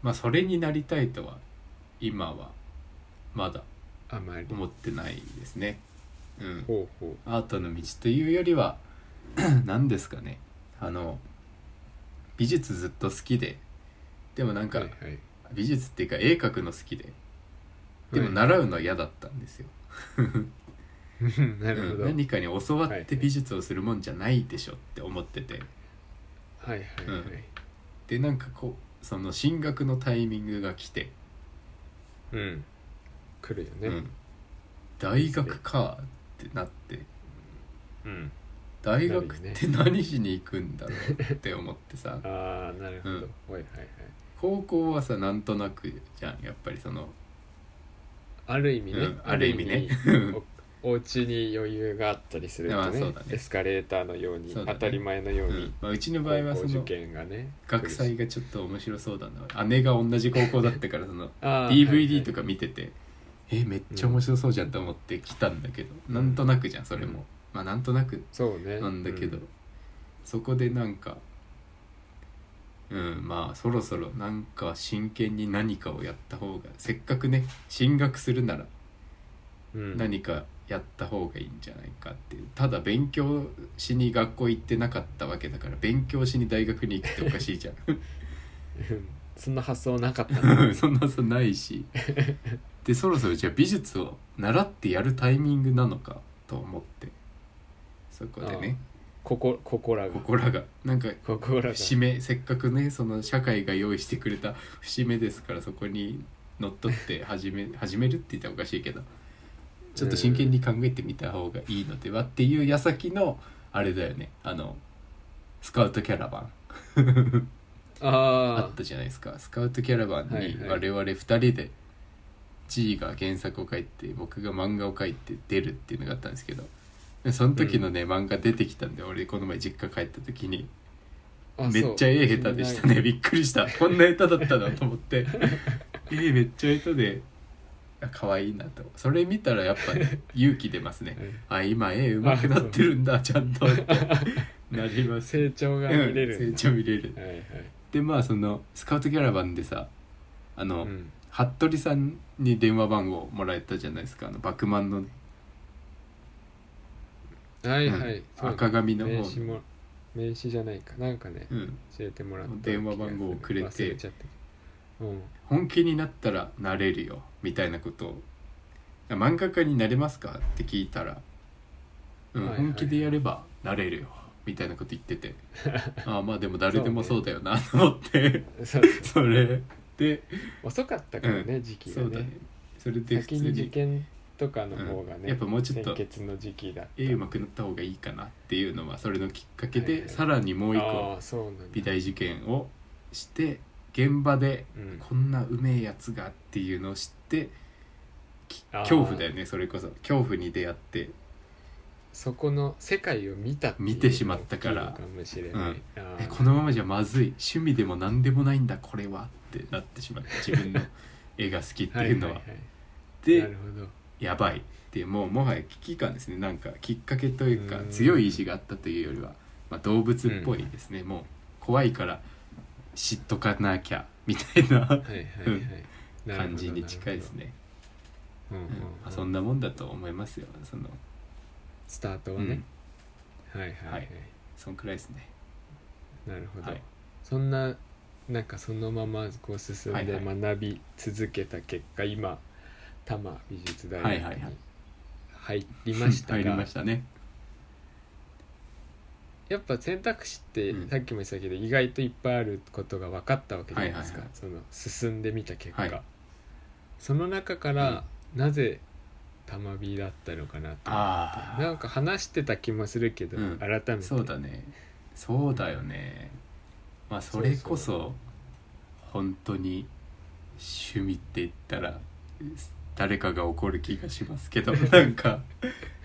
Speaker 1: まあそれになりたいとは今はまだ
Speaker 2: あまり
Speaker 1: 思ってないですね。うん、
Speaker 2: ほうほ
Speaker 1: [CLEARS THROAT] アートの道というよりは何ですかねあの美術ずっと好きででもなんか、
Speaker 2: はいはい、
Speaker 1: 美術っていうか絵描くの好きででも
Speaker 2: はい
Speaker 1: 習うのは嫌だったんですよ、
Speaker 2: うん [LAUGHS] なるほ
Speaker 1: うん
Speaker 2: ど、はい
Speaker 1: 何かに教わ
Speaker 2: は
Speaker 1: っ
Speaker 2: いは
Speaker 1: て
Speaker 2: い
Speaker 1: 美術をするもんじゃないでしょって思ってて
Speaker 2: はいはい、
Speaker 1: うんでなんかこうその進学のタイミングが来て、
Speaker 2: うん来るよ
Speaker 1: う
Speaker 2: ね
Speaker 1: ん大学かってなって
Speaker 2: うん、
Speaker 1: 大学って何しに行くんだろうって思ってさ
Speaker 2: ああなるほど、
Speaker 1: うん
Speaker 2: はいはいはい
Speaker 1: [LAUGHS] 高校はさなんとなくじゃんやっぱりその
Speaker 2: ある意味ね、
Speaker 1: [LAUGHS] うんある意味ね
Speaker 2: ある意味おお家に余裕があったりする
Speaker 1: [LAUGHS] ま
Speaker 2: と
Speaker 1: あ
Speaker 2: ね
Speaker 1: そうだね
Speaker 2: エスカレーターのように
Speaker 1: そうだね
Speaker 2: 当たり前のよ
Speaker 1: う
Speaker 2: うに、
Speaker 1: んまあ、うちの場合はそ
Speaker 2: 高校受
Speaker 1: の
Speaker 2: 験がね
Speaker 1: 学祭がちょっと面白そうだな姉が同じ高校だったからその
Speaker 2: あー
Speaker 1: DVD とか見ててえめっちゃ面白そうじゃんと思って来たんだけど
Speaker 2: ん
Speaker 1: なんとなくじゃんそれ
Speaker 2: うん
Speaker 1: もまあなんとなく
Speaker 2: そうね
Speaker 1: なんだけど
Speaker 2: う
Speaker 1: そこでなんかうんまあそろそろなんか真剣に何かをやった方がせっかくね進学するなら
Speaker 2: うん
Speaker 1: 何かやった方がいいんじゃないかっていうただ勉強しに学校行ってなかったわけだから勉強しに大学に行くっておかしいじゃん
Speaker 2: うん [LAUGHS] そんな発想なかった
Speaker 1: う [LAUGHS]
Speaker 2: なん
Speaker 1: そんなさないしでそろそろじゃあ美術を習ってやるタイミングなのかと思ってそこでね
Speaker 2: ここここらが
Speaker 1: ここらがなんか
Speaker 2: ここらが
Speaker 1: 節目せっかくねその社会が用意してくれた [LAUGHS] 節目ですからそこにのっとって始め始めるって言ったらおかしいけどちょっと真剣に考えてみた方がいいのではっていう矢先のあれだよねあのスカウトキャラバンあ
Speaker 2: あ
Speaker 1: ったじゃないですかスカウトキャラバンに
Speaker 2: はい
Speaker 1: 我々2人で G が原作を書いて僕が漫画を書いて出るっていうのがあったんですけどでその時のね、漫画出てきたんで俺この前実家帰った時に
Speaker 2: ああ
Speaker 1: めっちゃ絵下手でしたねびっくりしたこんな下手だったのと思って
Speaker 2: [LAUGHS]
Speaker 1: 絵めっちゃ下手であ可愛いなとそれ見たらやっぱ、ね、勇気出ます
Speaker 2: [LAUGHS]
Speaker 1: ね
Speaker 2: そう
Speaker 1: あ今絵上手くなってるんだちゃん
Speaker 2: [LAUGHS]
Speaker 1: とって [LAUGHS] なり
Speaker 2: うん
Speaker 1: ます
Speaker 2: 成長が見れる
Speaker 1: うんん
Speaker 2: だ
Speaker 1: 成長見れる
Speaker 2: はいはい
Speaker 1: でまあそのスカウトキャラバンでさあの、
Speaker 2: うん
Speaker 1: 服部さんに電話番号もらえたじゃないですかあのバクマンのね、
Speaker 2: はいはい
Speaker 1: うん
Speaker 2: そう
Speaker 1: 赤髪の方
Speaker 2: 名
Speaker 1: の
Speaker 2: 刺も名刺じゃないかなんかね
Speaker 1: うん、
Speaker 2: 教えてもらった
Speaker 1: 電話番号をくれて
Speaker 2: 忘ちゃったうん
Speaker 1: 本気になったらなれるよみたいなことを「漫画家になれますか?」って聞いたら「うん、
Speaker 2: はいはい
Speaker 1: 本気でやればなれるよ」みたいなこと言ってて
Speaker 2: [LAUGHS]
Speaker 1: ああまあでも誰でもそうだよなと思って [LAUGHS]
Speaker 2: そう
Speaker 1: それで
Speaker 2: 遅かったからね時期が
Speaker 1: そうだね
Speaker 2: ね
Speaker 1: それで普
Speaker 2: 先
Speaker 1: 通
Speaker 2: に受
Speaker 1: に
Speaker 2: 験とかの方が
Speaker 1: うん
Speaker 2: ね
Speaker 1: やっぱもうちょっと
Speaker 2: 先決の時期だった
Speaker 1: 絵上手くなった方がいいかなっていうのはそれのきっかけで、
Speaker 2: はいはい
Speaker 1: さらにもう一個
Speaker 2: ああそうなんだ
Speaker 1: 美大受験をして現場で
Speaker 2: うん
Speaker 1: こんなうめえやつがっていうのを知ってき
Speaker 2: あー
Speaker 1: 恐怖だよねそれこそ恐怖に出会って
Speaker 2: そこの世界を見たっていうのが
Speaker 1: 見てしまったから
Speaker 2: 大きいのかもしれない、
Speaker 1: うん
Speaker 2: あー
Speaker 1: えこのままじゃまずい趣味でも何でもないんだこれはってなってしまって自分の絵が好きって
Speaker 2: [LAUGHS]
Speaker 1: いうのは。
Speaker 2: いいいな
Speaker 1: で
Speaker 2: るほど
Speaker 1: やばいってもうもはや危機感ですねなんかきっかけというか
Speaker 2: うん
Speaker 1: 強い意志があったというよりは、まあ、動物っぽいですね、もう怖いから知っとかなきゃみた
Speaker 2: [LAUGHS]
Speaker 1: いな
Speaker 2: はいはい
Speaker 1: うん
Speaker 2: はい、なるほど
Speaker 1: 感じに近いですね。
Speaker 2: なる
Speaker 1: う
Speaker 2: ほど、う
Speaker 1: ん
Speaker 2: んうん
Speaker 1: まあそんなもんだと思いますよその
Speaker 2: スタートは
Speaker 1: うん
Speaker 2: ね、はいはいはい、
Speaker 1: はいそんくらいですね
Speaker 2: なるほど、
Speaker 1: はい
Speaker 2: そんななんかそのままこう進ん
Speaker 1: は
Speaker 2: で
Speaker 1: いは
Speaker 2: 学び続けた結果、今多摩美術大
Speaker 1: はい
Speaker 2: 学
Speaker 1: はいはい
Speaker 2: に入りましたが、
Speaker 1: [LAUGHS] 入りましたね
Speaker 2: やっぱ選択肢って、
Speaker 1: うん
Speaker 2: さっきも言ってたけど意外といっぱいあることが分かったわけじゃないですか、
Speaker 1: はいはいはい
Speaker 2: その進んでみた結果、
Speaker 1: はい
Speaker 2: その中から、なぜ玉火だったのかなと
Speaker 1: あ
Speaker 2: なんか話してた気もするけど、
Speaker 1: うん
Speaker 2: 改めて
Speaker 1: そうだねそうだよねまあそれこ
Speaker 2: そう
Speaker 1: そ本当に趣味って言ったら誰かが怒る気がします
Speaker 2: [LAUGHS]
Speaker 1: けどなんか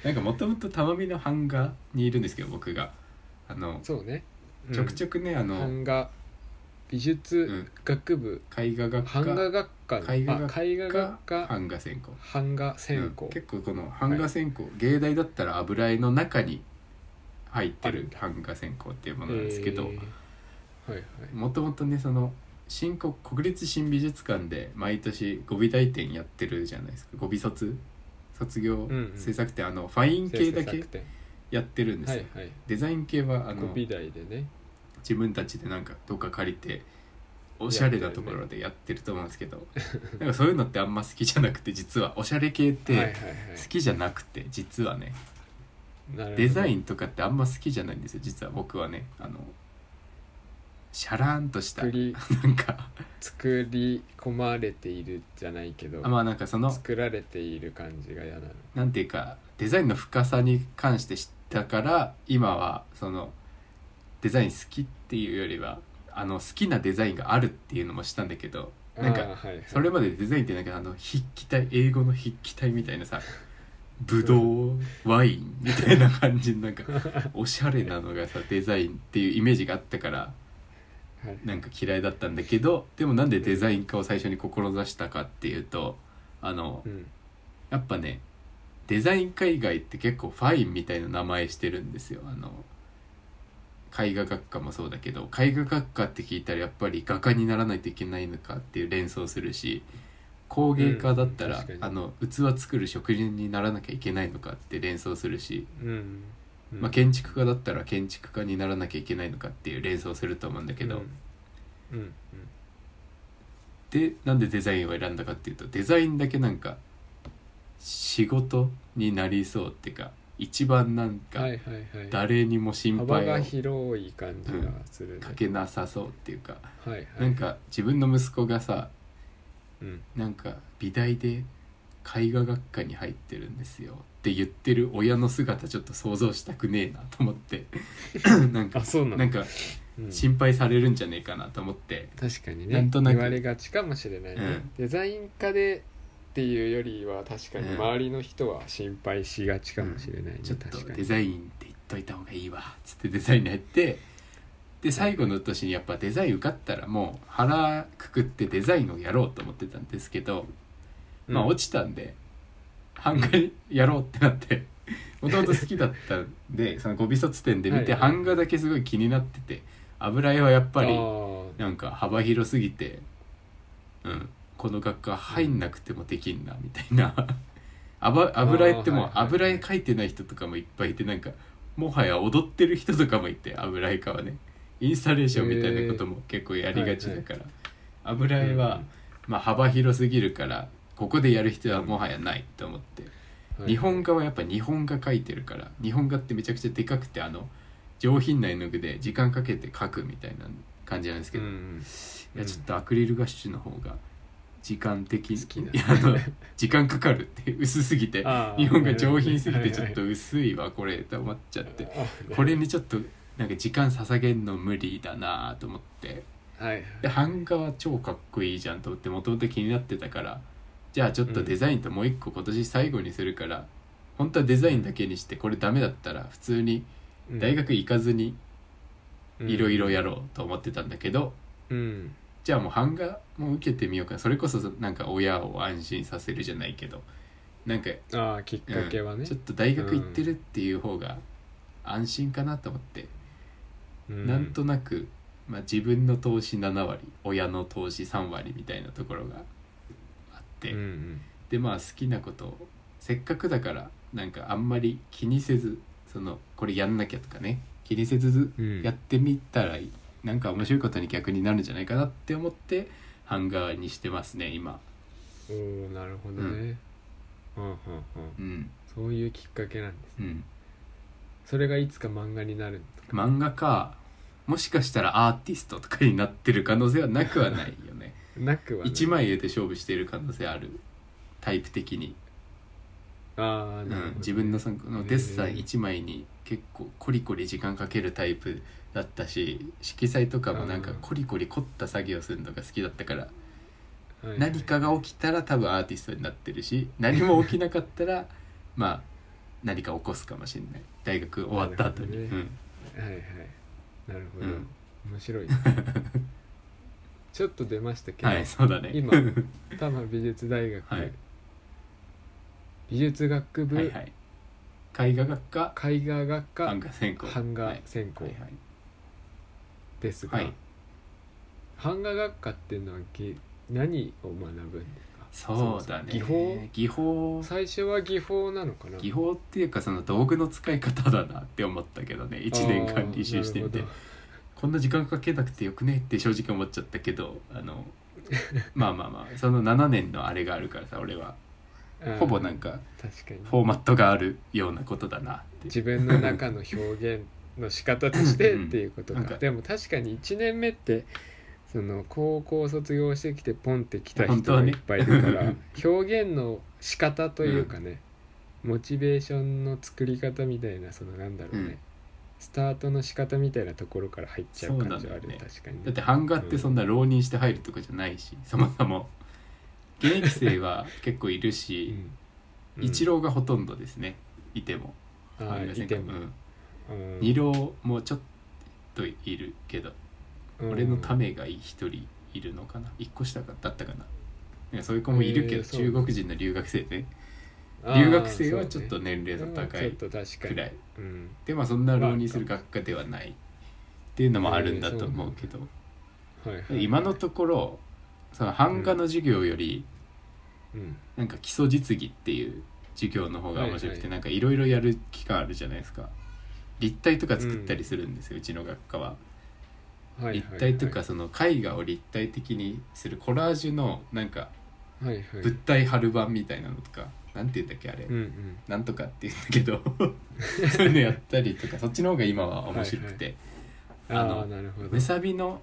Speaker 1: なんかもともとたまみの版画にいるんですけど僕があの
Speaker 2: そうね、
Speaker 1: ちょくち
Speaker 2: ょ
Speaker 1: ょくねあ
Speaker 2: く
Speaker 1: の
Speaker 2: 版画美術学部、
Speaker 1: 絵画学科
Speaker 2: 版画学科の
Speaker 1: 絵画学
Speaker 2: あ絵画
Speaker 1: が
Speaker 2: 学科
Speaker 1: 版画専攻
Speaker 2: 版画専
Speaker 1: う
Speaker 2: 攻、
Speaker 1: ん結構この版画線香、芸大だったら油絵の中に入ってる版画線香っていうものなんですけど
Speaker 2: えーはいはい
Speaker 1: もともとねその新国国立新美術館で毎年語尾大展やってるじゃないですか語尾卒卒業
Speaker 2: んうん
Speaker 1: 制作展、あのファイン系だ
Speaker 2: 制
Speaker 1: け
Speaker 2: 作展
Speaker 1: やってるんです
Speaker 2: は
Speaker 1: よ、
Speaker 2: いはい
Speaker 1: デザイン系はあ
Speaker 2: 国
Speaker 1: の
Speaker 2: 美大でね
Speaker 1: 自分たちでなんかどっか借りておしゃれなところでやってると思うんですけど、なんかそういうのってあんま好きじゃなくて実はおしゃれ系っ
Speaker 2: はいはい
Speaker 1: て好きじゃなくて実はね
Speaker 2: はい
Speaker 1: デザイ
Speaker 2: ン
Speaker 1: ンとかってあんま好きじゃないんですよ実は僕はねあのシャラーンとした
Speaker 2: 作り
Speaker 1: [LAUGHS] なんか
Speaker 2: 作り込まれているじゃないけど
Speaker 1: あまあなんかその
Speaker 2: 作られている感じが嫌なの
Speaker 1: なんていうかデザインの深さに関して知ったから今はそのデザイン好きっていうよりはあの好きなデザインがあるっていうのもしたんだけどなん
Speaker 2: あー
Speaker 1: か
Speaker 2: はいはい
Speaker 1: それまでデザインってなんかあの筆記体英語の筆記体みたいなさブドウワインみたいな感じのなんかおしゃれなのがさデザインっていうイメージがあったから
Speaker 2: はい
Speaker 1: なんか嫌いだったんだけどでもなんでデザイン科を最初に志したかっていうとあの
Speaker 2: うん
Speaker 1: やっぱねデザイン科以外って結構ファインみたいな名前してるんですよあの絵画学科もそうだけど絵画学科って聞いたらやっぱり画家にならないといけないのかっていう連想するし工芸家だった
Speaker 2: うん
Speaker 1: ら、
Speaker 2: 確かに
Speaker 1: あの器作る職人にならなきゃいけないのかって連想するし、
Speaker 2: うん
Speaker 1: まあ、建築家だったら建築家にならなきゃいけないのかっていう連想すると思うんだけど、
Speaker 2: うんうん
Speaker 1: でなんでデザインを選んだかっていうとデザインだけなんか仕事になりそうっていうか一番なん
Speaker 2: うんは
Speaker 1: か
Speaker 2: いはいはい
Speaker 1: 誰にも心
Speaker 2: 幅
Speaker 1: 配
Speaker 2: が
Speaker 1: を
Speaker 2: 広い感じがするね
Speaker 1: かけなさそうっていうか
Speaker 2: はいはい
Speaker 1: なんか自分の息子がさ
Speaker 2: うん
Speaker 1: なんか美大で絵画学科に入ってるんですよって言ってる親の姿ちょっと想像したくねえなと思って
Speaker 2: [LAUGHS]
Speaker 1: なんか
Speaker 2: あそうなの
Speaker 1: なんか
Speaker 2: うん
Speaker 1: 心配されるんじゃねえかなと思って
Speaker 2: 確かに
Speaker 1: な
Speaker 2: ね
Speaker 1: んとなく
Speaker 2: 言われがちかもしれないね、
Speaker 1: うん
Speaker 2: デザイン科でっていうよりは確かに
Speaker 1: うん
Speaker 2: 周りの人は心配しがちかもしれないね、
Speaker 1: ちょっと
Speaker 2: 確か
Speaker 1: デ
Speaker 2: に
Speaker 1: ザインって言っといた方がいいわっつってデザインに入ってで最後の年にやっぱデザイン受かったらもう腹くくってデザインをやろうと思ってたんですけど、まあ落ちたんで版画やろうってな
Speaker 2: [LAUGHS]
Speaker 1: ってもともと好きだったんでそのご美卒展で見て
Speaker 2: はいはい
Speaker 1: 版画だけすごい気になってて油絵はやっぱり
Speaker 2: あー
Speaker 1: なんか幅広すぎてうんこの学科入んなくてもできんなみたいな [LAUGHS] あば油絵ってもう
Speaker 2: あーはいはい
Speaker 1: 油絵描いてない人とかもいっぱいいてなんかもはや踊ってる人とかもいて油絵家はねインスタレーションみたいなことも結構やりがちだから、油絵は、まあ、幅広すぎるからここでやる必要はもはやないと思って
Speaker 2: うん
Speaker 1: 日本画はやっぱ日本画描いてるから日本画ってめちゃくちゃでかくてあの上品な絵の具で時間かけて描くみたいな感じなんですけ
Speaker 2: う
Speaker 1: ど、
Speaker 2: ん
Speaker 1: いやちょっとアクリルガッシュの方が時間的
Speaker 2: 好きない
Speaker 1: やあの時間かかるって薄すぎて
Speaker 2: あー
Speaker 1: 日本が上品すぎ
Speaker 2: はい
Speaker 1: て
Speaker 2: は
Speaker 1: ち
Speaker 2: い
Speaker 1: ょっと薄いわこれと思っちゃって
Speaker 2: あ
Speaker 1: これにちょっとなんか時間捧げんの無理だなと思って
Speaker 2: はいはい
Speaker 1: で版画は超かっこいいじゃんと思ってもともと気になってたからじゃあちょっとデザインともう一個今年最後にするから、本当はデザインだけにしてこれダメだったら普通に大学行かずにいろいろやろうと思ってたんだけど、
Speaker 2: うん、うん
Speaker 1: じゃあもう版画も受けてみようかなそれこそなんか親を安心させるじゃないけどなんか、
Speaker 2: ああきっかけは
Speaker 1: うん
Speaker 2: ね
Speaker 1: ちょ、っと大学行ってるっていう方が安心かなと思って、
Speaker 2: うん
Speaker 1: なんとなく、まあ、自分の投資7割親の投資3割みたいなところがあって、
Speaker 2: うんうん
Speaker 1: でまあ好きなことをせっかくだからなんかあんまり気にせずそのこれやんなきゃとかね気にせず
Speaker 2: うん
Speaker 1: やってみたらなんか面白いことに逆になるんじゃないかなって思ってハンガーにしてますね今、
Speaker 2: おおなるほどね、うん、はんはん
Speaker 1: うん
Speaker 2: そういうきっかけなんです
Speaker 1: うん、
Speaker 2: それがいつか漫画になる
Speaker 1: 漫画かもしかしたらアーティストとかになってる可能性はなくはないよ
Speaker 2: [LAUGHS]
Speaker 1: ね
Speaker 2: なくはない
Speaker 1: 一枚絵で勝負している可能性あるタイプ的に、
Speaker 2: ああ、
Speaker 1: う
Speaker 2: なるほど
Speaker 1: ん、自分のそのデッサ
Speaker 2: へ
Speaker 1: ン
Speaker 2: え
Speaker 1: 一枚に結構コリコリ時間かけるタイプだったし色彩とかもなんか
Speaker 2: うん
Speaker 1: コリコリ凝った作業するのが好きだったから
Speaker 2: はいはい
Speaker 1: 何かが起きたら多分アーティストになってるし何も起きなかったら [LAUGHS] まあ何か起こすかもしれない大学終わった後に、
Speaker 2: なる
Speaker 1: う
Speaker 2: ほど
Speaker 1: ん
Speaker 2: はいはいなるほど、
Speaker 1: うん
Speaker 2: 面白い
Speaker 1: [LAUGHS]
Speaker 2: ちょっと出ましたけど、
Speaker 1: [LAUGHS] はいそうだね
Speaker 2: 今多摩美術大学、
Speaker 1: はい
Speaker 2: 美術学部、
Speaker 1: はいはい、絵画学科
Speaker 2: 絵画学科
Speaker 1: 版画専攻
Speaker 2: 版画
Speaker 1: はい
Speaker 2: 専攻
Speaker 1: はいはい
Speaker 2: ですが、
Speaker 1: はい
Speaker 2: 版画学科っていうのはぎ何を学ぶんですか
Speaker 1: そうだね
Speaker 2: 技法
Speaker 1: 技法
Speaker 2: 最初は技法なのかな
Speaker 1: 技法っていうかその道具の使い方だなって思ったけどね1年間履修してみて
Speaker 2: あーなる
Speaker 1: こんな時間かけなくてよくねって正直思っちゃったけどあ
Speaker 2: [LAUGHS]
Speaker 1: のまあまあまあその7年のあれがあるからさ俺は
Speaker 2: うん
Speaker 1: ほぼなんか
Speaker 2: 確かに
Speaker 1: フォーマットがあるようなことだなって
Speaker 2: 自分の中の表現の仕方として
Speaker 1: うん
Speaker 2: っていうこと
Speaker 1: なんか
Speaker 2: かでも確かに1年目ってその高校卒業してきてポンって来た
Speaker 1: 本
Speaker 2: 人
Speaker 1: 当は
Speaker 2: が
Speaker 1: ね
Speaker 2: いっぱいいるから
Speaker 1: [LAUGHS]
Speaker 2: 表現の仕方というかね、モチベーションの作り方みたいなそのなんだろうね、
Speaker 1: うん
Speaker 2: スタートの仕方みたいなところから入っちゃう感じは
Speaker 1: そうな
Speaker 2: ある、
Speaker 1: んだよね
Speaker 2: 確かに
Speaker 1: だって版画ってそんな浪人して入るとかじゃないしそもそも現役生は結構いるし、一
Speaker 2: 郎
Speaker 1: 郎がほとんどですねいても
Speaker 2: あ
Speaker 1: い
Speaker 2: あ
Speaker 1: ま
Speaker 2: い
Speaker 1: せんか
Speaker 2: て
Speaker 1: う
Speaker 2: も、
Speaker 1: ん
Speaker 2: うん
Speaker 1: 二郎もちょっといるけど
Speaker 2: うん
Speaker 1: 俺のためが一人いるのかな一個下だったかないやそういう子もいるけ
Speaker 2: へ
Speaker 1: ど
Speaker 2: えそう
Speaker 1: 中国人の留学生ね
Speaker 2: ああ
Speaker 1: 留学生はちょっ
Speaker 2: そ
Speaker 1: と
Speaker 2: うね
Speaker 1: 年齢の高
Speaker 2: う
Speaker 1: い
Speaker 2: んちょっと確か
Speaker 1: く
Speaker 2: に
Speaker 1: らい
Speaker 2: うん
Speaker 1: でまあそんな浪人する学科ではないっていうのもあるんだと思うけど
Speaker 2: はいはいはい
Speaker 1: 今のところその版画の授業より
Speaker 2: うん
Speaker 1: なんか基礎実技っていう授業の方が面白く
Speaker 2: はいは
Speaker 1: て
Speaker 2: い
Speaker 1: なんかいろいろやる期間あるじゃないですか立体とか作ったりするんですようちの学科は。
Speaker 2: はいはいは
Speaker 1: 立
Speaker 2: い
Speaker 1: 体とかその絵画を立体的にするコラージュのなんか
Speaker 2: はいはい
Speaker 1: 物体貼る板みたいなのとかなんて言うんだっけあれ、
Speaker 2: うんうん
Speaker 1: なんとかって言うんだけど
Speaker 2: [LAUGHS]
Speaker 1: そういうのやったりとかそっちの方が今は面白くて、あの
Speaker 2: ああなるほど
Speaker 1: ムサビの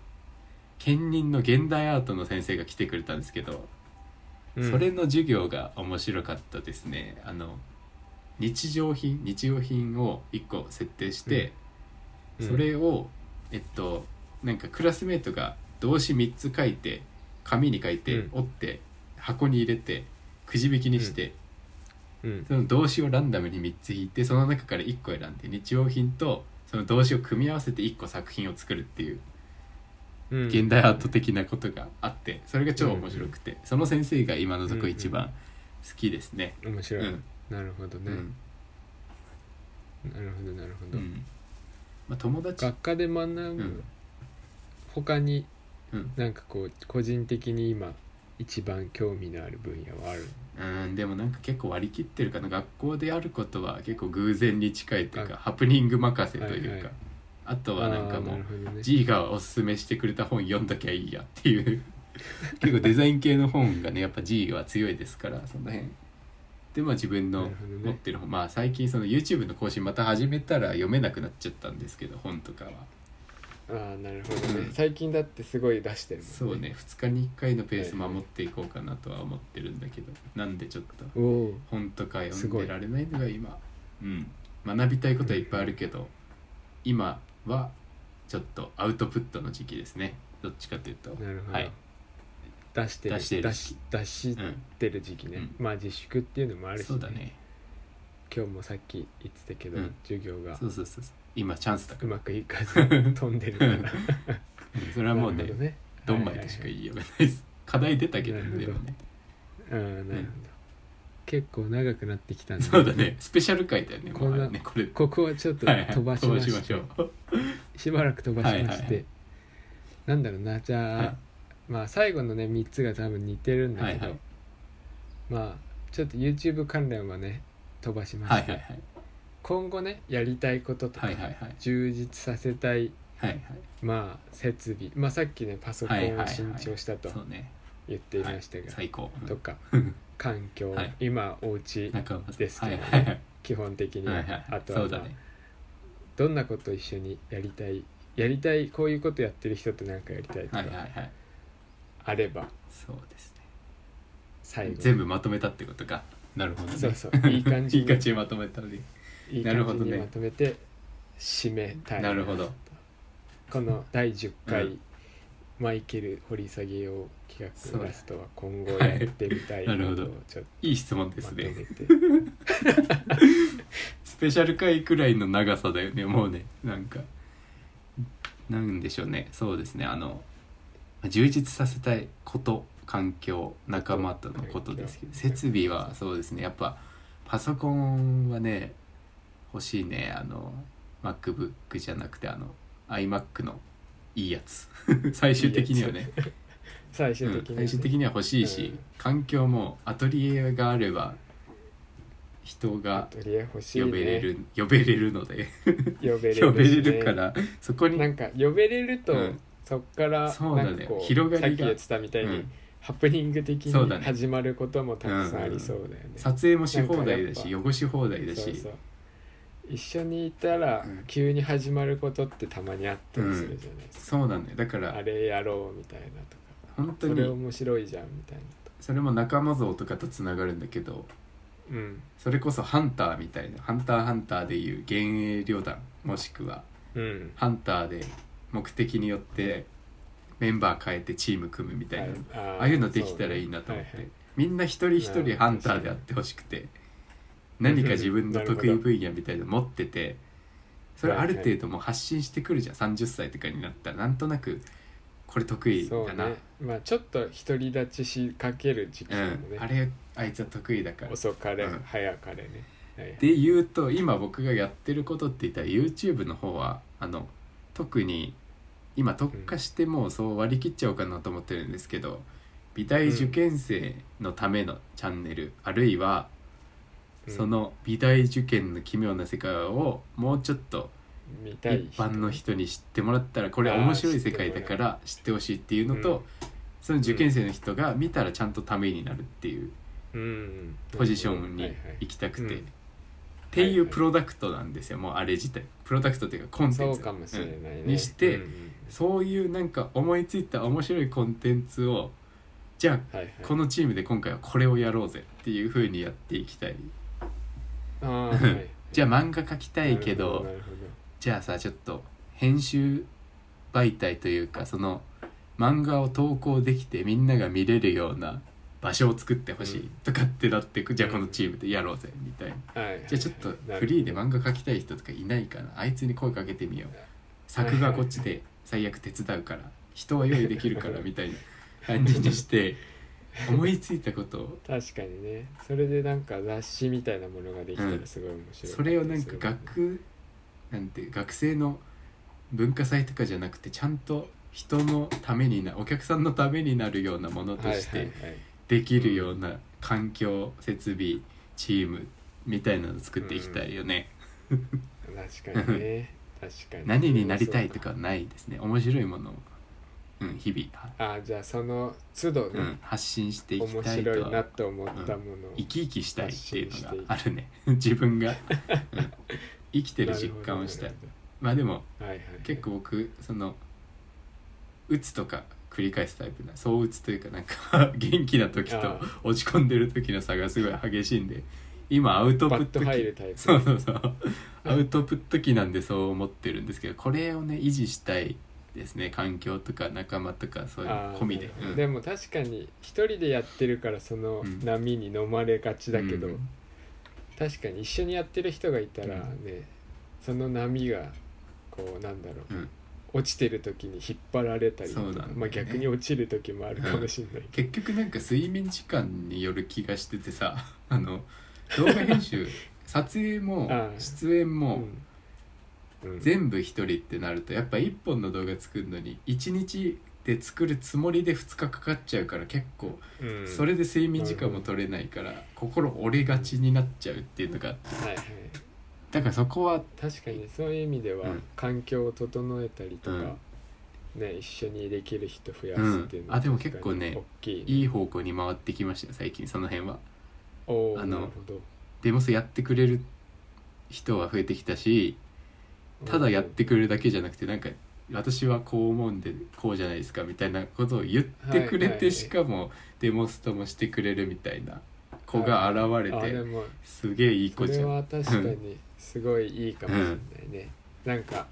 Speaker 1: 兼任の現代アートの先生が来てくれたんですけど、
Speaker 2: うん
Speaker 1: それの授業が面白かったですねあの日常品日用品を1個設定して、
Speaker 2: うん
Speaker 1: それをえっとなんかクラスメートが動詞3つ書いて紙に書いて、
Speaker 2: うん
Speaker 1: 折って箱に入れてくじ引きにして、
Speaker 2: うん
Speaker 1: その動詞をランダムに3つ引いてその中から1個選んで日用品とその動詞を組み合わせて1個作品を作るっていう
Speaker 2: うん
Speaker 1: 現代アート的なことがあってそれが超面白くて、その先生が今のとこ一番好きですね。
Speaker 2: 面
Speaker 1: う
Speaker 2: 白い
Speaker 1: ん
Speaker 2: なるほど
Speaker 1: う
Speaker 2: ね
Speaker 1: ん
Speaker 2: なるほどなるほ
Speaker 1: う
Speaker 2: ど
Speaker 1: んまあ、友達
Speaker 2: 学科で学
Speaker 1: う
Speaker 2: ぶ
Speaker 1: ん
Speaker 2: 他に
Speaker 1: うん、
Speaker 2: なんかこう個人的に今一番興味のある分野はある
Speaker 1: うん、でもなんか結構割り切ってるかな学校であることは結構偶然に近いというか
Speaker 2: あ
Speaker 1: ハプニング任せというか、
Speaker 2: はいはい
Speaker 1: あとはなんかも
Speaker 2: あー
Speaker 1: う
Speaker 2: るほどね
Speaker 1: G がおすすめしてくれた本読んどきゃいいやっていう
Speaker 2: [LAUGHS]
Speaker 1: 結構デザイン系の本がねやっぱ G は強いですからその辺でまあ自分
Speaker 2: な
Speaker 1: の
Speaker 2: るほどね
Speaker 1: 持ってる本、まあ最近その YouTube の更新また始めたら読めなくなっちゃったんですけど本とかは
Speaker 2: ああなるほどね
Speaker 1: うん
Speaker 2: 最近だってすごい出してるもん
Speaker 1: そうね2日に1回のペース守っていこうかなとは思ってるんだけどなんでちょっと
Speaker 2: おお
Speaker 1: 本とか
Speaker 2: す
Speaker 1: 読
Speaker 2: ご
Speaker 1: んで
Speaker 2: い
Speaker 1: られないのが今うん学びたいことはいっぱいあるけど、今はちょっとアウトプットの時期ですねどっちかというと
Speaker 2: なるほ
Speaker 1: はい
Speaker 2: ど出して
Speaker 1: 出してる
Speaker 2: る出し出し
Speaker 1: うん
Speaker 2: てる時期ねまあ自粛っていうのもあるし
Speaker 1: そうだね
Speaker 2: 今日もさっき言ってたけど
Speaker 1: うん
Speaker 2: 授業が
Speaker 1: そうそうそうそう今チャンスだか
Speaker 2: うまくいかず飛んで
Speaker 1: [LAUGHS]
Speaker 2: るから
Speaker 1: ら、それはもう
Speaker 2: な
Speaker 1: ね
Speaker 2: るほどね
Speaker 1: ドンマイとしか言いようがないです課題出たけど
Speaker 2: なるほ
Speaker 1: ね
Speaker 2: ど
Speaker 1: でもね
Speaker 2: はいはいはいああなるほど、結構長くなってきたんで
Speaker 1: そうだねスペシャル回だよね
Speaker 2: こんな
Speaker 1: もうあれねこれ
Speaker 2: ここはちょっと
Speaker 1: はいはい
Speaker 2: 飛ばしまして、
Speaker 1: 飛ばしましょう
Speaker 2: しばらく飛ばしまして、
Speaker 1: はいはい
Speaker 2: なんだろうなじゃあ、
Speaker 1: はい
Speaker 2: まあ最後のね3つが多分似てるんだけど、
Speaker 1: はいはい
Speaker 2: まあちょっと YouTube 関連はね飛ばしま
Speaker 1: はい
Speaker 2: し
Speaker 1: はい
Speaker 2: て、
Speaker 1: はい
Speaker 2: 今後ねやりたいこととか、
Speaker 1: はいはいはい
Speaker 2: 充実させたい
Speaker 1: はいはい
Speaker 2: まあ設備まあさっきねパソコ
Speaker 1: はいはい
Speaker 2: ン
Speaker 1: は
Speaker 2: を
Speaker 1: い
Speaker 2: 新調したと
Speaker 1: そうね
Speaker 2: 言っていましたが、
Speaker 1: 最高
Speaker 2: とか環境、
Speaker 1: はい
Speaker 2: 今お家
Speaker 1: 中間
Speaker 2: ですけどね
Speaker 1: はいはい
Speaker 2: 基本的に
Speaker 1: はい
Speaker 2: は、
Speaker 1: はいはい
Speaker 2: あと
Speaker 1: そ
Speaker 2: は、まあ
Speaker 1: うだね
Speaker 2: どんなこと一緒にやりたいやりたいこういうことやってる人となんかやりたいと
Speaker 1: はいはいは
Speaker 2: か
Speaker 1: い
Speaker 2: あれば
Speaker 1: そうですね
Speaker 2: 最後、
Speaker 1: 全部まとめたってことかなるほどね
Speaker 2: そうそういい感じ
Speaker 1: い [LAUGHS]
Speaker 2: に
Speaker 1: い感じにまとめたので
Speaker 2: いい
Speaker 1: なるほ
Speaker 2: 感
Speaker 1: ど
Speaker 2: じ
Speaker 1: ね
Speaker 2: にまとめて締めたい
Speaker 1: なるほど
Speaker 2: この第10回、
Speaker 1: うん
Speaker 2: マイケル掘り下げよう企
Speaker 1: そう
Speaker 2: 画ラストは今後やってみたい
Speaker 1: は
Speaker 2: こ
Speaker 1: いなるほ
Speaker 2: と
Speaker 1: ど
Speaker 2: をちょっ
Speaker 1: いい質問で
Speaker 2: とますとめ
Speaker 1: ね
Speaker 2: て、
Speaker 1: スペシャル回くらいの長さだよねもうねなんかなんでしょうねそうですねあの充実させたいこと環境仲間とのことですけど
Speaker 2: 環境
Speaker 1: 設備はそうですねやっぱパソコンはね欲しいねあの MacBook じゃなくてあの iMac のいいや
Speaker 2: [LAUGHS]
Speaker 1: つ最終的にはね
Speaker 2: 最終
Speaker 1: うん
Speaker 2: 的に、
Speaker 1: 最終的には欲しいし、
Speaker 2: うん
Speaker 1: 環境もアトリエがあれば人が
Speaker 2: 取り合い欲しい、
Speaker 1: 呼
Speaker 2: ね、
Speaker 1: べれる、呼べれるので
Speaker 2: [LAUGHS] 呼べれるしね、
Speaker 1: 呼べれるからそこに
Speaker 2: なんか呼べれると、
Speaker 1: うん
Speaker 2: そっから
Speaker 1: そうだね
Speaker 2: なんかこう
Speaker 1: 広がりが
Speaker 2: さっき言ってたみたいに、
Speaker 1: うん
Speaker 2: ハプニング的
Speaker 1: そうだ
Speaker 2: に
Speaker 1: ね
Speaker 2: 始まることもたくさんありそうだよね。
Speaker 1: 撮影もし放題
Speaker 2: なん
Speaker 1: だ
Speaker 2: か
Speaker 1: し
Speaker 2: や
Speaker 1: 汚し放題だ
Speaker 2: そう
Speaker 1: し
Speaker 2: そう一緒にいたら
Speaker 1: うん
Speaker 2: 急に始まることってたまにあったりするじゃないですか、
Speaker 1: そうなんだよだから
Speaker 2: あれやろうみたいなとか
Speaker 1: 本当
Speaker 2: それ
Speaker 1: に
Speaker 2: 面白いじゃんみたいなとか
Speaker 1: それも仲間像とかとつながるんだけど
Speaker 2: うん
Speaker 1: それこそハンターみたいな「ハンターハンター」でいう幻影旅団もしくは
Speaker 2: うん
Speaker 1: ハンターで目的によってメンバー変えてチーム組むみたいな、
Speaker 2: はいあ
Speaker 1: ああいうのできたらいいなと思って、みんな一人一人ハンターであってほしくて何か自分の得意分野みたいなの持ってて
Speaker 2: [LAUGHS]
Speaker 1: それある程度もう発信してくるじゃん30歳とかになったらなんとなくこれ得意
Speaker 2: そう
Speaker 1: だ
Speaker 2: ね
Speaker 1: な、
Speaker 2: まあちょっと独り立ちしかける時期
Speaker 1: う
Speaker 2: も
Speaker 1: ん、あ
Speaker 2: ね、
Speaker 1: れあいつは得意だから。
Speaker 2: 遅かれ、
Speaker 1: うん
Speaker 2: 早かれね、はいはい
Speaker 1: で言うと今僕がやってることって言ったら YouTube の方はあの特に今特化してもうそう割り切っちゃおうかなと思ってるんですけど美大受験生のためのチャンネル、あるいは
Speaker 2: うん
Speaker 1: その美大受験の奇妙な世界をもうちょっと
Speaker 2: 見たい
Speaker 1: 一
Speaker 2: 人
Speaker 1: 般の人に知ってもらったらこれ
Speaker 2: あー
Speaker 1: 面白い世界だから知ってほしいっていうのと、
Speaker 2: うん
Speaker 1: その受験生の人が見たらちゃんとためになるっていう
Speaker 2: うん
Speaker 1: ポジション
Speaker 2: はい
Speaker 1: に
Speaker 2: はい
Speaker 1: 行きたくて、
Speaker 2: うん
Speaker 1: っていうプロダクトなんですよもうあれ自体プロダクトというかコンテ
Speaker 2: そ
Speaker 1: ンツ
Speaker 2: うかもしれないね、
Speaker 1: うんにして
Speaker 2: うんうん
Speaker 1: そういうなんか思いついた面白いコンテンツをじゃあ
Speaker 2: はいはい、
Speaker 1: このチームで今回はこれをやろうぜっていう風にやっていきたい
Speaker 2: あー、はいはい、
Speaker 1: [LAUGHS] じゃあ漫画描きたいけど
Speaker 2: なるほ
Speaker 1: じゃあさちょっと編集媒体というかその漫画を投稿できてみんなが見れるような場所を作ってほし
Speaker 2: うん
Speaker 1: いとかってなってくじゃあこのチームでやろうぜみたいな
Speaker 2: どはいはいはい
Speaker 1: じゃあちょっとフリーで漫画描きたい人とかいないかなあいつに声かけてみよう作画こっちで最悪手伝うから人は用意できるからみたいな感じにして思いついたことを
Speaker 2: 確かにねそれでなんか雑誌みたいなものができた
Speaker 1: う
Speaker 2: ら
Speaker 1: ん
Speaker 2: すごい面白い、
Speaker 1: それをなんか学なんて学生の文化祭とかじゃなくてちゃんと人のためになお客さんのためになるようなものとし
Speaker 2: はい
Speaker 1: て
Speaker 2: はいはい
Speaker 1: できるような環境設備チームみたいなの作っていきたいよね。
Speaker 2: 確かにね確かに
Speaker 1: 何になりたいとかはないですね面白いものを、うん、日々は、
Speaker 2: あじゃあその都度
Speaker 1: う
Speaker 2: ね、
Speaker 1: ん、発信していき
Speaker 2: 面
Speaker 1: たいと
Speaker 2: 白いな
Speaker 1: は
Speaker 2: と思ったものを、
Speaker 1: 生き生きしたいっていうのがあるね自分が、うん生きてる実感をした
Speaker 2: ないるほ
Speaker 1: まあでも
Speaker 2: ど、はいはい、
Speaker 1: 結構僕その打つとか繰り返すタイプなそう打つというかなんか [LAUGHS] 元気な時と
Speaker 2: あ
Speaker 1: 落ち込んでる時の差がすごい激しいんで今アウトプ
Speaker 2: バ
Speaker 1: ッ
Speaker 2: ッ
Speaker 1: ト
Speaker 2: と
Speaker 1: 期
Speaker 2: 入るタイプ
Speaker 1: そうそうそうアウトプット期なんでそう思ってるんですけどこれをね維持したいですね環境とか仲間とかそういう
Speaker 2: あー
Speaker 1: 込みで
Speaker 2: なるほど
Speaker 1: うん
Speaker 2: でも確かに一人でやってるからその
Speaker 1: うん
Speaker 2: 波に飲まれがちだけど、
Speaker 1: うん
Speaker 2: 確かに一緒にやってる人がいたらね、その波がこうなんだろう、
Speaker 1: うん
Speaker 2: 落ちてる時に引っ張られたりとか
Speaker 1: そうなんだよね
Speaker 2: まあ、逆に落ちる時もあるかもしれない
Speaker 1: 結局なんか睡眠時間による気がしててさ [LAUGHS] あの動画編集撮影も
Speaker 2: [LAUGHS] あー
Speaker 1: 出演
Speaker 2: けど、
Speaker 1: も
Speaker 2: うんうん
Speaker 1: 全部一人ってなるとやっぱ1本の動画作るのに1日で作るつもりで2日かかっちゃうから結構
Speaker 2: うん
Speaker 1: それで睡眠時間も取れないから心折れがちになっちゃうっていうのがあって
Speaker 2: はいはい、
Speaker 1: だからそこは
Speaker 2: 確かにそういう意味では
Speaker 1: うん
Speaker 2: 環境を整えたりとか、ね、一緒にできる人増やすっていうの
Speaker 1: うんあでも結構ね
Speaker 2: 確かに大きいね
Speaker 1: いい方向に回ってきましたよ最近その辺は
Speaker 2: おー
Speaker 1: あの
Speaker 2: なるほど
Speaker 1: でもそうやってくれる人は増えてきたしただやってくれるだけじゃなくてなんか私はこう思うんでこうじゃないですかみたいなことを言ってくれ
Speaker 2: はいはいはい
Speaker 1: てしかもデモストもしてくれるみたいな子が現
Speaker 2: あ
Speaker 1: れ
Speaker 2: で
Speaker 1: て
Speaker 2: も
Speaker 1: すげえいい
Speaker 2: そ
Speaker 1: 子じ
Speaker 2: れ
Speaker 1: ゃん
Speaker 2: は確かにすごいいいかもしれないね、なんか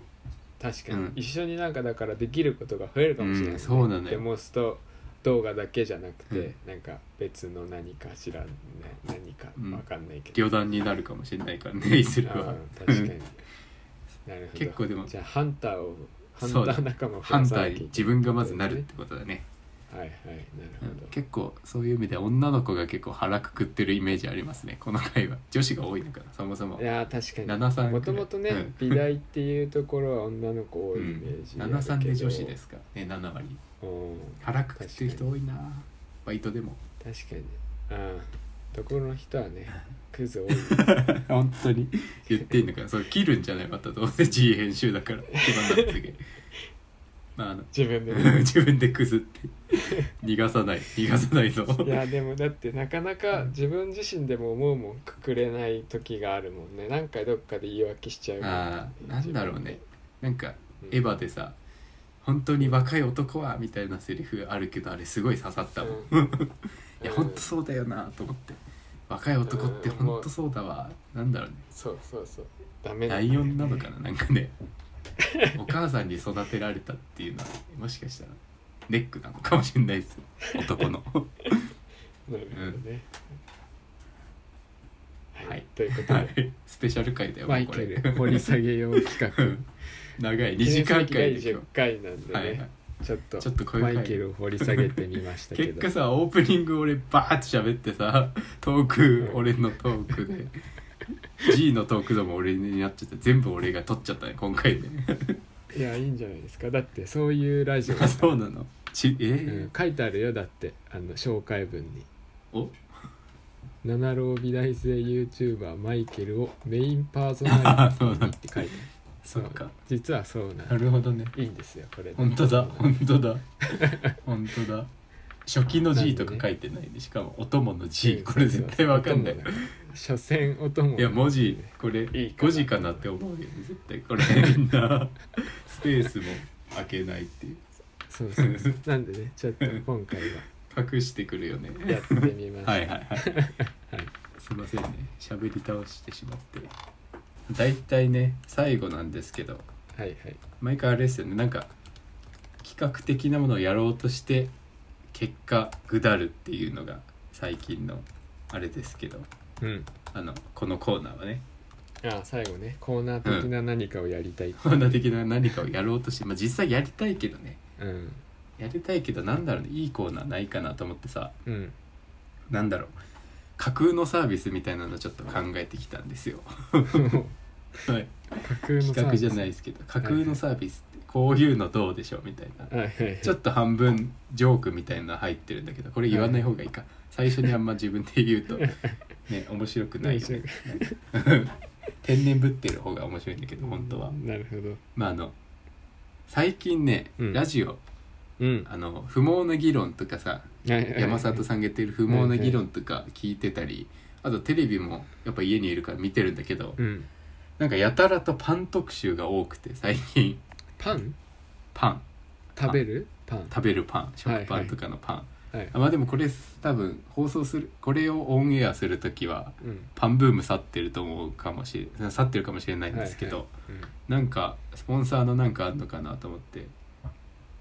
Speaker 2: 確かに、
Speaker 1: うん
Speaker 2: 一緒になんかだからできることが増えるかもしれない、ね
Speaker 1: うんそうなのよ
Speaker 2: デモスト動画だけじゃなくて、なんか別の何かしら、ね、何か
Speaker 1: うん
Speaker 2: わかんないけど、
Speaker 1: 旅団になるかもしれないからねいずれ
Speaker 2: あー
Speaker 1: は
Speaker 2: 確かになるほど
Speaker 1: 結構でも
Speaker 2: じゃあハンターをハンタ
Speaker 1: そうだ
Speaker 2: ー仲間を
Speaker 1: ハンタ
Speaker 2: なきゃい
Speaker 1: ー
Speaker 2: け
Speaker 1: に
Speaker 2: ない
Speaker 1: 自分がまずなるってことだね
Speaker 2: はいはい
Speaker 1: う
Speaker 2: なる
Speaker 1: ん
Speaker 2: ほど、
Speaker 1: 結構そういう意味では女の子が結構腹くくってるイメージありますねこの回は女子が多いのかなそもそも
Speaker 2: いやー確かに
Speaker 1: 73くらい
Speaker 2: もともとね、
Speaker 1: うん
Speaker 2: 美大っていうところは女の子多
Speaker 1: う
Speaker 2: いイメー
Speaker 1: ん
Speaker 2: ジあるけど、
Speaker 1: 73で女子ですからね7割
Speaker 2: うん [LAUGHS]
Speaker 1: 腹くくってる人多いなバイトでも
Speaker 2: 確かにああところの人はねクズ多い
Speaker 1: 本当に言っていいのかなそれ切るんじゃなかったと思って G 編集だから一番の
Speaker 2: [LAUGHS]
Speaker 1: 次まああの
Speaker 2: 自分でね
Speaker 1: [LAUGHS] 自分でクズって逃がさない逃がさないぞ
Speaker 2: いやでもだってなかなか自分自身でも思うもんくくれない時があるもんね何回どっかで言い訳しちゃうもん
Speaker 1: あーなんだろうねなんか
Speaker 2: 自分で
Speaker 1: エヴァでさ「本当に若い男は」みたいなセリフあるけどあれすごい刺さったもん、
Speaker 2: う
Speaker 1: [LAUGHS] いや本当そうだよなと思って若い男って本当そうだわ、なんだろうね
Speaker 2: そうそうそうダメ
Speaker 1: ラ
Speaker 2: だ
Speaker 1: イオンなのかななんかねお母さんに育てられたっていうのはもしかしたらネックなのかもしれないです男の
Speaker 2: [LAUGHS] なるほどね、
Speaker 1: ん
Speaker 2: は
Speaker 1: はいい、
Speaker 2: ということで、
Speaker 1: はいスペシャル回だよ
Speaker 2: マイ
Speaker 1: こ
Speaker 2: ケ
Speaker 1: れ
Speaker 2: ル掘り下げよう企
Speaker 1: う [LAUGHS] ん
Speaker 2: 画
Speaker 1: [LAUGHS] 長い2時間回で
Speaker 2: 記念す
Speaker 1: し
Speaker 2: べき第10
Speaker 1: ょ、
Speaker 2: 回なんでね、
Speaker 1: はいはい
Speaker 2: ちょっと
Speaker 1: ちょっとこういう
Speaker 2: マ
Speaker 1: 回
Speaker 2: イケルを掘り下げてみましたけ
Speaker 1: [LAUGHS] 結
Speaker 2: ど
Speaker 1: 果さオープニング俺バーって喋ってさトーク
Speaker 2: うん
Speaker 1: 俺のトーク
Speaker 2: [LAUGHS]
Speaker 1: で G のトーク度も俺になっちゃって全部俺が取っちゃったね今回ね
Speaker 2: いやいいんじゃないですかだってそういうラジオだから
Speaker 1: あ [LAUGHS] そうなのちえ
Speaker 2: う
Speaker 1: ー
Speaker 2: ん、書いてあるよだってあの紹介文に
Speaker 1: お
Speaker 2: 七郎美大生 YouTuber マイケルをメインパー
Speaker 1: [LAUGHS]
Speaker 2: ソナリティにって書いてある
Speaker 1: そうか
Speaker 2: 実はそうな
Speaker 1: な
Speaker 2: の
Speaker 1: るほどね
Speaker 2: いいんですよこれで
Speaker 1: 本当だ本当
Speaker 2: [LAUGHS]
Speaker 1: だ本当だ初期の G とか書いてないねしかもお供の G これ絶対わかんない
Speaker 2: 所詮お供
Speaker 1: いや文字これ
Speaker 2: いいか
Speaker 1: 5
Speaker 2: な
Speaker 1: 時かなって思うよね絶対これみん
Speaker 2: [LAUGHS]
Speaker 1: なスペースも開けないっていう
Speaker 2: そうそうそうなんでねちょっと今回は
Speaker 1: 隠してくるよね
Speaker 2: やってみました
Speaker 1: はいはいはい
Speaker 2: はい
Speaker 1: すいませんね喋り倒してしまってだいたいね最後なんですけど
Speaker 2: はいはい
Speaker 1: 毎回あれですよねなんか企画的なものをやろうとして結果下るっていうのが最近のあれですけど
Speaker 2: うん
Speaker 1: あのこのコーナーはね
Speaker 2: あ最後ねコーナー的な何かをやりたい
Speaker 1: コーナー的な何かをやろうとして、まあ、実際やりたいけどね
Speaker 2: うん
Speaker 1: やりたいけどなんだろうねいいコーナーないかなと思ってさ
Speaker 2: うん
Speaker 1: なんだろう架空のサービスみたいなのちょっと考えてきたんですよ。はい
Speaker 2: 架空の
Speaker 1: [LAUGHS] 企画じゃないいですけど架空のサービスってこういうのどうでしょうみたいな
Speaker 2: はいはいはい
Speaker 1: ちょっと半分ジョークみたいなの入ってるんだけどこれ言わない方がいいか最初にあんま自分で言うとね面白くないよね [LAUGHS] 天然ぶってる方が面白いんだけど本当は
Speaker 2: なるほど
Speaker 1: まああの最近ね
Speaker 2: うん
Speaker 1: ラジオ
Speaker 2: うん
Speaker 1: あの不毛な議論とかさ山
Speaker 2: 山
Speaker 1: 里さんが言ってる不毛な議論とか聞いてたりあとテレビもやっぱ家にいるから見てるんだけど
Speaker 2: うん
Speaker 1: なんかやたらとパン特集が多くて最近
Speaker 2: パン
Speaker 1: パン
Speaker 2: 食べるパン
Speaker 1: 食べるパン食パンとかのパン、
Speaker 2: はい
Speaker 1: あまあでもこれ多分放送するこれをオンエアする時は
Speaker 2: うん
Speaker 1: パンブーム去ってると思うかもしれ去ってるかもしれないんですけど、なんかスポンサーのなんかあるのかなと思って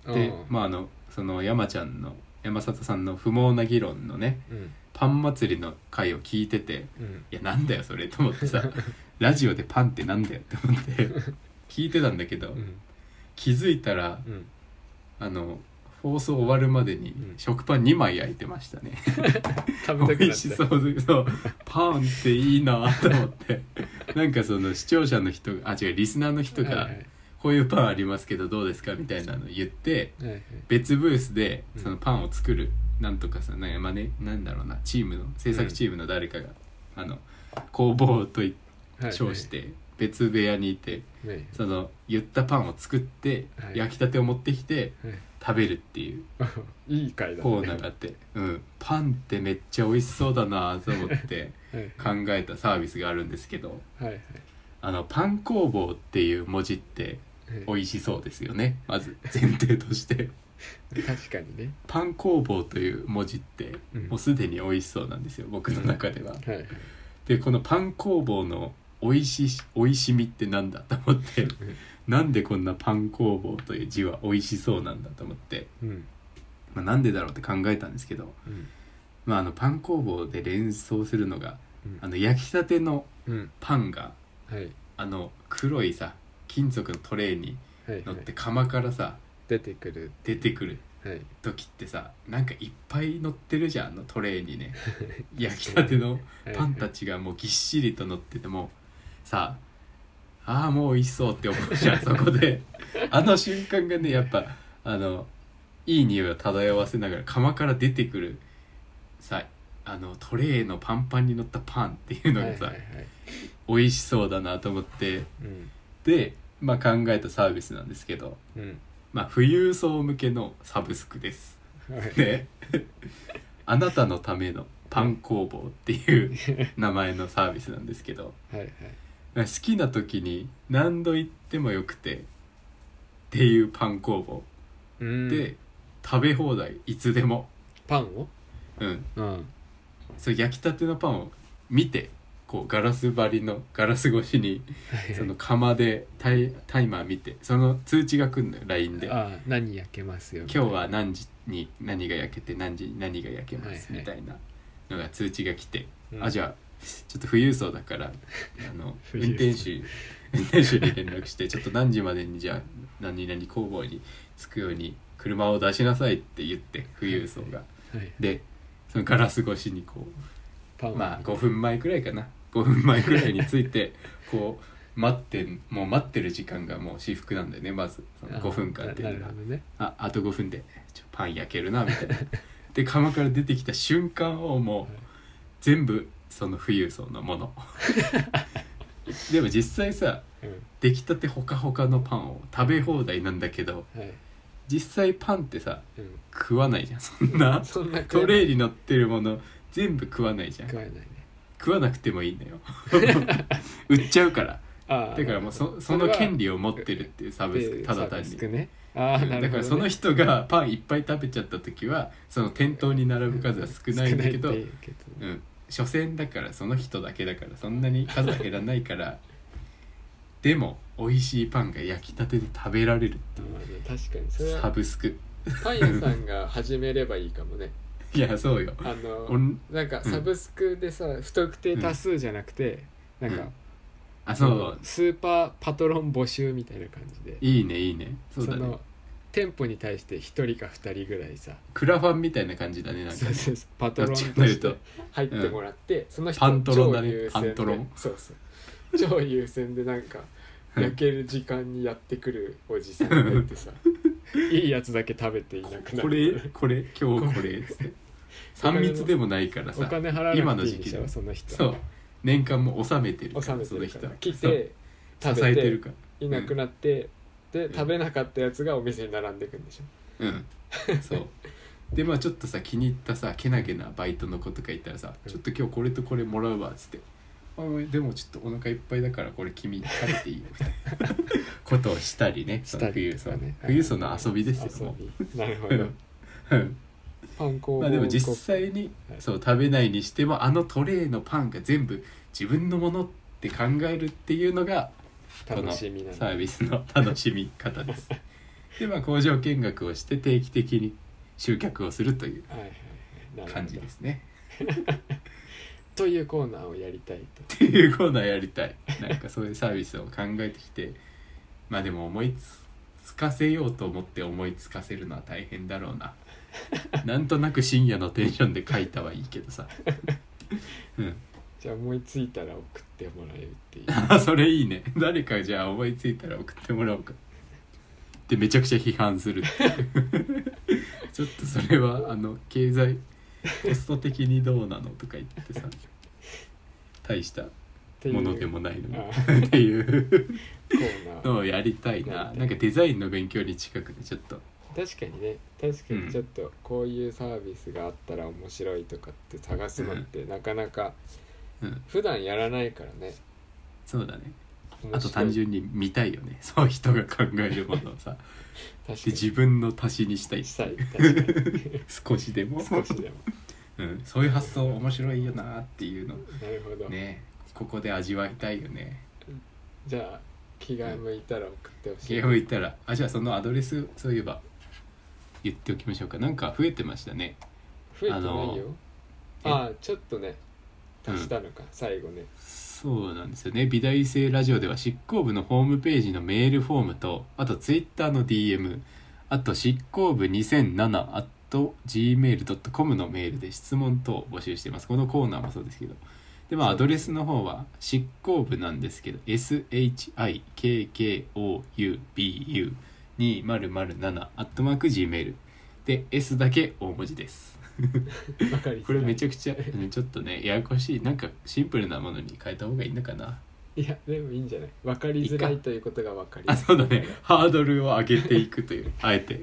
Speaker 2: うん
Speaker 1: で
Speaker 2: あー
Speaker 1: まああのその山ちゃんの山里さんの不毛な議論のね
Speaker 2: うん
Speaker 1: パン祭りの回を聞いてて
Speaker 2: うん
Speaker 1: いやなんだよそれと思って
Speaker 2: [LAUGHS]
Speaker 1: さラジオでパンってなんだよって思って聞いてたんだけど、
Speaker 2: うん
Speaker 1: 気づいたら
Speaker 2: うん
Speaker 1: あの放送終わるまでに
Speaker 2: うん
Speaker 1: 食パン2枚焼いてましたね、
Speaker 2: 食べた
Speaker 1: [LAUGHS]
Speaker 2: く
Speaker 1: 美味
Speaker 2: な
Speaker 1: し
Speaker 2: っ
Speaker 1: そ
Speaker 2: た
Speaker 1: うでそうパンっていいなと思って [LAUGHS] なんかその視聴者の人があ違うリスナーの人
Speaker 2: はい
Speaker 1: が「こういうパンありますけどどうですか?」みたいなの言って
Speaker 2: はいはい
Speaker 1: 別ブースで
Speaker 2: うん
Speaker 1: そのパンを作るなんとかさなんかまあねなんだろうなチームの制作チームの誰かが、あの工房とい
Speaker 2: はい
Speaker 1: 称して別部屋にいて
Speaker 2: はいはい
Speaker 1: その言ったパンを作って
Speaker 2: はい
Speaker 1: 焼きたてを持ってきて食べるっていう
Speaker 2: いい回だね
Speaker 1: コーナーがあって、うん、パンってめっちゃ美味しそうだなと思って。
Speaker 2: はい
Speaker 1: 考えたサービスがあるんですけど
Speaker 2: はいはい
Speaker 1: あのパン工房っていう文字って美
Speaker 2: はい
Speaker 1: 味しそうですよねまず前提として
Speaker 2: 確かにね
Speaker 1: パン工房という文字って
Speaker 2: うん
Speaker 1: もうすでに美味しそうなんですよ僕の中では、
Speaker 2: はいはい
Speaker 1: でこのパン工房の美味しし美味しみってなんだと思ってなんでこんなパン工房という字は美味しそうなんだと思って、
Speaker 2: うん
Speaker 1: まあ、なんでだろうって考えたんですけど、
Speaker 2: うん
Speaker 1: まあ、あのパン工房で連想するのが
Speaker 2: うん
Speaker 1: あの焼きたての
Speaker 2: うん
Speaker 1: パンが
Speaker 2: はい
Speaker 1: あの黒いさ金属のトレーに
Speaker 2: はいは
Speaker 1: 乗っ
Speaker 2: い
Speaker 1: て釜からさ
Speaker 2: 出てくる
Speaker 1: 出てくる
Speaker 2: はい
Speaker 1: 時ってさなんかいっぱい乗ってるじゃんあのトレーに
Speaker 2: [LAUGHS]
Speaker 1: ね焼きたての
Speaker 2: はい
Speaker 1: パンたちがもうぎっしりと乗っててもさああーもう美味しそうって思うじ
Speaker 2: [LAUGHS]
Speaker 1: ゃんそこであの瞬間がねやっぱあのいい匂いを漂わせながら釜から出てくるさあのトレーのパンパンに乗ったパンっていうの
Speaker 2: はい
Speaker 1: がさ、
Speaker 2: はいはい
Speaker 1: 美味しそうだなと思って
Speaker 2: うん
Speaker 1: で、まあ、考えたサービスなんですけど、
Speaker 2: うん
Speaker 1: まあ、富裕層向けのサブスクです。
Speaker 2: はい
Speaker 1: で [LAUGHS] あなたのためのパン工房っていう
Speaker 2: [LAUGHS]
Speaker 1: 名前のサービスなんですけど
Speaker 2: はいはい
Speaker 1: 好きな時に何度行ってもよくてっていうパン工房
Speaker 2: うん
Speaker 1: で、食べ放題いつでも、
Speaker 2: パンを
Speaker 1: うん、
Speaker 2: うん
Speaker 1: それ焼きたてのパンを見てこうガラス張りのガラス越しにその釜でタイタイマー見てその通知が来るのよ LINE で
Speaker 2: ああ何焼けますよみたい
Speaker 1: 今
Speaker 2: な
Speaker 1: 日は何時に何が焼けて何時に何が焼けます
Speaker 2: はい
Speaker 1: み
Speaker 2: はい
Speaker 1: たいなのが通知が来て、
Speaker 2: うん
Speaker 1: あじゃあちょっと富裕層だからあ
Speaker 2: [LAUGHS]
Speaker 1: の
Speaker 2: 富
Speaker 1: 運
Speaker 2: 裕層
Speaker 1: 転手運転手に連絡してちょっと何時までにじゃあ何々工房に着くように車を出しなさいって言って富裕層が。
Speaker 2: はい
Speaker 1: でそのガラス越しにこ
Speaker 2: パン
Speaker 1: う
Speaker 2: を
Speaker 1: まあ5分前くらいかな5分前くらいに着いて [LAUGHS] こう待ってもう待ってる時間がもう私服なんだよねまずその5分間って
Speaker 2: あ
Speaker 1: いう
Speaker 2: なる
Speaker 1: の
Speaker 2: ほ
Speaker 1: が
Speaker 2: ど。ね
Speaker 1: ああと5分でちょパン焼けるなみたいな [LAUGHS] で釜から出てきた瞬間をもう全部その富裕層のもの [LAUGHS] でも実際さ
Speaker 2: うん
Speaker 1: 出来たてほかほかのパンを食べ放題なんだけど
Speaker 2: はい
Speaker 1: 実際パンってさ
Speaker 2: うん
Speaker 1: 食わないじゃんそんな
Speaker 2: そんな食
Speaker 1: ト
Speaker 2: えない
Speaker 1: レーに乗ってるもの全部食わないじゃん
Speaker 2: 食わないね
Speaker 1: 食わなくてもいいんだよ [LAUGHS] 売っちゃうから
Speaker 2: ああ
Speaker 1: だからもうそその権利を持ってるっていうサブスクただ単に
Speaker 2: ねああなるほど、ね、
Speaker 1: だからその人がパンいっぱい食べちゃった時はその店頭に並ぶ数は少ないんだけど、
Speaker 2: 少
Speaker 1: う
Speaker 2: ないっ
Speaker 1: ん、
Speaker 2: ていうけど
Speaker 1: 所詮だからその人だけだからそんなに数は減らないからでも美味しいパンが焼きたてで食べられるってい
Speaker 2: まあね確かにそうれ
Speaker 1: サ
Speaker 2: は
Speaker 1: ブスク
Speaker 2: パン屋さんが始めればいいかもね
Speaker 1: いやそうよ
Speaker 2: あ
Speaker 1: お
Speaker 2: の
Speaker 1: ん
Speaker 2: なんかサブスクでさ、不特定多数じゃなくて、なん
Speaker 1: うん
Speaker 2: か、
Speaker 1: あそう
Speaker 2: スーパーパトロン募集みたいな感じで
Speaker 1: いいねいいねそうだね
Speaker 2: の店舗に対して1人か2人ぐらいさ
Speaker 1: クラファンみたいな感じだねなんか
Speaker 2: そうそうそうパトロンと
Speaker 1: どっち
Speaker 2: し
Speaker 1: かという
Speaker 2: て
Speaker 1: と
Speaker 2: 入ってもらって、その人
Speaker 1: パントロンだね
Speaker 2: 超優先
Speaker 1: パントロン
Speaker 2: そうそう超優先でなんか
Speaker 1: うん
Speaker 2: 焼ける時間にやってくるおじさんがいてさいいやつだけ食べていなくなる
Speaker 1: これこれ今日これつ [LAUGHS] って3密でもないから
Speaker 2: お
Speaker 1: さ
Speaker 2: 金払わ
Speaker 1: 今
Speaker 2: なく
Speaker 1: の
Speaker 2: て
Speaker 1: 時
Speaker 2: いいん
Speaker 1: 期
Speaker 2: でしょその人
Speaker 1: そう年間も納めてるから
Speaker 2: 納めて
Speaker 1: その
Speaker 2: るか
Speaker 1: 人
Speaker 2: ら
Speaker 1: は
Speaker 2: 来
Speaker 1: そう
Speaker 2: て食
Speaker 1: 支
Speaker 2: べ
Speaker 1: えてる
Speaker 2: て
Speaker 1: から
Speaker 2: いなくなって、
Speaker 1: ん
Speaker 2: で食べなかったやつがお店に並んでくんでしょ
Speaker 1: うん
Speaker 2: [LAUGHS]
Speaker 1: そうでまあちょっとさ気に入ったさけなげなバイトの子とかいたらさ「
Speaker 2: うん
Speaker 1: ちょっと今日これとこれもらうわ」っつって「あでもちょっとお腹いっぱいだからこれ君食べていいよ」みたい
Speaker 2: [LAUGHS]
Speaker 1: なことをしたりねその富裕層
Speaker 2: したりとかね
Speaker 1: 富裕層の遊びですよも
Speaker 2: 遊びなるほ
Speaker 1: うう
Speaker 2: ど
Speaker 1: んうん
Speaker 2: パン粉を
Speaker 1: まあでも実際に
Speaker 2: はい
Speaker 1: そう食べないにしてもあのトレーのパンが全部自分のものって考えるっていうのが
Speaker 2: 楽しみ
Speaker 1: この
Speaker 2: なんだ
Speaker 1: サービスの楽しみ方です
Speaker 2: [LAUGHS]
Speaker 1: でまあ工場見学をして定期的に集客をするという
Speaker 2: はいはいはいなるほど
Speaker 1: 感じですね
Speaker 2: というコーナーをやりたいと
Speaker 1: っていうコーナーやりたいなんかそういうサービスを考えてきてまあでも思いつつかせようと思って思いつかせるのは大変だろうな
Speaker 2: [LAUGHS]
Speaker 1: なんとなく深夜のテンションで書いたはいいけどさうん
Speaker 2: じゃあ思いついたら送ってもらえるっていう
Speaker 1: あ [LAUGHS] それいいね誰かじゃあ思いついたら送ってもらおうかでめちゃくちゃ批判
Speaker 2: [LAUGHS]
Speaker 1: するっていうちょっとそれはあの経済コスト的にどうなのとか言ってさ大した [LAUGHS]
Speaker 2: っていう
Speaker 1: ものでもないの
Speaker 2: あ
Speaker 1: にっていう
Speaker 2: コーナー
Speaker 1: のをやりたいな
Speaker 2: やりたい
Speaker 1: なんかデザインの勉強に近くでちょっと
Speaker 2: 確かにね確か
Speaker 1: うん
Speaker 2: にちょっとこういうサービスがあったら面白いとかって探すのってなかなか
Speaker 1: うん
Speaker 2: 普段やらないからね
Speaker 1: そうだねあ
Speaker 2: 面
Speaker 1: と
Speaker 2: 白い
Speaker 1: 単純に見たいよねそう人が考えるものをさ
Speaker 2: 確か
Speaker 1: で
Speaker 2: に
Speaker 1: 自分の足しにしたい
Speaker 2: したい確かに
Speaker 1: [LAUGHS] 少しでも
Speaker 2: 少
Speaker 1: [LAUGHS]
Speaker 2: しでも
Speaker 1: うん、そういう発想面白いよなっていうの
Speaker 2: なるほど、
Speaker 1: ねここで味わいたいよね
Speaker 2: じゃあ気が向いたら送ってほしい
Speaker 1: ゲーム行ったらあじゃあそのアドレスそういえば言っておきましょうかなんか増えてましたね
Speaker 2: 増えてないよ
Speaker 1: あ
Speaker 2: あ
Speaker 1: の
Speaker 2: あちょっとね足したのか、最後ね
Speaker 1: そうなんですよね美大生ラジオでは執行部のホームページのメールフォームとあとツイッターの DM あと執行部2007 gmail.com のメールで質問等を募集していますこのコーナーもそうですけどでまあアドレスの方は執行部なんですけど shikkoub2007 gmail で S だけ大文字です
Speaker 2: わかりづらい
Speaker 1: これめちゃくちゃうんちょっとねややこしいなんかシンプルなものに変えた方がいいのかない
Speaker 2: やでもいいんじゃないわかりづらいということがわかり
Speaker 1: あそうだねハードルを上げていくというあえて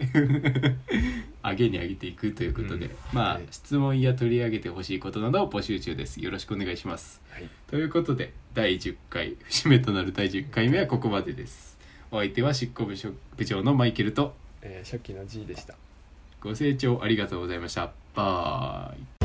Speaker 1: 上げに上げていくということで、
Speaker 2: うん
Speaker 1: まあ、
Speaker 2: はい
Speaker 1: 質問や取り上げてほしいことなどを募集中ですよろしくお願いします
Speaker 2: はい
Speaker 1: ということで第10回節目となる第10回目はここまでですお相手は執行部署部長のマイケルと
Speaker 2: えー初期の G でした
Speaker 1: ご清聴ありがとうございましたバイ